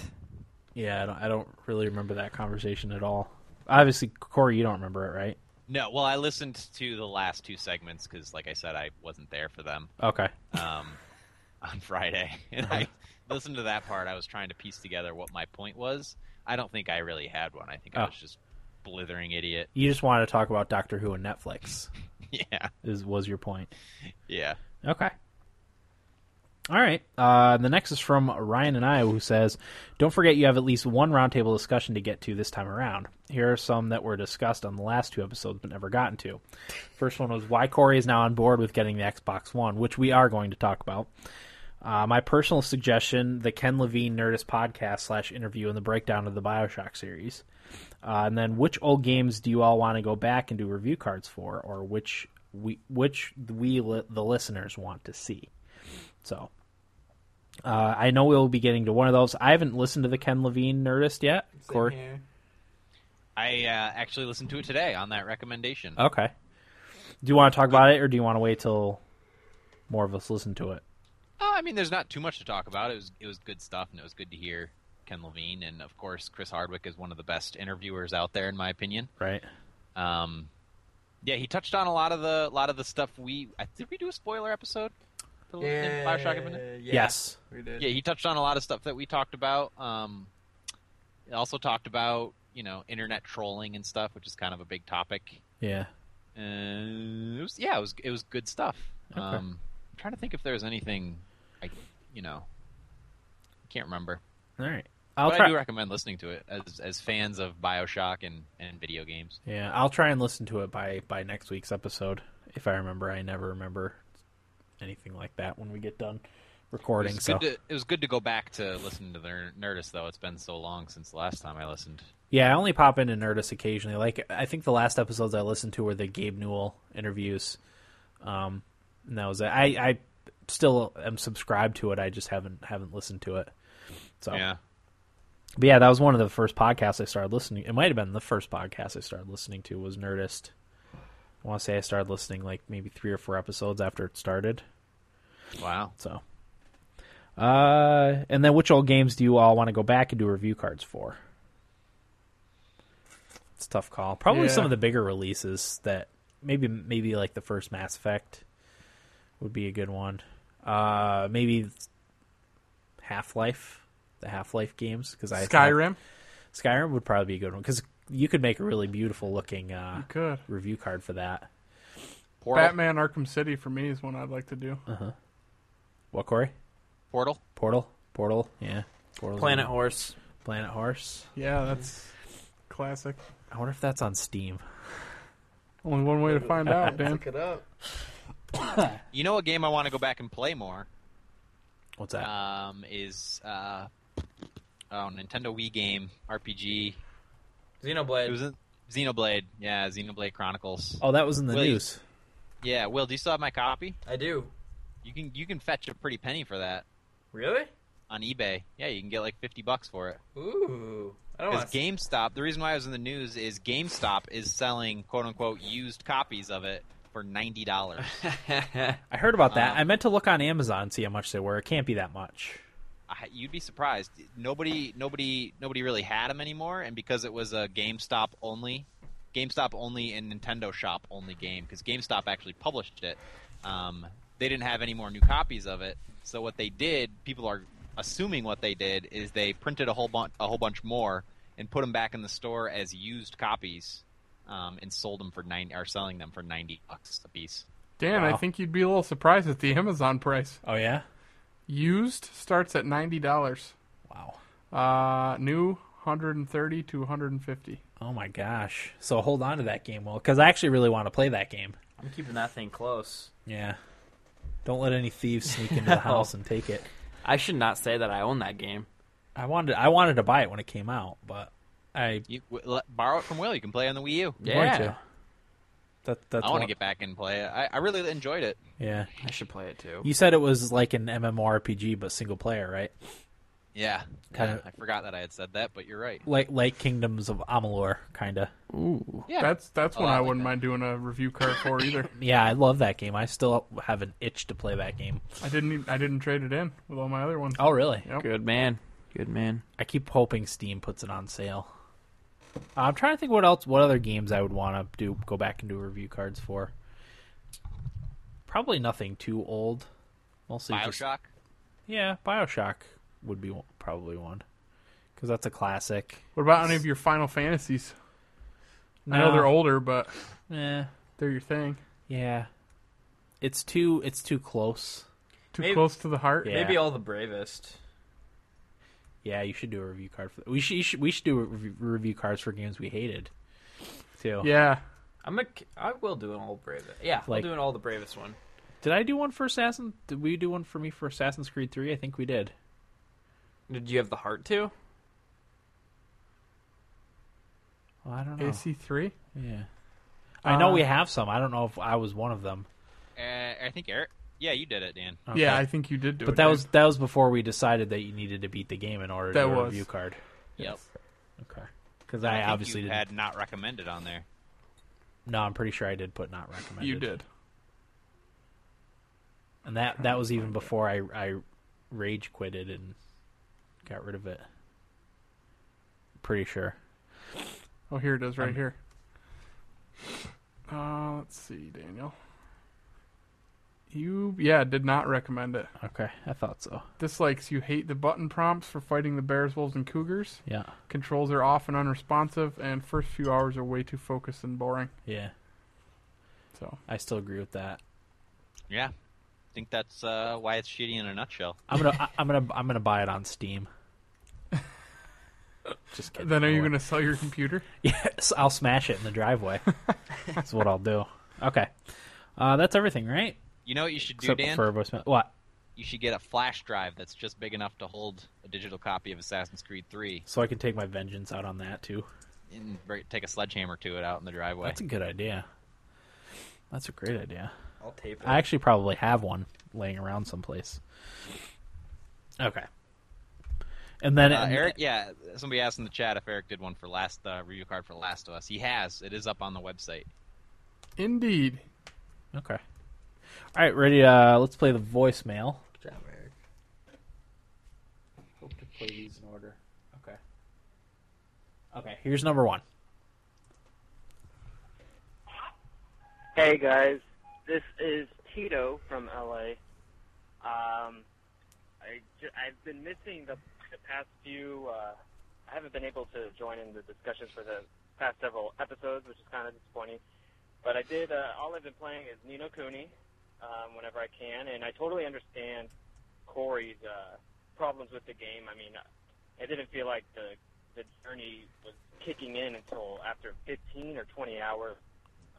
Speaker 3: Yeah, I don't, I don't really remember that conversation at all. Obviously, Corey, you don't remember it, right?
Speaker 6: No, well, I listened to the last two segments because, like I said, I wasn't there for them
Speaker 3: Okay.
Speaker 6: um, on Friday, and I listened to that part. I was trying to piece together what my point was. I don't think I really had one. I think I
Speaker 3: Oh.
Speaker 6: was just blithering idiot.
Speaker 3: You just wanted to talk about Doctor Who and Netflix.
Speaker 6: Yeah,
Speaker 3: Is was your point?
Speaker 6: yeah.
Speaker 3: Okay. All right. Uh, the next is from Ryan and I, who says, "Don't forget you have at least one roundtable discussion to get to this time around. Here are some that were discussed on the last two episodes but never gotten to. First one was why Corey is now on board with getting the Xbox One, which we are going to talk about. Uh, my personal suggestion: the Ken Levine Nerdist podcast slash interview and the breakdown of the Bioshock series. Uh, and then, which old games do you all want to go back and do review cards for, or which we which we li- the listeners want to see? So, uh, I know we'll be getting to one of those. I haven't listened to the Ken Levine Nerdist yet. Corey-
Speaker 5: here.
Speaker 6: I uh, actually listened to it today on that recommendation.
Speaker 3: okay. Do you want to talk about it, or do you want to wait till more of us listen to it?
Speaker 6: Uh, I mean, there's not too much to talk about. It was it was good stuff, and it was good to hear Ken Levine, and of course, Chris Hardwick is one of the best interviewers out there, in my opinion.
Speaker 3: Right.
Speaker 6: Um, yeah, he touched on a lot of the lot of the stuff we I- did. We do a spoiler episode. for the- in Bioshock Infinite?
Speaker 5: Yeah,
Speaker 3: Yes.
Speaker 5: We did.
Speaker 6: Yeah, he touched on a lot of stuff that we talked about. Um, he also talked about you know internet trolling and stuff, which is kind of a big topic.
Speaker 3: Yeah.
Speaker 6: Uh, it was yeah, it was it was good stuff. Um, I'm trying to think if there was anything, I you know, can't remember.
Speaker 3: All right. I'll
Speaker 6: but
Speaker 3: try.
Speaker 6: I do recommend listening to it as as fans of Bioshock and and video games.
Speaker 3: Yeah, I'll try and listen to it by by next week's episode if I remember. I never remember anything like that when we get done
Speaker 6: It
Speaker 3: recording.
Speaker 6: was,
Speaker 3: So
Speaker 6: good to, it was good to go back to listen to the Ner- Nerdist though. It's been so long since the last time I listened.
Speaker 3: yeah, I only pop into Nerdist occasionally. Like I think the last episodes I listened to were the Gabe Newell interviews. Um, and that was it. I I still am subscribed to it. I just haven't haven't listened to it. So
Speaker 6: Yeah,
Speaker 3: But yeah, that was one of the first podcasts I started listening. It might have been the first podcast I started listening to was Nerdist. I want to say I started listening like maybe three or four episodes after it started.
Speaker 6: wow.
Speaker 3: So, uh, and then which old games do you all want to go back and do review cards for? It's a tough call. Probably
Speaker 4: Yeah.
Speaker 3: some of the bigger releases that maybe maybe like the first Mass Effect would be a good one. Uh, maybe Half Life, the Half Life games because I
Speaker 4: Skyrim.
Speaker 3: Skyrim would probably be a good one because you could make a really beautiful looking uh,
Speaker 4: Good.
Speaker 3: review card for that.
Speaker 6: Portal.
Speaker 4: Batman Arkham City for me is one I'd like to do.
Speaker 3: What Corey?
Speaker 6: Portal.
Speaker 3: Portal, Portal, yeah. Portal's
Speaker 5: Planet
Speaker 3: good.
Speaker 5: Horse.
Speaker 3: Planet Horse.
Speaker 4: Yeah, that's classic.
Speaker 3: I wonder if that's on Steam.
Speaker 4: Only one way to find out, Dan.
Speaker 5: it up.
Speaker 6: You know a game I want to go back and play more
Speaker 3: What's that?
Speaker 6: um, is uh, oh Nintendo Wii game RPG. It
Speaker 5: Xenoblade.
Speaker 6: was in Xenoblade. Yeah, Xenoblade Chronicles.
Speaker 3: oh, that was in the
Speaker 6: Will you-
Speaker 3: news.
Speaker 6: Yeah, Will, do you still have my copy?
Speaker 5: I do.
Speaker 6: You can you can fetch a pretty penny for that
Speaker 5: Really?
Speaker 6: on eBay. Yeah, you can get like fifty bucks for it.
Speaker 5: Ooh. I don't
Speaker 6: Because
Speaker 5: want
Speaker 6: GameStop, the reason why I was in the news is GameStop is selling quote unquote used copies of it for ninety dollars.
Speaker 3: I heard about that.
Speaker 6: Um,
Speaker 3: I meant to look on Amazon and see how much they were. It can't be that much.
Speaker 6: I- you'd be surprised. Nobody, nobody, nobody really had them anymore, and because it was a GameStop only, GameStop only and Nintendo Shop only game, because GameStop actually published it. Um, they didn't have any more new copies of it, so what they did, people are assuming what they did is they printed a whole bunch, a whole bunch more, and put them back in the store as used copies, um, and sold them for nine, or selling them for ninety bucks a piece.
Speaker 4: Dan, I
Speaker 3: Wow.
Speaker 4: think you'd be a little surprised at the Amazon price.
Speaker 3: Oh yeah.
Speaker 4: Used starts at ninety dollars.
Speaker 3: Wow.
Speaker 4: Uh, new hundred and thirty to one hundred and fifty.
Speaker 3: Oh my gosh. So hold on to that game, well, because I actually really want to play that game.
Speaker 5: I'm keeping that thing close.
Speaker 3: Yeah. Don't let any thieves sneak into the house and take it.
Speaker 5: I should not say that I own that game.
Speaker 3: I wanted I wanted to buy it when it came out, but I
Speaker 6: You w- le- borrow it from Will. You can play on the Wii U.
Speaker 3: I'm going to. That that's
Speaker 6: I want to
Speaker 3: one-
Speaker 6: get back and play it. I, I really enjoyed it.
Speaker 3: Yeah.
Speaker 5: I should play it too.
Speaker 3: You said it was like an MMORPG but single player, right?
Speaker 6: Yeah,
Speaker 3: Kinda-
Speaker 6: I forgot that I had said that, but you're right.
Speaker 3: Like like Kingdoms of Amalur kind of.
Speaker 6: Yeah,
Speaker 4: That's that's
Speaker 6: Oh,
Speaker 4: one
Speaker 6: I
Speaker 4: I,
Speaker 6: like
Speaker 4: wouldn't
Speaker 6: that.
Speaker 4: mind doing a review card for either.
Speaker 3: Yeah, I love that game. I still have an itch to play that game.
Speaker 4: e, I didn't even, I didn't trade it in with all my other ones.
Speaker 3: Oh, really?
Speaker 4: Yep.
Speaker 5: Good man. Good man.
Speaker 3: I keep hoping Steam puts it on sale. Uh, I'm trying to think what else, what other games I would want to do, go back and do review cards for. Probably nothing too old. Mostly just-
Speaker 6: Bioshock.
Speaker 3: yeah, Bioshock would be one- probably one because that's a classic.
Speaker 4: What about any of your Final Fantasies? I know
Speaker 3: No.
Speaker 4: they're older, but
Speaker 3: Eh,
Speaker 4: they're your thing.
Speaker 3: yeah, it's too it's too close.
Speaker 4: Too
Speaker 5: Maybe-
Speaker 4: close to the heart.
Speaker 3: Yeah.
Speaker 5: Maybe all the bravest.
Speaker 3: Yeah, you should do a review card for. We should, you should we should do a rev- review cards for games we hated. Too.
Speaker 4: Yeah.
Speaker 5: I'm a, I will do an all bravest. Yeah,
Speaker 3: Like-
Speaker 5: I'll do an all the bravest one.
Speaker 3: Did I do one for Assassin? Did we do one for me for Assassin's Creed Three? I think we did.
Speaker 5: Did you have the heart too?
Speaker 3: Well, I don't know.
Speaker 4: AC3.
Speaker 3: Yeah. I know
Speaker 4: Uh,
Speaker 3: we have some. I don't know if I was one of them.
Speaker 6: Uh, I think Eric. Yeah, you did it, Dan.
Speaker 3: Okay.
Speaker 4: Yeah, I think you did do it.
Speaker 3: but that
Speaker 4: dude.
Speaker 3: was that was before we decided that you needed to beat the game in order
Speaker 4: That
Speaker 3: to
Speaker 4: was.
Speaker 3: review card.
Speaker 6: Yep.
Speaker 3: Okay. Because I,
Speaker 6: think
Speaker 3: obviously
Speaker 6: you
Speaker 3: didn't.
Speaker 6: had not recommended on there.
Speaker 3: No, I'm pretty sure I did put not recommended.
Speaker 4: you did.
Speaker 3: and that that was even before I I rage quitted and got rid of it. Pretty sure.
Speaker 4: Oh, here it is,
Speaker 3: Um,
Speaker 4: right here. Uh, let's see, Daniel. You yeah, did not recommend it.
Speaker 3: Okay, I thought so.
Speaker 4: Dislikes you hate the button prompts for fighting the bears, wolves, and cougars.
Speaker 3: Yeah,
Speaker 4: Controls are often unresponsive, and first few hours are way too focused and boring.
Speaker 3: yeah.
Speaker 4: So
Speaker 3: I still agree with that.
Speaker 6: Yeah. I think that's uh, why it's shitty in a nutshell.
Speaker 3: I'm gonna I, I'm gonna I'm gonna buy it on Steam. Just kidding.
Speaker 4: then, are you
Speaker 3: No way.
Speaker 4: gonna sell your computer?
Speaker 3: Yes, I'll smash it in the driveway. That's what I'll do. Okay, uh, that's everything, right?
Speaker 6: You know what you should do,
Speaker 3: Except
Speaker 6: Dan?
Speaker 3: for voicemail. What?
Speaker 6: You should get a flash drive that's just big enough to hold a digital copy of Assassin's Creed 3
Speaker 3: So I can take my vengeance out on that too.
Speaker 6: and br- take a sledgehammer to it out in the driveway. Uh,
Speaker 3: That's a good idea. That's a great idea.
Speaker 5: I'll tape it.
Speaker 3: I actually probably have one laying around someplace. Okay. And then
Speaker 6: Uh, Eric, yeah, somebody asked in the chat if Eric did one for last uh, review card for Last of Us. He has. It is up on the website.
Speaker 4: Indeed.
Speaker 3: Okay. All right, ready. Uh, let's play the voicemail.
Speaker 5: Good job, Eric. Hope to play these in order.
Speaker 3: Okay. Okay. Here's number one.
Speaker 1: Hey guys, this is Tito from LA. Um, I ju- I've been missing the, the past few. Uh, I haven't been able to join in the discussions for the past several episodes, which is kind of disappointing. But I did. Uh, all I've been playing is Nino Cooney um, whenever I can, and I totally understand Corey's uh, problems with the game. I mean, I didn't feel like the the journey was kicking in until after 15 or 20 hours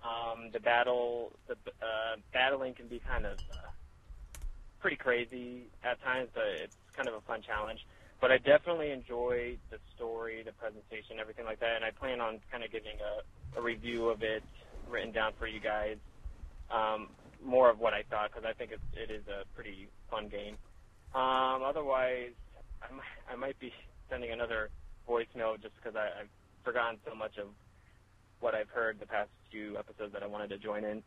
Speaker 1: um, the battle, the uh, battling can be kind of uh, pretty crazy at times, but it's kind of a fun challenge. But I definitely enjoy the story, the presentation, everything like that, and I plan on kind of giving a, a review of it written down for you guys, um, more of what I thought, because I think it's, it is a pretty fun game. Um, otherwise, I might, I might be sending another voicemail just because I've forgotten so much of what I've heard the past few episodes that I wanted to join in.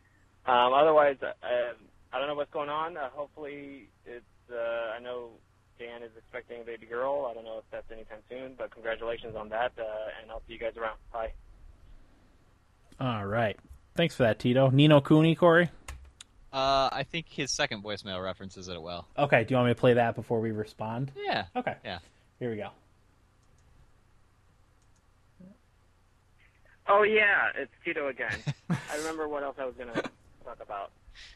Speaker 1: Um, otherwise, uh, um, I don't know what's going on. Uh, hopefully, it's. Uh, I know Dan is expecting a baby girl. I don't know if that's anytime soon, but congratulations on that, uh, and I'll see you guys around. Bye.
Speaker 3: All right. Thanks for that, Tito. Nino Cooney, Corey.
Speaker 6: Uh, I think his second voicemail references it well.
Speaker 3: Okay. Do you want me to play that before we respond?
Speaker 6: Yeah.
Speaker 3: Okay.
Speaker 6: Yeah.
Speaker 3: Here we go.
Speaker 1: Oh yeah, it's Tito again. I remember what else I was gonna talk about.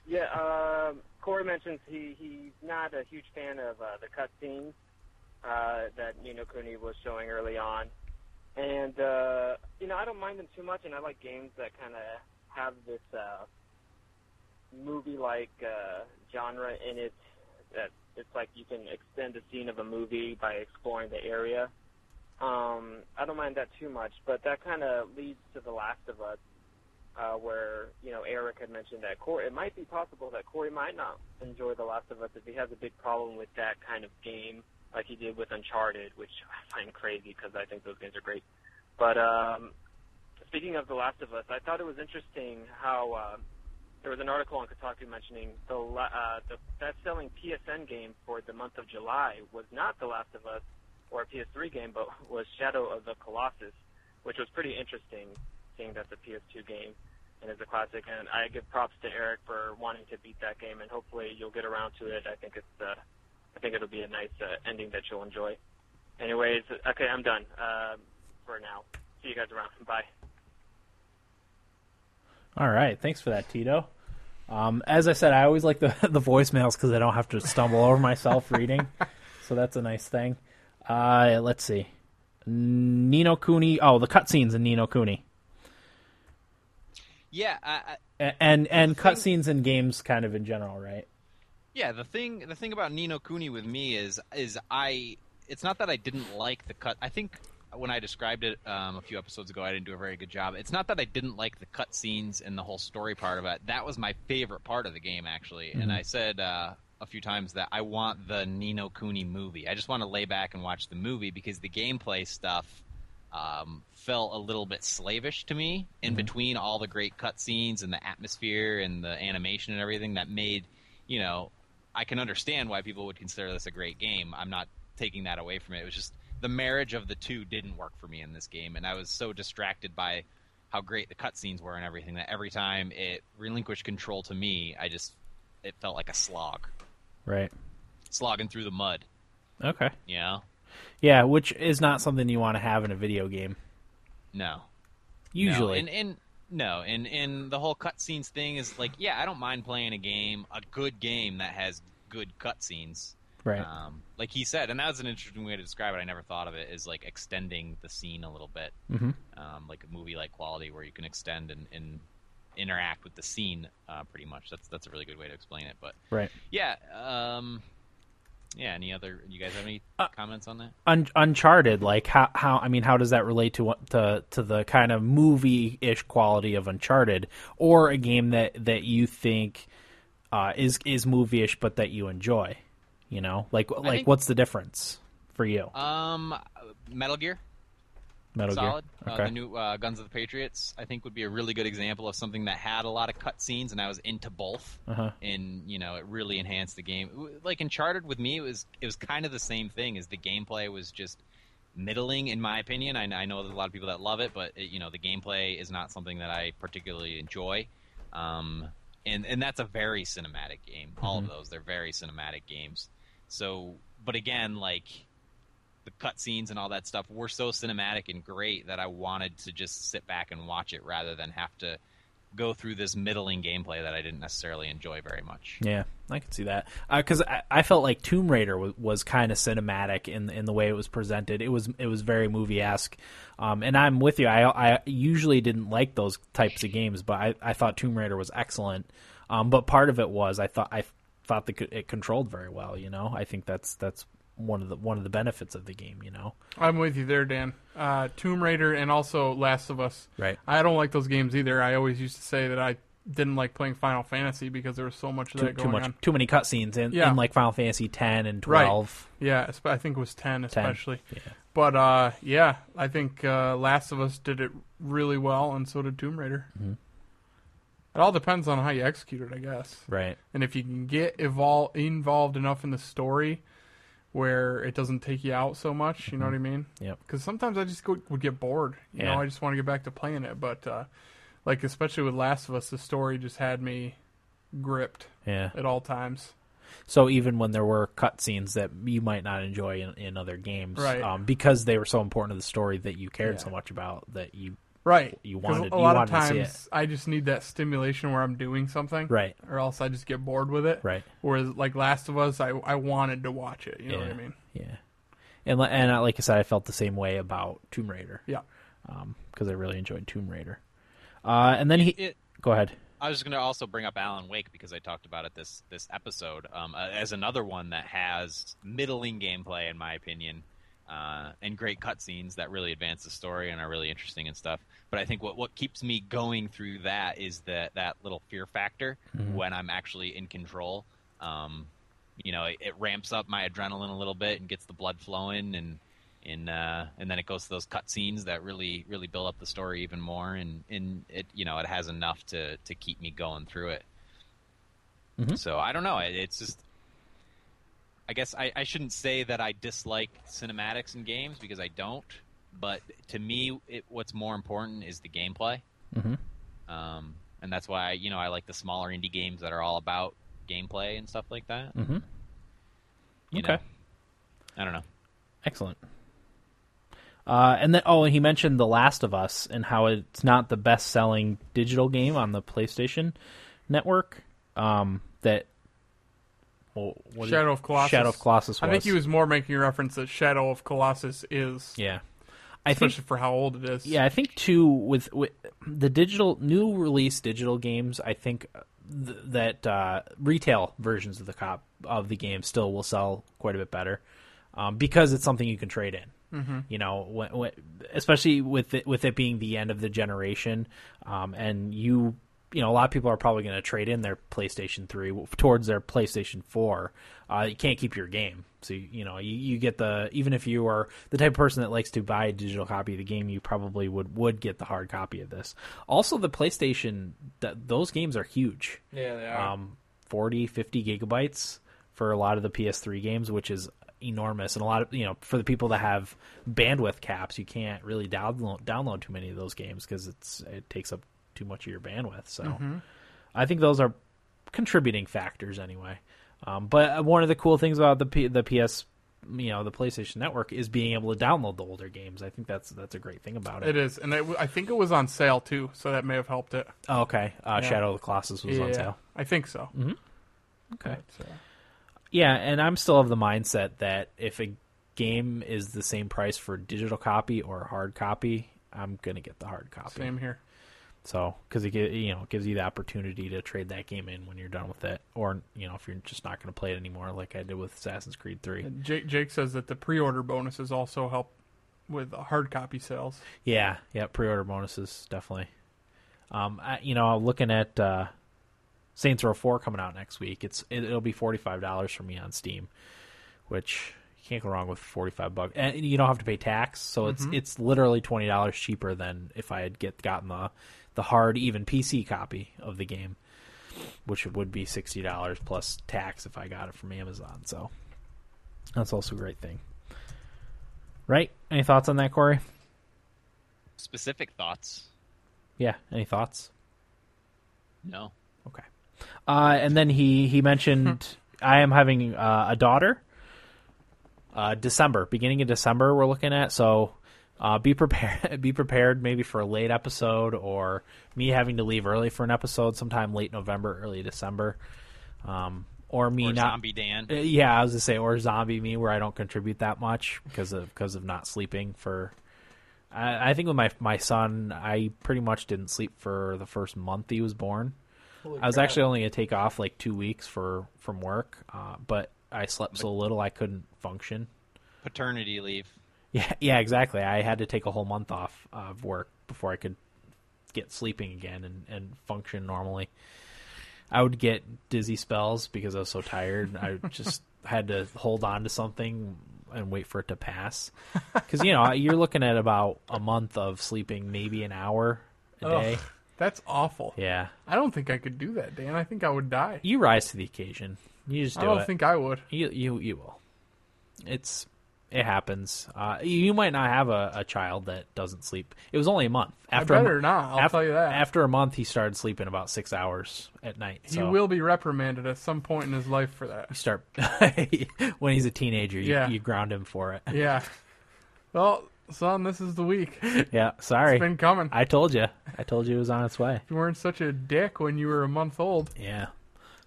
Speaker 1: Yeah, um, Corey mentions he he's not a huge fan of uh, the cutscenes uh, that Nino Cooney was showing early on, and uh, you know I don't mind them too much, and I like games that kind of have this uh, movie-like uh, genre in it. That it's like you can extend the scene of a movie by exploring the area. Um, I don't mind that too much, but that kind of leads to The Last of Us, uh, where you know Eric had mentioned that Corey. It might be possible that Corey might not enjoy The Last of Us if he has a big problem with that kind of game, like he did with Uncharted, which I find crazy because I think those games are great. But um, speaking of The Last of Us, I thought it was interesting how uh, there was an article on Kotaku mentioning the la- uh, the best-selling PSN game for the month of July was not The Last of Us or a PS3 game, but was Shadow of the Colossus, which was pretty interesting, seeing that's a PS2 game and is a classic. And I give props to Eric for wanting to beat that game, and hopefully you'll get around to it. I think it's uh, I think it'll be a nice uh, ending that you'll enjoy. Anyways, okay, I'm done um, for now. See you guys around. Bye.
Speaker 3: All right, thanks for that, Tito. Um, as I said, I always like the the voicemails because I don't have to stumble over myself reading, so that's a nice thing. Uh, let's see, Nino Cooney. Oh, the cutscenes in Nino Cooney,
Speaker 6: Yeah, I, I,
Speaker 3: A- and and cutscenes in games kind of in general, right?
Speaker 6: yeah. The thing, the thing about Nino Cooney with me is, is I. It's not that I didn't like the cut. I think when I described it um, a few episodes ago, I didn't do a very good job. It's not that I didn't like the cut scenes and the whole story part of it. That was my favorite part of the game, actually. And I said uh, a few times that I want the Nino Cooney movie. I just want to lay back and watch the movie because the gameplay stuff um, felt a little bit slavish to me in between all the great cutscenes and the atmosphere and the animation and everything that made, you know, I can understand why people would consider this a great game. I'm not taking that away from it. It was just the marriage of the two didn't work for me in this game, and I was so distracted by how great the cutscenes were and everything that every time it relinquished control to me, I just it felt like a slog,
Speaker 3: Right.
Speaker 6: slogging through the mud.
Speaker 3: Okay.
Speaker 6: You know?
Speaker 3: Yeah, which is not something you want to have in a video game
Speaker 6: No.
Speaker 3: usually.
Speaker 6: No, and, and no, and and the whole cutscenes thing is like, yeah, I don't mind playing a game, a good game that has good cutscenes.
Speaker 3: Right.
Speaker 6: Um, like he said, and that was an interesting way to describe it. I never thought of it is like extending the scene a little bit, mm-hmm. um, like a movie like quality where you can extend and, and interact with the scene uh, pretty much. That's that's a really good way to explain it. But
Speaker 3: right.
Speaker 6: yeah, um, yeah. Any other? You guys have any
Speaker 3: Uh,
Speaker 6: comments on that?
Speaker 3: Un- Uncharted, like how how I mean, how does that relate to what to to the kind of movie ish quality of Uncharted, or a game that that you think uh, is is movie ish but that you enjoy? You know, like like
Speaker 6: think-
Speaker 3: what's the difference for you?
Speaker 6: Um, Metal Gear.
Speaker 3: Metal
Speaker 6: solid.
Speaker 3: Gear.
Speaker 6: Uh,
Speaker 3: Okay.
Speaker 6: the new uh, Guns of the Patriots, I think, would be a really good example of something that had a lot of cutscenes, and I was into both.
Speaker 3: Uh-huh.
Speaker 6: And you know, it really enhanced the game. W- Like Uncharted with me, it was it was kind of the same thing. As the gameplay was just middling, in my opinion. I, I know there's a lot of people that love it, but it, you know, the gameplay is not something that I particularly enjoy. Um, and and that's a very cinematic game. All of those, they're very cinematic games. So, but again, like the cutscenes and all that stuff were so cinematic and great that I wanted to just sit back and watch it rather than have to go through this middling gameplay that I didn't necessarily enjoy very much.
Speaker 3: Yeah, I could see that because I, I felt like Tomb Raider was, was kind of cinematic in in the way it was presented. It was it was very movie esque, um, and I'm with you. I I usually didn't like those types of games, but I, I thought Tomb Raider was excellent. Um, but part of it was I thought I thought that it controlled very well. You know, I think that's that's one of the one of the benefits of the game. You know,
Speaker 4: I'm with you there, Dan. Uh, Tomb Raider and also Last of Us.
Speaker 3: Right.
Speaker 4: I don't like those games either. I always used to say that I didn't like playing Final Fantasy because there was so much of
Speaker 3: too,
Speaker 4: that
Speaker 3: too
Speaker 4: going
Speaker 3: much
Speaker 4: on.
Speaker 3: too many cutscenes in,
Speaker 4: Yeah.
Speaker 3: in like Final Fantasy ten and
Speaker 4: Right.
Speaker 3: twelve.
Speaker 4: Yeah, esp- I think it was 10
Speaker 3: 10,
Speaker 4: especially.
Speaker 3: yeah.
Speaker 4: But uh, yeah, I think uh, Last of Us did it really well, and so did Tomb Raider.
Speaker 3: Mm-hmm.
Speaker 4: It all depends on how you execute it, I guess.
Speaker 3: Right.
Speaker 4: And if you can get evol- involved enough in the story where it doesn't take you out so much, you know what I mean?
Speaker 3: Mm-hmm. Yep.
Speaker 4: Because sometimes I just go, would get bored. You
Speaker 3: Yeah.
Speaker 4: know, I just want to get back to playing it. But, uh, like, especially with Last of Us, the story just had me gripped
Speaker 3: Yeah.
Speaker 4: at all times.
Speaker 3: So even when there were cutscenes that you might not enjoy in, in other games,
Speaker 4: Right.
Speaker 3: um, because they were so important to the story that you cared
Speaker 4: Yeah.
Speaker 3: so much about that you
Speaker 4: Right.
Speaker 3: You
Speaker 4: 'Cause
Speaker 3: wanted-
Speaker 4: a
Speaker 3: you
Speaker 4: lot of
Speaker 3: wanted to see
Speaker 4: times I just need that stimulation where I'm doing something.
Speaker 3: Right.
Speaker 4: Or else I just get bored with it.
Speaker 3: Right.
Speaker 4: Whereas, like, Last of Us, I, I wanted to watch it. You know what I
Speaker 3: Yeah.
Speaker 4: mean?
Speaker 3: yeah, and li- and uh, like I said, I felt the same way about Tomb Raider
Speaker 4: Yeah.
Speaker 3: because I really enjoyed Tomb Raider. Uh, and then he
Speaker 6: It,
Speaker 3: go ahead.
Speaker 6: I was going to also bring up Alan Wake because I talked about it this this episode um, uh, as another one that has middling gameplay, in my opinion, uh, and great cutscenes that really advance the story and are really interesting and stuff. But I think what what keeps me going through that is that that little fear factor when I'm actually in control. Um, you know, it, it ramps up my adrenaline a little bit and gets the blood flowing and and uh, and then it goes to those cutscenes that really really build up the story even more and and it you know it has enough to to
Speaker 3: Hmm?
Speaker 6: keep me going through it. So I don't know. It, it's just I guess I, I shouldn't say that I dislike cinematics in games because I don't. But to me, it, what's more important is the gameplay. Mm-hmm. Um, and that's why you know I like the smaller indie games that are all about gameplay and stuff like that. Mm-hmm.
Speaker 3: Okay.
Speaker 6: I don't know.
Speaker 3: Excellent. Uh, and then, oh, and he mentioned The Last of Us and how it's not the best-selling digital game on the PlayStation Network. Um, that well, what is-
Speaker 4: Shadow of Colossus.
Speaker 3: Shadow of Colossus.
Speaker 4: I think he was more making a reference that Shadow of Colossus is,
Speaker 3: Yeah, I think.
Speaker 4: especially for how old it is.
Speaker 3: Yeah, I think too with with the digital new release digital games. I think uh, th- that uh, retail versions of the cop of the game still will sell quite a bit better um, because it's something you can trade in. You know, when, when, especially with it, with it being the end of the generation, um, and you you know a lot of people are probably going to trade in their PlayStation Three w- towards their PlayStation Four. Uh, you can't keep your game, so you, you know you, you get the even if you are the type of person that likes to buy a digital copy of the game, you probably would would get the hard copy of this. Also, the PlayStation th- those games are huge
Speaker 5: Yeah, they are.
Speaker 3: um, 40 50 gigabytes for a lot of the ps3 games which is enormous and a lot of you know for the people that have bandwidth caps you can't really download download too many of those games because it's it takes up too much of your bandwidth so i think those are contributing factors anyway um, but one of the cool things about the P- the ps you know the playstation network is being able to download the older games i think that's that's a great thing about it,
Speaker 4: It is, and it, w- I think it was on sale too, so that may have helped it.
Speaker 3: Oh, okay uh, shadow of the colossus was on sale Mm-hmm.
Speaker 4: I think so.
Speaker 3: okay
Speaker 4: So-
Speaker 3: Yeah, and I'm still of the mindset that if a game is the same price for digital copy or hard copy, I'm gonna get the hard copy.
Speaker 4: Same here.
Speaker 3: So because it gi- you know it gives you the opportunity to trade that game in when you're done with it, or you know if you're just not gonna play it anymore, like I did with Assassin's Creed Three.
Speaker 4: Jake, Jake says that the pre-order bonuses also help with the hard copy sales.
Speaker 3: Yeah, yeah, pre-order bonuses definitely. Um, I, you know, looking at uh, Saints Row Four coming out next week, it's it, it'll be forty five dollars for me on Steam, which you can't go wrong with forty five bucks, and you don't have to pay tax, so it's it's literally twenty dollars cheaper than if I had get gotten the the hard even PC copy of the game, which would be sixty dollars plus tax if I got it from Amazon. So that's also a great thing. Right? Any thoughts on that, Corey?
Speaker 6: Specific thoughts?
Speaker 3: Yeah. Any thoughts?
Speaker 6: No.
Speaker 3: Okay. Uh, and then he he mentioned I am having uh, a daughter. Uh, December, beginning of December, we're looking at. So uh, be prepared. Be prepared, maybe for a late episode or me having to leave early for an episode sometime late November, early December, um, or me
Speaker 6: Or
Speaker 3: not.
Speaker 6: Zombie Dan.
Speaker 3: Uh, Yeah, I was gonna say or zombie me where I don't contribute that much because of because of not sleeping for. I, I think with my my son, I pretty much didn't sleep for the first month he was born. I was actually only gonna take off like two weeks for from work, uh, but I slept so little I couldn't function.
Speaker 6: Paternity leave.
Speaker 3: Yeah, yeah, exactly. I had to take a whole month off of work before I could get sleeping again and, and function normally. I would get dizzy spells because I was so tired. I just had to hold on to something and wait for it to pass. Because, you know, you're looking at about a month of sleeping, maybe an hour a day.
Speaker 4: Ugh, that's awful.
Speaker 3: Yeah.
Speaker 4: I don't think I could do that, Dan. I think I would die.
Speaker 3: You rise to the occasion. You just do
Speaker 4: I don't
Speaker 3: it.
Speaker 4: think I would.
Speaker 3: You you you will. It's it happens. Uh, you might not have a, a child that doesn't sleep. It was only a month. After a,
Speaker 4: better
Speaker 3: mo-
Speaker 4: not, I'll
Speaker 3: af-
Speaker 4: tell you that.
Speaker 3: After a month, he started sleeping about six hours at night.
Speaker 4: He
Speaker 3: so
Speaker 4: will be reprimanded at some point in his life for that.
Speaker 3: you start when he's a teenager. You,
Speaker 4: Yeah.
Speaker 3: you ground him for it.
Speaker 4: Yeah. Well, son, this is the week. It's
Speaker 3: Yeah, sorry.
Speaker 4: been coming.
Speaker 3: I told you. I told you it was on its way.
Speaker 4: You weren't such a dick when you were a month old.
Speaker 3: Yeah.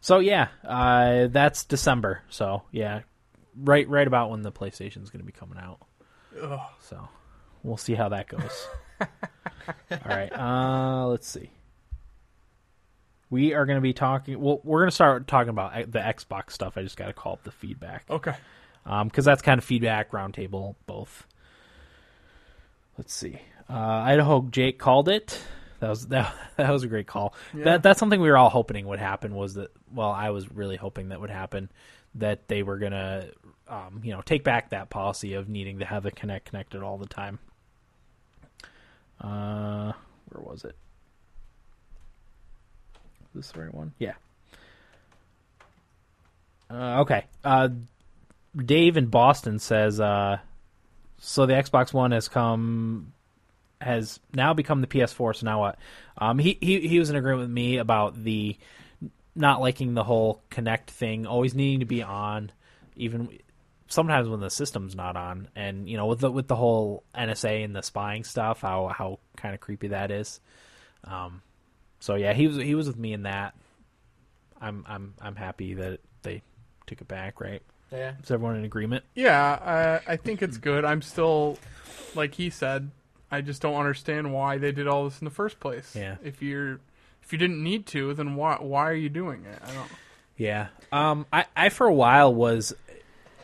Speaker 3: So yeah, uh, that's December. So yeah, right right about when the PlayStation's going to be coming out. So we'll see how that goes. All right. Uh, let's see. We are going to be talking. Well, we're going to start talking about uh, the Xbox stuff. I just got to call up the feedback
Speaker 4: Okay.
Speaker 3: um because that's kind of feedback roundtable both let's see uh idaho jake called it that was that, that was a great call that that's something we were all hoping would happen was that well i was really hoping that would happen that they were gonna um you know take back that policy of needing to have the connect connected all the time uh where was it is this the right one yeah uh, okay uh Dave in Boston says, uh, "So the Xbox One has come, has now become the PS4. So now what?" Um, he he he was in agreement with me about the not liking the whole Connect thing, always needing to be on, even sometimes when the system's not on, and you know with the with the whole NSA and the spying stuff, how how kind of creepy that is. Um, so yeah, he was he was with me in that. I'm I'm I'm happy that they took it back, right?
Speaker 5: Yeah.
Speaker 3: Is everyone in agreement?
Speaker 4: Yeah, I, I think it's good. I'm still, like he said, I just don't understand why they did all this in the first place.
Speaker 3: Yeah.
Speaker 4: If you're, if you didn't need to, then why why are you doing it? I don't.
Speaker 3: Yeah. Um, I, I for a while was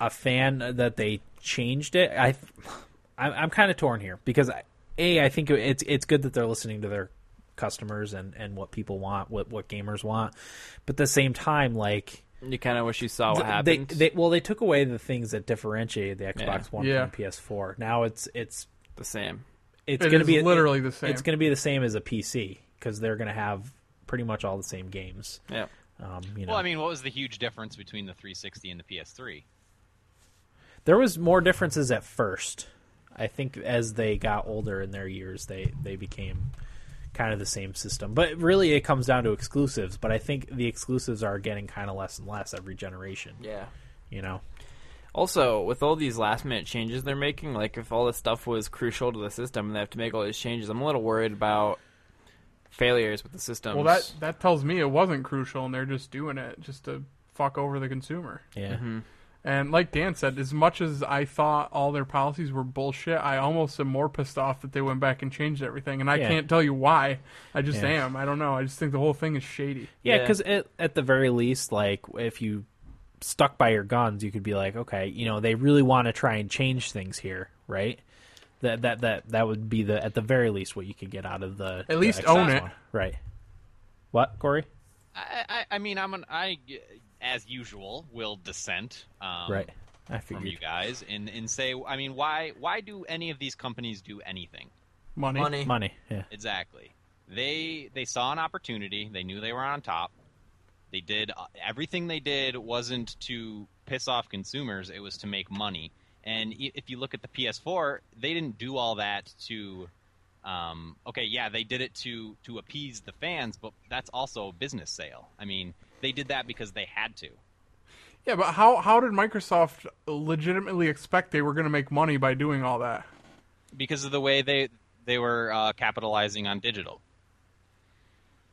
Speaker 3: a fan that they changed it. I, I'm, I'm kind of torn here because I, a I think it's it's good that they're listening to their customers and and what people want, what what gamers want, but at the same time, like
Speaker 5: You kind of wish you saw what
Speaker 3: they,
Speaker 5: happened.
Speaker 3: they well they took away the things that differentiated the Xbox One
Speaker 4: Yeah.
Speaker 3: from PS4. Now it's it's
Speaker 5: the same.
Speaker 3: it's
Speaker 4: It
Speaker 3: going to
Speaker 4: is
Speaker 3: be
Speaker 4: literally the same.
Speaker 3: It's going to be the same as a PC because they're going to have pretty much all the same games.
Speaker 5: Yeah.
Speaker 3: Um, you know,
Speaker 6: Well, I mean, what was the huge difference between the 360 and the PS3?
Speaker 3: there was more differences at first. I think as they got older in their years, they they became kind of the same system. But really, it comes down to exclusives. But I think the exclusives are getting kind of less and less every generation.
Speaker 5: Yeah.
Speaker 3: You know,
Speaker 5: Also, with all these last minute changes they're making, like if all this stuff was crucial to the system and they have to make all these changes, I'm a little worried about failures with the systems.
Speaker 4: Well, that that tells me it wasn't crucial, and they're just doing it just to fuck over the consumer.
Speaker 3: yeah,
Speaker 4: And like Dan said, as much as I thought all their policies were bullshit, I almost am more pissed off that they went back and changed everything. And I
Speaker 3: Yeah.
Speaker 4: can't tell you why. I just
Speaker 3: Yeah.
Speaker 4: am. I don't know. I just think the whole thing is shady.
Speaker 3: yeah.
Speaker 5: Yeah.
Speaker 3: Because at, at the very least, like if you stuck by your guns, you could be like, okay, you know, they really want to try and change things here, right? That that that that would be the at the very least what you could get out of the the
Speaker 4: least
Speaker 3: Xbox
Speaker 4: own it.
Speaker 3: One. right? What Corey?
Speaker 6: I, I, I mean, I'm an I, as usual, will dissent. Um,
Speaker 3: right, I
Speaker 6: From
Speaker 3: figured.
Speaker 6: you guys, and and say, I mean, why why do any of these companies do anything?
Speaker 4: Money.
Speaker 5: money.
Speaker 3: Money, yeah.
Speaker 6: Exactly. They they saw an opportunity. They knew they were on top. They did uh, everything they did wasn't to piss off consumers. It was to make money. And i- if you look at the PS4, they didn't do all that to. Um, okay, yeah, they did it to to appease the fans, but that's also a business sale. I mean, they did that because they had to.
Speaker 4: Yeah, but how how did Microsoft legitimately expect they were going to make money by doing all that?
Speaker 6: because of the way they they were uh, capitalizing on digital.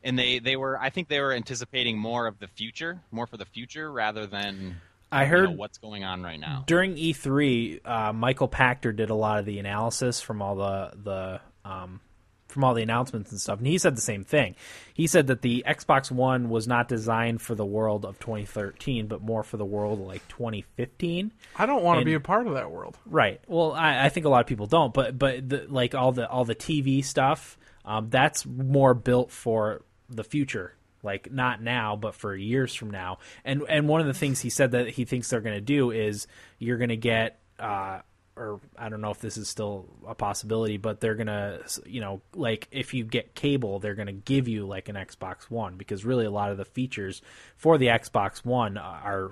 Speaker 6: And they, they were I think they were anticipating more of the future, more for the future rather than
Speaker 3: I
Speaker 6: you
Speaker 3: heard-
Speaker 6: know, what's going on right now.
Speaker 3: During E3, uh, Michael Pachter did a lot of the analysis from all the the um, from all the announcements and stuff, and he said the same thing. He said that the Xbox One was not designed for the world of 2013, but more for the world of like 2015.
Speaker 4: I don't want to
Speaker 3: And-
Speaker 4: be a part of that world.
Speaker 3: Right. Well, I, I think a lot of people don't, but but the, like all the all the TV stuff, um, that's more built for the future. Like not now, but for years from now. And and one of the things he said that he thinks they're going to do is you're going to get, uh, or I don't know if this is still a possibility, but they're going to, you know, like if you get cable, they're going to give you like an Xbox One because really a lot of the features for the Xbox One are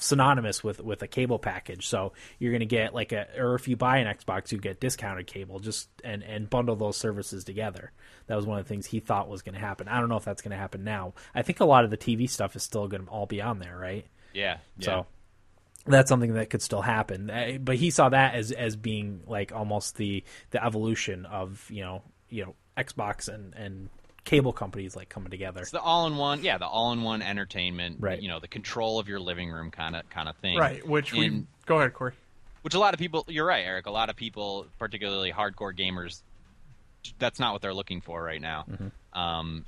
Speaker 3: synonymous with with a cable package so you're going to get like a or if you buy an xbox you get discounted cable just and and bundle those services together that was one of the things he thought was going to happen i don't know if that's going to happen now i think a lot of the tv stuff is still going to all be on there right
Speaker 6: Yeah.
Speaker 3: so that's something that could still happen Uh, but he saw that as as being like almost the the evolution of you know you know xbox and and cable companies like coming together
Speaker 6: it's the all in one yeah, the all in one entertainment,
Speaker 3: Right.
Speaker 6: you know, the control of your living room kind of kind of thing.
Speaker 4: Right, which we
Speaker 6: And- um,
Speaker 4: go ahead, Corey.
Speaker 6: which a lot of people you're right eric a lot of people particularly hardcore gamers that's not what they're looking for right now um,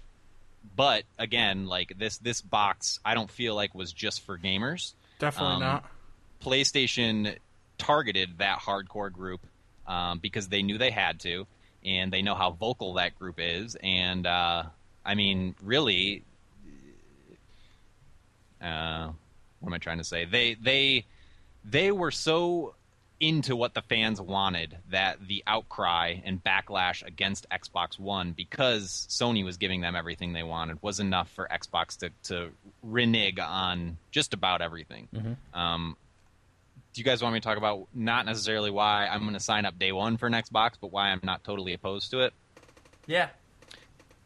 Speaker 6: but again like this this box i don't feel like was just for gamers
Speaker 4: Definitely
Speaker 6: Um,
Speaker 4: not.
Speaker 6: playstation targeted that hardcore group um, because they knew they had to and they know how vocal that group is and uh, i mean really uh, what am I trying to say? They they they were so into what the fans wanted that the outcry and backlash against Xbox One because Sony was giving them everything they wanted was enough for Xbox to to renege on just about everything. Um, do you guys want me to talk about not necessarily why I'm going to sign up day one for an Xbox, but why I'm not totally opposed to it?
Speaker 5: Yeah.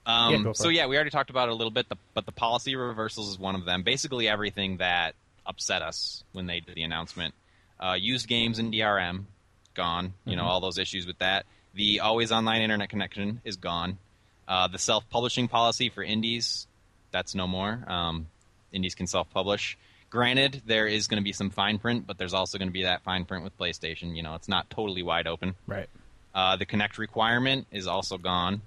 Speaker 6: Um,
Speaker 3: Yeah, go for
Speaker 6: so
Speaker 3: it.
Speaker 6: yeah, we already talked about it a little bit, the, but the policy reversals is one of them. Basically, everything that upset us when they did the announcement, uh, used games in DRM, gone. You
Speaker 3: Mm-hmm.
Speaker 6: know all those issues with that. The always online internet connection is gone. Uh, the self publishing policy for indies, that's no more. Um, indies can self publish. Granted, there is going to be some fine print, but there's also going to be that fine print with PlayStation. You know, it's not totally wide open.
Speaker 3: Right.
Speaker 6: Uh, the Connect requirement is also gone.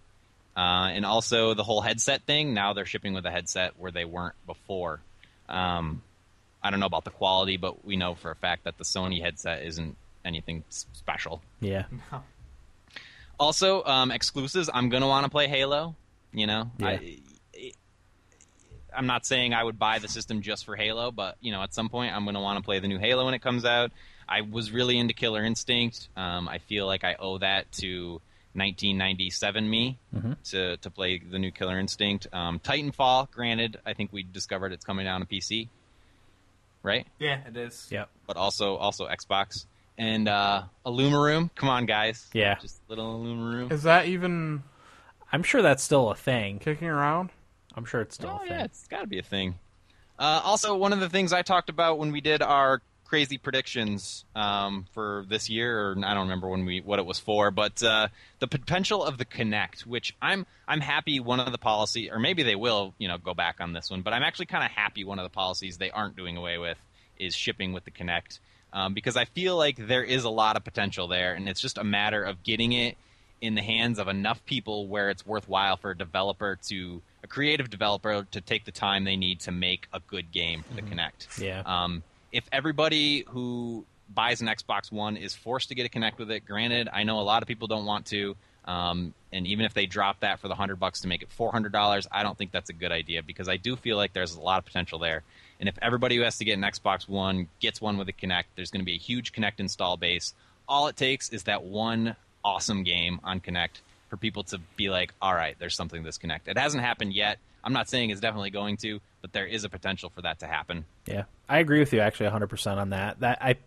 Speaker 6: Uh, and also the whole headset thing. Now they're shipping with a headset where they weren't before. Um, I don't know about the quality, but we know for a fact that the Sony headset isn't anything s- special.
Speaker 3: Yeah.
Speaker 6: Also, um, exclusives. I'm gonna want to play Halo. You know, I, I'm not saying I would buy the system just for Halo, but you know, at some point, I'm gonna want to play the new Halo when it comes out. I was really into Killer Instinct. Um, I feel like I owe that to 1997 me to to play the new Killer Instinct. Um, Titanfall. Granted, I think we discovered it's coming out on PC, right?
Speaker 5: Yeah, it is.
Speaker 3: Yep.
Speaker 6: but also also Xbox and uh, Illumaroom. Come on, guys.
Speaker 3: Yeah.
Speaker 6: just little Illumaroom.
Speaker 4: Is that even
Speaker 3: I'm sure that's still a thing.
Speaker 4: kicking around?
Speaker 3: I'm sure it's still
Speaker 6: Oh
Speaker 3: a thing.
Speaker 6: yeah, it's got to be a thing. Uh, also, one of the things I talked about when we did our crazy predictions um, for this year, or I don't remember when we what it was for, but uh, the potential of the Connect, which I'm I'm happy one of the policy, or maybe they will, you know, go back on this one, but I'm actually kind of happy one of the policies they aren't doing away with is shipping with the Connect, um, because I feel like there is a lot of potential there, and it's just a matter of getting it in the hands of enough people where it's worthwhile for a developer to a creative developer to take the time they need to make a good game for the Connect.
Speaker 3: Yeah.
Speaker 6: Um, if everybody who buys an Xbox One is forced to get a Connect with it, granted, I know a lot of people don't want to. Um, and even if they drop that for the hundred bucks to make it four hundred dollars, I don't think that's a good idea because I do feel like there's a lot of potential there. And if everybody who has to get an Xbox One gets one with a Connect, there's going to be a huge Connect install base. All it takes is that one awesome game on Connect for people to be like, all right, there's something this Connect. It hasn't happened yet. I'm not saying it's definitely going to, but there is a potential for that to happen.
Speaker 3: Yeah, I agree with you actually 100% on that. That I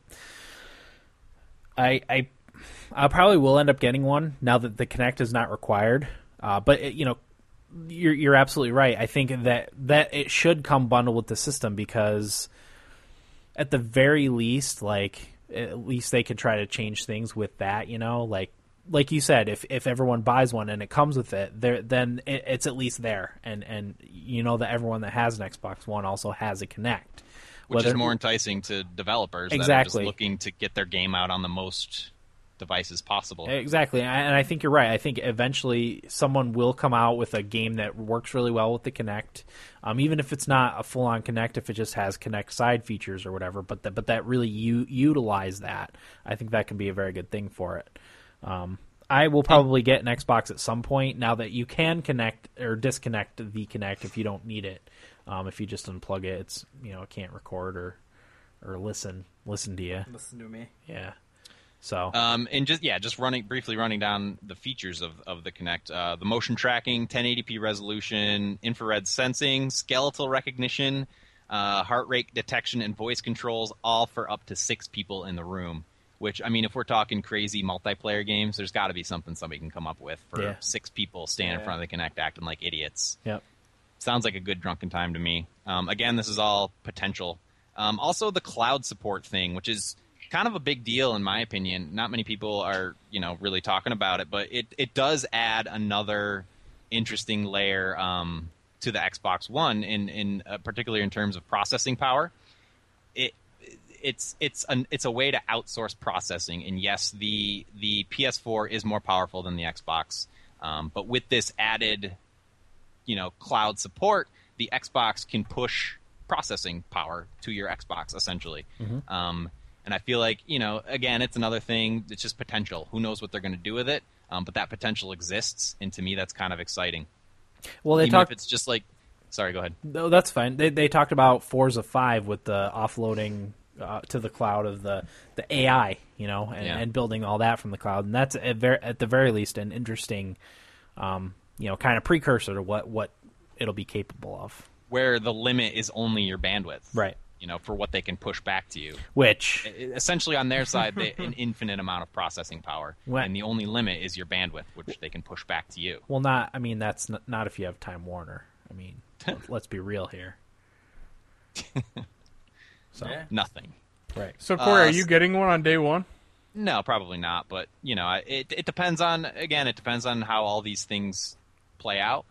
Speaker 3: I I I probably will end up getting one now that the Connect is not required. Uh, but it, you know, you're you're absolutely right. I think that that it should come bundled with the system because at the very least, like at least they could try to change things with that. You know, like like you said, if if everyone buys one and it comes with it, there then it, it's at least there, and and you know that everyone that has an Xbox One also has a Connect.
Speaker 6: which is
Speaker 3: Whether-
Speaker 6: more enticing to developers that are just
Speaker 3: Exactly.
Speaker 6: looking to get their game out on the most devices possible.
Speaker 3: Exactly, and I- and I think you're right. I think eventually someone will come out with a game that works really well with the Kinect, um, even if it's not a full-on Kinect, if it just has Kinect side features or whatever. But that, but that really u- utilize that. I think that could be a very good thing for it. Um, I will probably get an Xbox at some point now that you can connect or disconnect the Kinect if you don't need it. Um, if you just unplug it, it's you know it can't record or or listen listen to you.
Speaker 5: Listen to me.
Speaker 3: Yeah. So
Speaker 6: Um, and just yeah, just running briefly running down the features of, of the Kinect: uh, the motion tracking, 1080p resolution, infrared sensing, skeletal recognition, uh, heart rate detection, and voice controls, all for up to six people in the room. Which I mean, if we're talking crazy multiplayer games, there's got to be something somebody can come up with for
Speaker 3: Yeah.
Speaker 6: six people standing in
Speaker 5: Yeah.
Speaker 6: front of the Kinect acting like idiots.
Speaker 3: yep.
Speaker 6: sounds like a good drunken time to me. Um, again, this is all potential. Um, also, the cloud support thing, which is kind of a big deal in my opinion. Not many people are, you know, really talking about it, but it it does add another interesting layer um, to the Xbox One, in in uh, particularly in terms of processing power it it's it's an it's a way to outsource processing and yes the the ps4 is more powerful than the xbox um, but with this added you know cloud support the xbox can push processing power to your xbox essentially
Speaker 3: Mm-hmm.
Speaker 6: um, and i feel like you know again it's another thing it's just potential who knows what they're going to do with it um, but that potential exists and to me that's kind of exciting
Speaker 3: Well, they
Speaker 6: even
Speaker 3: talked.
Speaker 6: if it's just like sorry go ahead
Speaker 3: No, Oh, that's fine. They they talked about Forza Five with the offloading uh, to the cloud of the, the AI, you know, and,
Speaker 6: Yeah.
Speaker 3: and building all that from the cloud, and that's at, ver- at the very least an interesting, um, you know, kind of precursor to what what it'll be capable of.
Speaker 6: where the limit is only your bandwidth
Speaker 3: Right.
Speaker 6: you know, for what they can push back to you.
Speaker 3: Which
Speaker 6: E- Essentially, on their side, they, an infinite amount of processing power,
Speaker 3: Right.
Speaker 6: and the only limit is your bandwidth, which they can push back to you.
Speaker 3: Well, not. I mean, that's n- not if you have Time Warner. I mean, let- let's be real here. So
Speaker 5: Yeah.
Speaker 6: Nothing.
Speaker 3: right.
Speaker 4: So Corey,
Speaker 6: Uh,
Speaker 4: are you getting one on day one?
Speaker 6: No, probably not. But you know, I- it it depends on again, it depends on how all these things play out.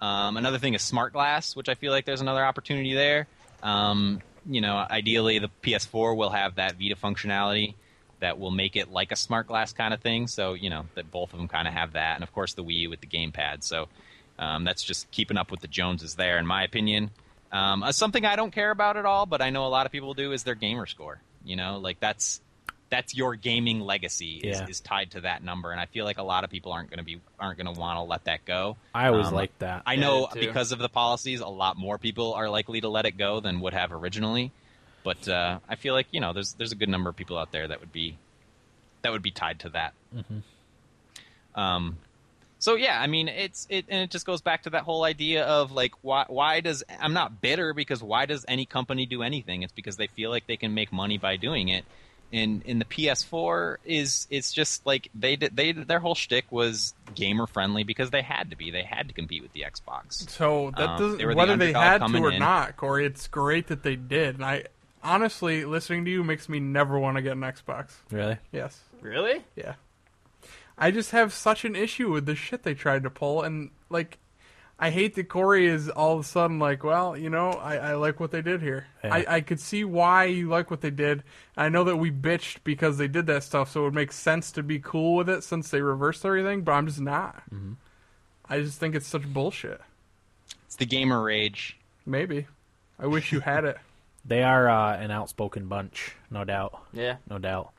Speaker 6: Um, another thing is smart glass, which I feel like there's another opportunity there. Um, you know, ideally the PS4 will have that Vita functionality that will make it like a smart glass kind of thing. So you know that both of them kind of have that, and of course the Wii U with the gamepad. So um, that's just keeping up with the Joneses there, in my opinion. Um, uh, something I don't care about at all, but I know a lot of people do is their gamer score. You know, like that's that's your gaming legacy is,
Speaker 3: Yeah.
Speaker 6: is tied to that number, and I feel like a lot of people aren't going to be aren't going to want to let that go.
Speaker 3: I always
Speaker 6: Um,
Speaker 3: liked that.
Speaker 6: I
Speaker 5: Yeah,
Speaker 6: know
Speaker 5: I did too.
Speaker 6: because of the policies, a lot more people are likely to let it go than would have originally. But uh, I feel like you know, there's there's a good number of people out there that would be that would be tied to that. Um, so yeah, I mean, it's it and it just goes back to that whole idea of like why why does I'm not bitter because why does any company do anything? It's because they feel like they can make money by doing it. And in the PS4 is it's just like they did they their whole shtick was gamer friendly because they had to be they had to compete with the Xbox.
Speaker 4: So that
Speaker 6: Um,
Speaker 4: doesn't
Speaker 6: they were the
Speaker 4: whether they
Speaker 6: underdog
Speaker 4: had to
Speaker 6: coming
Speaker 4: or
Speaker 6: in.
Speaker 4: not, Corey. It's great that they did, and I honestly listening to you makes me never want to get an Xbox.
Speaker 3: really.
Speaker 4: Yes,
Speaker 5: Really?
Speaker 4: yeah. I just have such an issue with the shit they tried to pull, and like, I hate that Corey is all of a sudden like, well, you know, I, I like what they did here.
Speaker 3: Yeah.
Speaker 4: I, I could see why you like what they did. I know that we bitched because they did that stuff, so it would make sense to be cool with it since they reversed everything. But I'm just not.
Speaker 6: Mm-hmm.
Speaker 4: I just think it's such bullshit.
Speaker 6: It's the gamer rage.
Speaker 4: Maybe. I wish you had it.
Speaker 3: They are uh, an outspoken bunch, no doubt.
Speaker 5: Yeah.
Speaker 3: no doubt.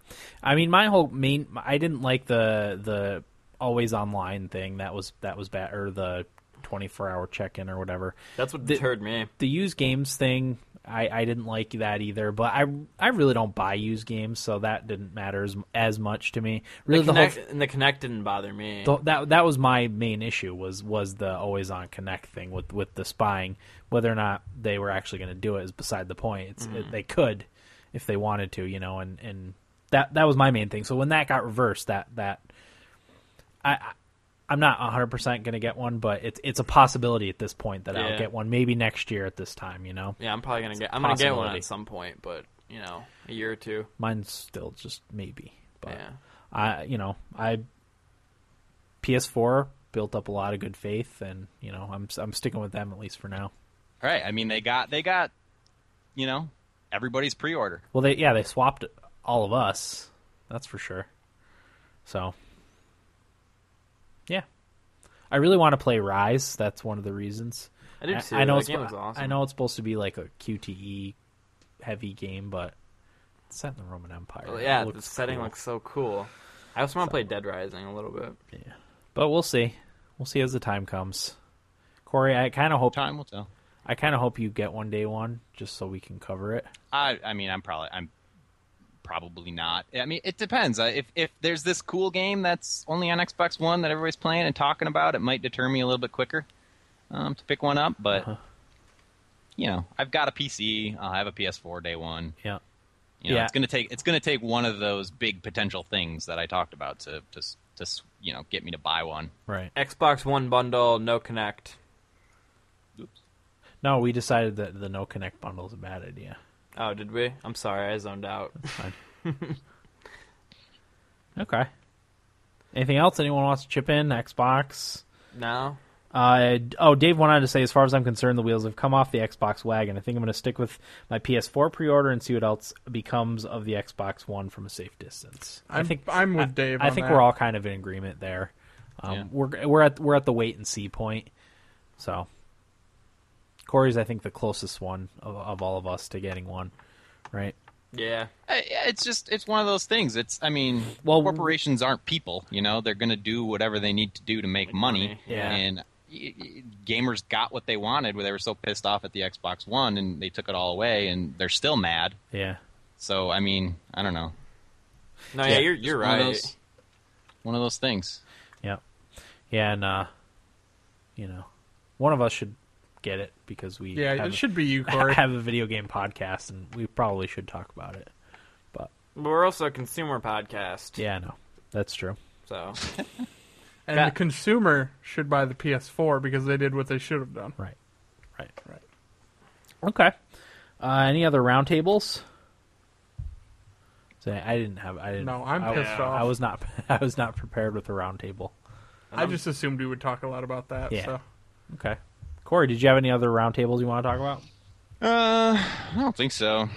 Speaker 3: I mean, my whole main, I didn't like the the always online thing. That was that was bad, or the twenty four hour check in or whatever.
Speaker 5: That's what
Speaker 3: The-
Speaker 5: deterred me.
Speaker 3: The used games thing, I I didn't like that either. But I I really don't buy used games, so that didn't matter as, as much to me. Really, the,
Speaker 5: Kinect-
Speaker 3: whole.
Speaker 5: and the Connect didn't bother me.
Speaker 3: th- That that was my main issue was was the always on connect thing with with the spying. Whether or not they were actually going to do it is beside the point. It's, it, they could if they wanted to, you know, and and that that was my main thing. So when that got reversed, that that I. I I'm not 100% going to get one, but it's it's a possibility at this point that I'll
Speaker 5: Yeah.
Speaker 3: get one. Maybe next year at this time, you know.
Speaker 5: yeah, I'm probably gonna get. I'm gonna get one
Speaker 3: possibility.
Speaker 5: at some point, but you know, a year or two.
Speaker 3: Mine's still just maybe, but
Speaker 5: Yeah.
Speaker 3: I you know I PS4 built up a lot of good faith, and you know I'm I'm sticking with them at least for now.
Speaker 6: All right, I mean they got they got you know everybody's pre-order.
Speaker 3: Well, they yeah they swapped all of us, that's for sure. So yeah, I really want to play Rise. That's one of the reasons.
Speaker 5: I do too.
Speaker 3: I know
Speaker 5: That
Speaker 3: it's
Speaker 5: game looks awesome.
Speaker 3: I know it's supposed to be like a QTE heavy game, but it's set in the Roman Empire.
Speaker 5: Well,
Speaker 3: It
Speaker 5: yeah, the
Speaker 3: looks
Speaker 5: setting
Speaker 3: cool.
Speaker 5: looks so cool. I also want to play Dead Rising a little bit.
Speaker 3: But we'll see. We'll see as the time comes. Corey, I kind of hope
Speaker 6: Time will tell.
Speaker 3: I kind of hope you get one day one just so we can cover it.
Speaker 6: I I mean I'm probably I'm probably not. I mean it depends. Uh, If if there's this cool game that's only on Xbox One that everybody's playing and talking about, it might deter me a little bit quicker um, to pick one up. But you know I've got a PC. I'll have a PS4 day one.
Speaker 3: Yeah.
Speaker 6: You know,
Speaker 3: Yeah.
Speaker 6: it's gonna take it's gonna take one of those big potential things that I talked about to to s- to s- you know get me to buy one.
Speaker 3: Right.
Speaker 5: Xbox One bundle, no Connect.
Speaker 3: No, we decided that the no connect bundle is a bad idea.
Speaker 5: Oh, did we? I'm sorry, I zoned out.
Speaker 3: Okay. Anything else anyone wants to chip in? Xbox.
Speaker 5: no,
Speaker 3: Uh, oh, Dave wanted to say, as far as I'm concerned, the wheels have come off the Xbox wagon. I think I'm going to stick with my PS4 pre-order and see what else becomes of the Xbox One from a safe distance. I
Speaker 4: I'm-
Speaker 3: think
Speaker 4: I'm with
Speaker 3: I-
Speaker 4: Dave
Speaker 3: I
Speaker 4: on
Speaker 3: think
Speaker 4: that.
Speaker 3: we're all kind of in agreement there. Um,
Speaker 6: Yeah.
Speaker 3: We're we're at we're at the wait and see point. So, Corey's I think the closest one of, of all of us to getting one, right?
Speaker 5: yeah,
Speaker 6: I- Uh, It's just it's one of those things. It's I mean,
Speaker 3: Well,
Speaker 6: corporations aren't people. You know, they're going to do whatever they need to do to make money.
Speaker 5: money,
Speaker 3: yeah.
Speaker 6: And y- y- gamers got what they wanted. Where they were so pissed off at the Xbox One, and they took it all away, and they're still mad.
Speaker 3: Yeah.
Speaker 6: So I mean, I don't know.
Speaker 5: no, yeah, you're
Speaker 6: Just
Speaker 5: you're
Speaker 6: one of
Speaker 5: right.
Speaker 6: those- one of those things.
Speaker 3: Yep. Yeah, and uh you know, one of us should get it because we
Speaker 4: Yeah,
Speaker 3: have,
Speaker 4: it should be you, Corey.
Speaker 3: have a video game podcast and we probably should talk about it.
Speaker 5: But we're also a consumer podcast.
Speaker 3: Yeah, no, that's true.
Speaker 5: So
Speaker 4: and the consumer should buy the PS4 because they did what they should have done.
Speaker 3: Right, right,
Speaker 4: Right.
Speaker 3: Okay. Uh, any other roundtables? So I didn't have. I didn't.
Speaker 4: No, I'm
Speaker 3: I,
Speaker 4: pissed off.
Speaker 3: I was not. I was not prepared with the roundtable.
Speaker 4: I just assumed we would talk a lot about that.
Speaker 3: Yeah.
Speaker 4: So.
Speaker 3: Okay. Corey, did you have any other roundtables you want to talk about?
Speaker 6: Uh, I don't think so.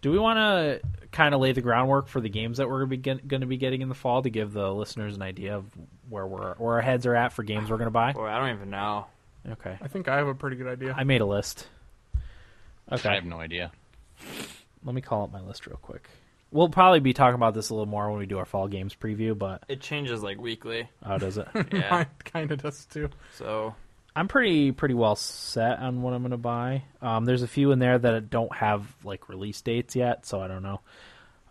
Speaker 3: Do we want to kind of lay the groundwork for the games that we're going to be getting in the fall to give the listeners an idea of where we're where our heads are at for games we're going to buy?
Speaker 5: boy, I don't even know.
Speaker 3: Okay,
Speaker 4: I think I have a pretty good idea.
Speaker 3: I made a list.
Speaker 6: I
Speaker 3: Okay,
Speaker 6: have no idea.
Speaker 3: let me call up my list real quick. We'll probably be talking about this a little more when we do our fall games preview, but
Speaker 5: It changes like weekly.
Speaker 3: how does it?
Speaker 5: Yeah.
Speaker 4: Mine kind of does too.
Speaker 5: so
Speaker 3: I'm pretty pretty well set on what I'm going to buy. Um, there's a few in there that don't have like release dates yet, so I don't know.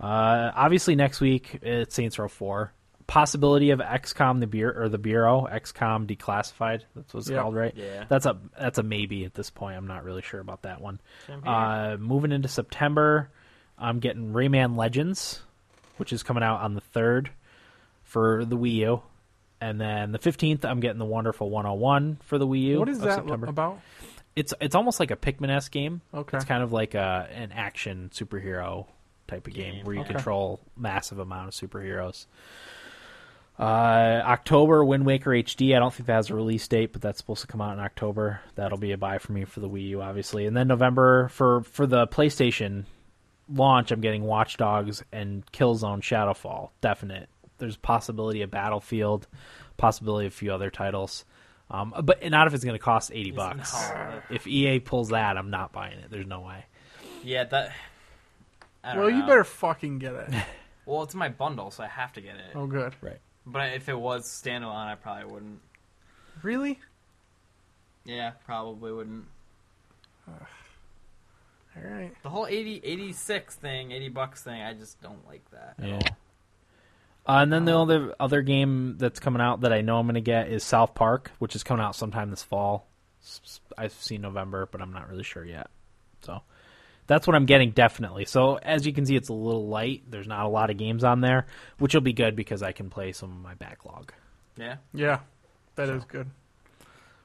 Speaker 3: Uh, obviously, next week it's Saints Row Four. Possibility of XCOM the beer or the Bureau XCOM Declassified. That's what it's
Speaker 4: Yep.
Speaker 3: called, right?
Speaker 5: Yeah.
Speaker 3: That's a that's a maybe at this point. I'm not really sure about that one.
Speaker 5: Same here.
Speaker 3: Uh, moving into September, I'm getting Rayman Legends, which is coming out on the third for the Wii U. And then the 15th, I'm getting the Wonderful 101 for the Wii U.
Speaker 4: What is
Speaker 3: of
Speaker 4: that
Speaker 3: September
Speaker 4: about?
Speaker 3: it's it's almost like a Pikmin esque game.
Speaker 4: Okay.
Speaker 3: It's kind of like a an action superhero type of game,
Speaker 5: Game,
Speaker 3: where you
Speaker 4: okay.
Speaker 3: control massive amount of superheroes. Uh, October Wind Waker HD. I don't think that has a release date, but that's supposed to come out in October. That'll be a buy for me for the Wii U, obviously. And then November for for the PlayStation launch, I'm getting Watch Dogs and Killzone Shadowfall. Definite. There's possibility of Battlefield, possibility of a few other titles. Um, but not if it's going to cost eighty bucks.
Speaker 5: not.
Speaker 3: If EA pulls that, I'm not buying it. There's no way.
Speaker 5: yeah, that. I don't
Speaker 4: Well, you
Speaker 5: know.
Speaker 4: better fucking get it.
Speaker 5: Well, it's my bundle, so I have to get it.
Speaker 4: Oh, good.
Speaker 3: Right.
Speaker 5: But if it was standalone, I probably wouldn't.
Speaker 4: Really?
Speaker 5: Yeah, probably wouldn't.
Speaker 4: All right.
Speaker 5: The whole 80, 86 thing, 80 bucks thing, I just don't like that. at
Speaker 3: Yeah.
Speaker 5: all.
Speaker 3: Uh, and then the other other game that's coming out that I know I'm going to get is South Park, which is coming out sometime this fall. S- s- I've seen November, but I'm not really sure yet. So that's what I'm getting definitely. So as you can see, it's a little light. There's not a lot of games on there, which will be good because I can play some of my backlog.
Speaker 5: Yeah.
Speaker 4: Yeah, that is good.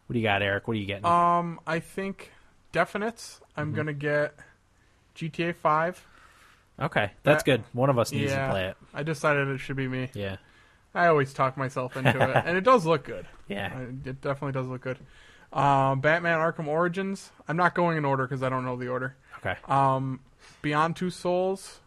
Speaker 3: What do you got, Eric? What are you getting?
Speaker 4: Um, I think definites. I'm
Speaker 3: Mm-hmm.
Speaker 4: gonna get GTA Five.
Speaker 3: okay, that's
Speaker 4: that-
Speaker 3: good. One of us needs
Speaker 4: yeah.
Speaker 3: to play it.
Speaker 4: I decided it should be me.
Speaker 3: Yeah,
Speaker 4: I always talk myself into it, and it does look good. I-
Speaker 3: yeah.
Speaker 4: Uh, It definitely does look good. Um, Batman Arkham Origins. I'm not going in order because I don't know the order.
Speaker 3: Okay.
Speaker 4: Um, Beyond Two Souls.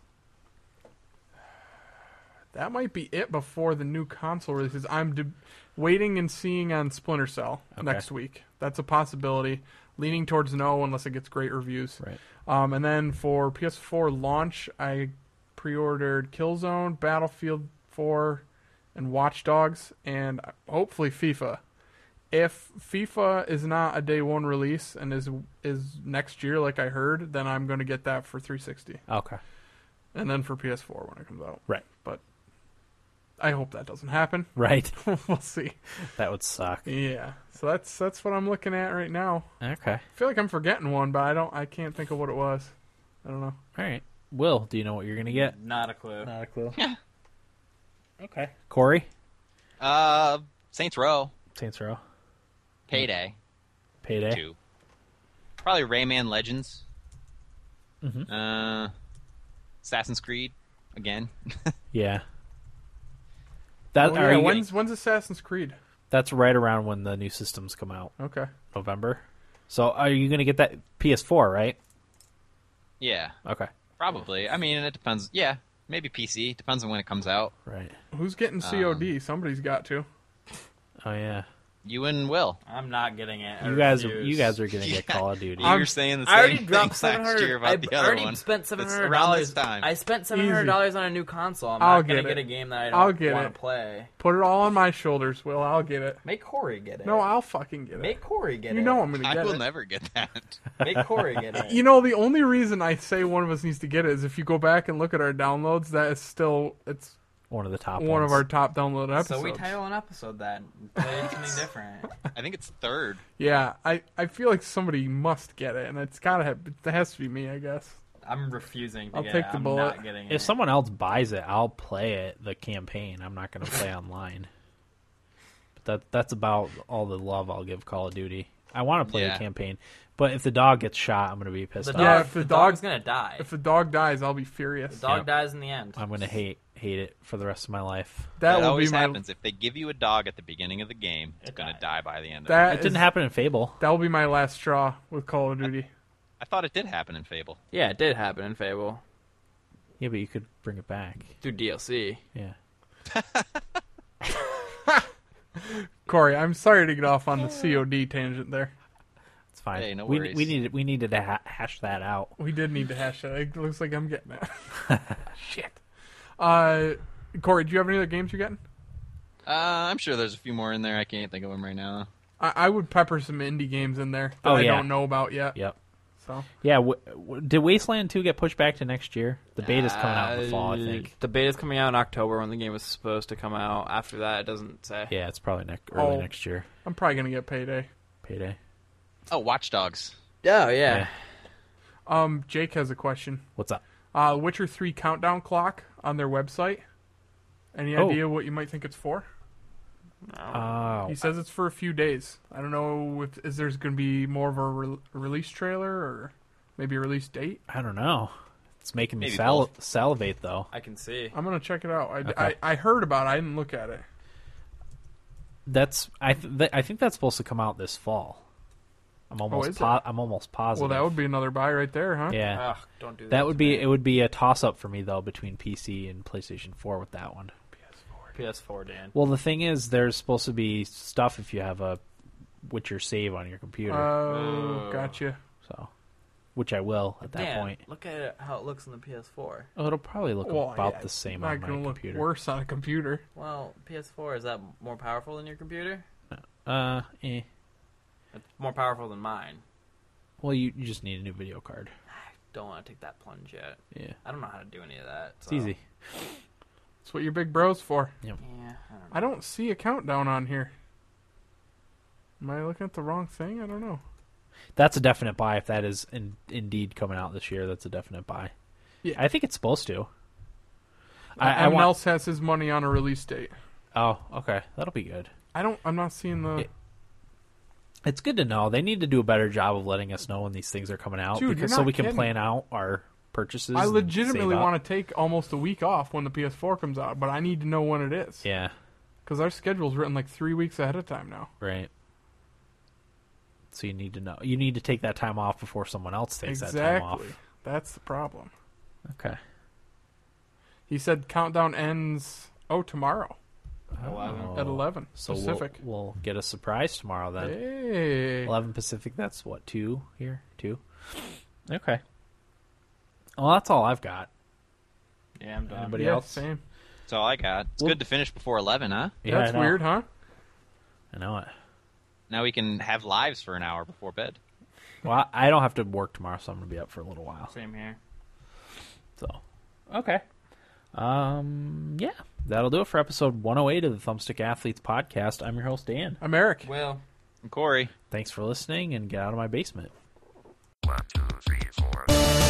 Speaker 4: That might be it before the new console releases. I'm de- waiting and seeing on Splinter Cell
Speaker 3: Okay.
Speaker 4: next week. That's a possibility. Leaning towards no unless it gets great reviews.
Speaker 3: Right.
Speaker 4: Um, and then for PS4 launch, I pre-ordered Killzone, Battlefield 4, and Watch Dogs, and uh, hopefully FIFA. If FIFA is not a day one release and is is next year, like I heard, then I'm going to get that for 360,
Speaker 3: Okay.
Speaker 4: and then for PS4 when it comes out.
Speaker 3: Right.
Speaker 4: But I hope that doesn't happen.
Speaker 3: Right.
Speaker 4: we'll see.
Speaker 3: that would suck.
Speaker 4: Yeah. So that's that's what I'm looking at right now.
Speaker 3: Okay.
Speaker 4: I feel like I'm forgetting one, but I don't. I can't think of what it was. I don't know.
Speaker 3: All right. Will, do you know what you're going to get?
Speaker 5: Not a clue.
Speaker 3: Not a clue. okay. Corey?
Speaker 6: Uh, Saints Row,
Speaker 3: Saints Row.
Speaker 6: Payday
Speaker 3: Payday.
Speaker 6: Two, probably Rayman Legends.
Speaker 3: Mhm.
Speaker 6: Uh, Assassin's Creed again.
Speaker 3: Yeah. That
Speaker 4: Oh,
Speaker 3: are
Speaker 4: yeah,
Speaker 3: you-
Speaker 4: when's when's Assassin's Creed?
Speaker 3: that's right around when the new systems come out,
Speaker 4: Okay.
Speaker 3: November. So are you going to get that PS4, right?
Speaker 6: yeah,
Speaker 3: Okay.
Speaker 6: probably. I mean, it depends. Yeah, maybe PC. Depends on when it comes out.
Speaker 3: Right.
Speaker 4: Who's getting COD? Somebody's got to.
Speaker 3: Oh yeah.
Speaker 6: You and Will.
Speaker 5: I'm not getting it. I
Speaker 3: You guys are
Speaker 5: refuse.
Speaker 3: you guys are going to
Speaker 6: Yeah.
Speaker 3: get Call of Duty.
Speaker 6: You were saying the same
Speaker 5: I already
Speaker 6: thing
Speaker 5: dropped seven
Speaker 6: last year
Speaker 5: hundred.
Speaker 6: about
Speaker 5: I
Speaker 6: the other
Speaker 5: already
Speaker 6: one.
Speaker 5: spent seven
Speaker 6: That's
Speaker 5: hundred
Speaker 6: around this
Speaker 5: dollars.
Speaker 6: time.
Speaker 5: I spent seven hundred dollars on a new console. I'm
Speaker 4: I'll
Speaker 5: not gonna
Speaker 4: get
Speaker 5: get,
Speaker 4: it.
Speaker 5: a game that I
Speaker 4: I'll
Speaker 5: don't
Speaker 4: get
Speaker 5: want
Speaker 4: it.
Speaker 5: to play.
Speaker 4: Put it all on my shoulders, Will. I'll get it.
Speaker 5: Make Corey get it.
Speaker 4: No, I'll fucking get it.
Speaker 5: make Corey get
Speaker 4: You
Speaker 5: it.
Speaker 4: know I'm gonna get
Speaker 6: I will
Speaker 4: it.
Speaker 6: never get that.
Speaker 5: Make Corey get it.
Speaker 4: You know the only reason I say one of us needs to get it is if you go back and look at our downloads, that is still it's
Speaker 3: one of the top
Speaker 4: one of
Speaker 3: ones.
Speaker 4: our top downloaded episodes.
Speaker 5: So we title an episode that and play something different.
Speaker 6: I think it's third.
Speaker 4: Yeah, I, I feel like somebody must get it, and it's gotta have, it has to be me, I guess.
Speaker 5: I'm refusing to
Speaker 4: I'll
Speaker 5: get
Speaker 4: take
Speaker 5: it.
Speaker 4: the
Speaker 5: I'm
Speaker 4: bullet.
Speaker 5: not getting
Speaker 3: If
Speaker 5: it.
Speaker 3: someone else buys it, I'll play it the campaign. I'm not going to play online. But that that's about all the love I'll give Call of Duty. I want to play
Speaker 6: Yeah.
Speaker 3: the campaign, but if the dog gets shot, I'm going to be pissed
Speaker 5: the
Speaker 3: off.
Speaker 5: dog,
Speaker 4: Yeah, if
Speaker 5: the,
Speaker 4: the
Speaker 5: dog
Speaker 4: dog-
Speaker 5: is gonna die.
Speaker 4: If the dog dies, I'll be furious.
Speaker 5: dog
Speaker 3: Yeah.
Speaker 5: dies in the end.
Speaker 3: I'm going to hate hate it for the rest of my life.
Speaker 4: That
Speaker 6: That
Speaker 4: will
Speaker 6: always
Speaker 4: be my
Speaker 6: happens. If they give you a dog at the beginning of the game, it's
Speaker 5: It
Speaker 6: going to
Speaker 5: dies.
Speaker 6: die by the end. of it.
Speaker 4: that
Speaker 3: It didn't
Speaker 4: is-
Speaker 3: happen in Fable.
Speaker 4: That will be my last straw with Call of Duty.
Speaker 6: I thought it did happen in Fable.
Speaker 5: Yeah, it did happen in Fable
Speaker 3: Yeah, but you could bring it back.
Speaker 5: through DLC.
Speaker 3: Yeah.
Speaker 4: Corey, I'm sorry to get off
Speaker 5: Oh.
Speaker 4: on the COD tangent there.
Speaker 3: It's fine.
Speaker 6: Hey, no
Speaker 3: we
Speaker 6: worries.
Speaker 3: we needed we needed to ha- hash that out.
Speaker 4: We did need to hash that. It looks like I'm getting that. Shit. Uh, Corey, do you have any other games you're getting?
Speaker 6: Uh, I'm sure there's a few more in there. I can't think of them right now.
Speaker 4: I, I would pepper some indie games in there that
Speaker 3: Oh,
Speaker 4: I
Speaker 3: yeah.
Speaker 4: don't know about yet.
Speaker 3: Yep.
Speaker 4: So
Speaker 3: Yeah. W- w- did Wasteland Two get pushed back to next year? The beta's coming out in the fall, I
Speaker 5: Uh,
Speaker 3: think.
Speaker 5: The beta's coming out in October when the game was supposed to come out. After that, it doesn't say.
Speaker 3: Yeah, it's probably ne- early
Speaker 4: Oh.
Speaker 3: next year.
Speaker 4: I'm probably gonna get payday.
Speaker 3: Payday.
Speaker 6: Oh, Watch Dogs.
Speaker 5: Oh yeah.
Speaker 3: Yeah.
Speaker 4: Um, Jake has a question.
Speaker 3: What's up?
Speaker 4: Uh, Witcher Three countdown clock on their website. Any
Speaker 3: Oh.
Speaker 4: idea what you might think it's for?
Speaker 3: Oh,
Speaker 4: He says it's for a few days. I don't know if is there's going to be more of a re- release trailer or maybe a release date.
Speaker 3: I don't know. It's making me
Speaker 6: Maybe
Speaker 3: sal- salivate though.
Speaker 5: I can see.
Speaker 4: I'm gonna check it out. I,
Speaker 3: Okay.
Speaker 4: I, I heard about it. I didn't look at it.
Speaker 3: That's I th- th- I think that's supposed to come out this fall. I'm almost
Speaker 4: is it?
Speaker 3: po- I'm almost
Speaker 4: Well,
Speaker 3: positive.
Speaker 4: that would be another buy right there, huh?
Speaker 3: yeah.
Speaker 5: Ugh, don't do that.
Speaker 3: That would
Speaker 5: to
Speaker 3: be
Speaker 5: me.
Speaker 3: it would be a toss up for me though between PC and PlayStation 4 with that one.
Speaker 5: PS4, Dan.
Speaker 3: Well, the thing is there's supposed to be stuff if you have a Witcher save on your computer.
Speaker 4: Oh,
Speaker 5: Oh.
Speaker 4: gotcha.
Speaker 3: so which I will at that
Speaker 5: Dan,
Speaker 3: point.
Speaker 5: look at it, how it looks on the PS4.
Speaker 3: Oh, it'll probably look
Speaker 4: Well,
Speaker 3: about
Speaker 4: yeah,
Speaker 3: the same
Speaker 4: not
Speaker 3: on my
Speaker 4: gonna look
Speaker 3: computer.
Speaker 4: worse on a computer.
Speaker 5: Well, PS4 is that more powerful than your computer?
Speaker 3: Uh, eh.
Speaker 5: It's more powerful than mine.
Speaker 3: Well, you, you just need a new video card.
Speaker 5: Don't want to take that plunge yet.
Speaker 3: Yeah.
Speaker 5: I don't know how to do any of that.
Speaker 3: It's
Speaker 5: so-
Speaker 3: easy.
Speaker 4: That's what your big bro's for.
Speaker 5: Yeah, I don't know.
Speaker 4: I don't see a countdown on here. Am I looking at the wrong thing? I don't know.
Speaker 3: That's a definite buy if that is in, indeed coming out this year. That's a definite buy.
Speaker 4: Yeah. Uh,
Speaker 3: I think it's supposed to. I, I
Speaker 4: Everyone
Speaker 3: want.
Speaker 4: else has his money on a release date.
Speaker 3: Oh, okay, that'll be good.
Speaker 4: I don't. I'm not seeing the.
Speaker 3: It- It's good to know. They need to do a better job of letting us know when these things are coming out,
Speaker 4: Dude, you're
Speaker 3: because so
Speaker 4: not
Speaker 3: we can
Speaker 4: kidding.
Speaker 3: plan out our purchases.
Speaker 4: I legitimately
Speaker 3: want
Speaker 4: want to take almost a week off when the PS4 comes out, but I need to know when it is.
Speaker 3: to. Yeah.
Speaker 4: Because our schedule's written like three weeks ahead of time now.
Speaker 3: Right. So you need to know. You need to take that time off before someone else takes that time off.
Speaker 4: exactly. That's the problem.
Speaker 3: Okay.
Speaker 4: He said countdown ends oh tomorrow
Speaker 3: Eleven.
Speaker 4: at eleven
Speaker 3: Oh. So we'll,
Speaker 4: Pacific.
Speaker 3: we'll get a surprise tomorrow then.
Speaker 4: hey,
Speaker 3: 11 Pacific, that's what, two here? Two? Okay. Well, that's all I've got.
Speaker 5: Yeah, I'm done.
Speaker 3: Anybody
Speaker 4: yeah,
Speaker 3: else?
Speaker 4: same.
Speaker 6: That's all I got. It's
Speaker 3: Well-
Speaker 6: good to finish before eleven, huh?
Speaker 3: Yeah,
Speaker 4: That's
Speaker 3: I know.
Speaker 4: weird, huh?
Speaker 3: I know it.
Speaker 6: Now we can have lives for an hour before bed.
Speaker 3: Well, I I don't have to work tomorrow, so I'm going to be up for a little while.
Speaker 5: Same here.
Speaker 3: So, okay. Um, yeah, that'll do it for episode 108 of the Thumbstick Athletes podcast. I'm your host, Dan.
Speaker 4: I'm Eric.
Speaker 5: Well.
Speaker 6: And Corey.
Speaker 3: Thanks for listening and get out of my basement.
Speaker 7: One, two, three, four.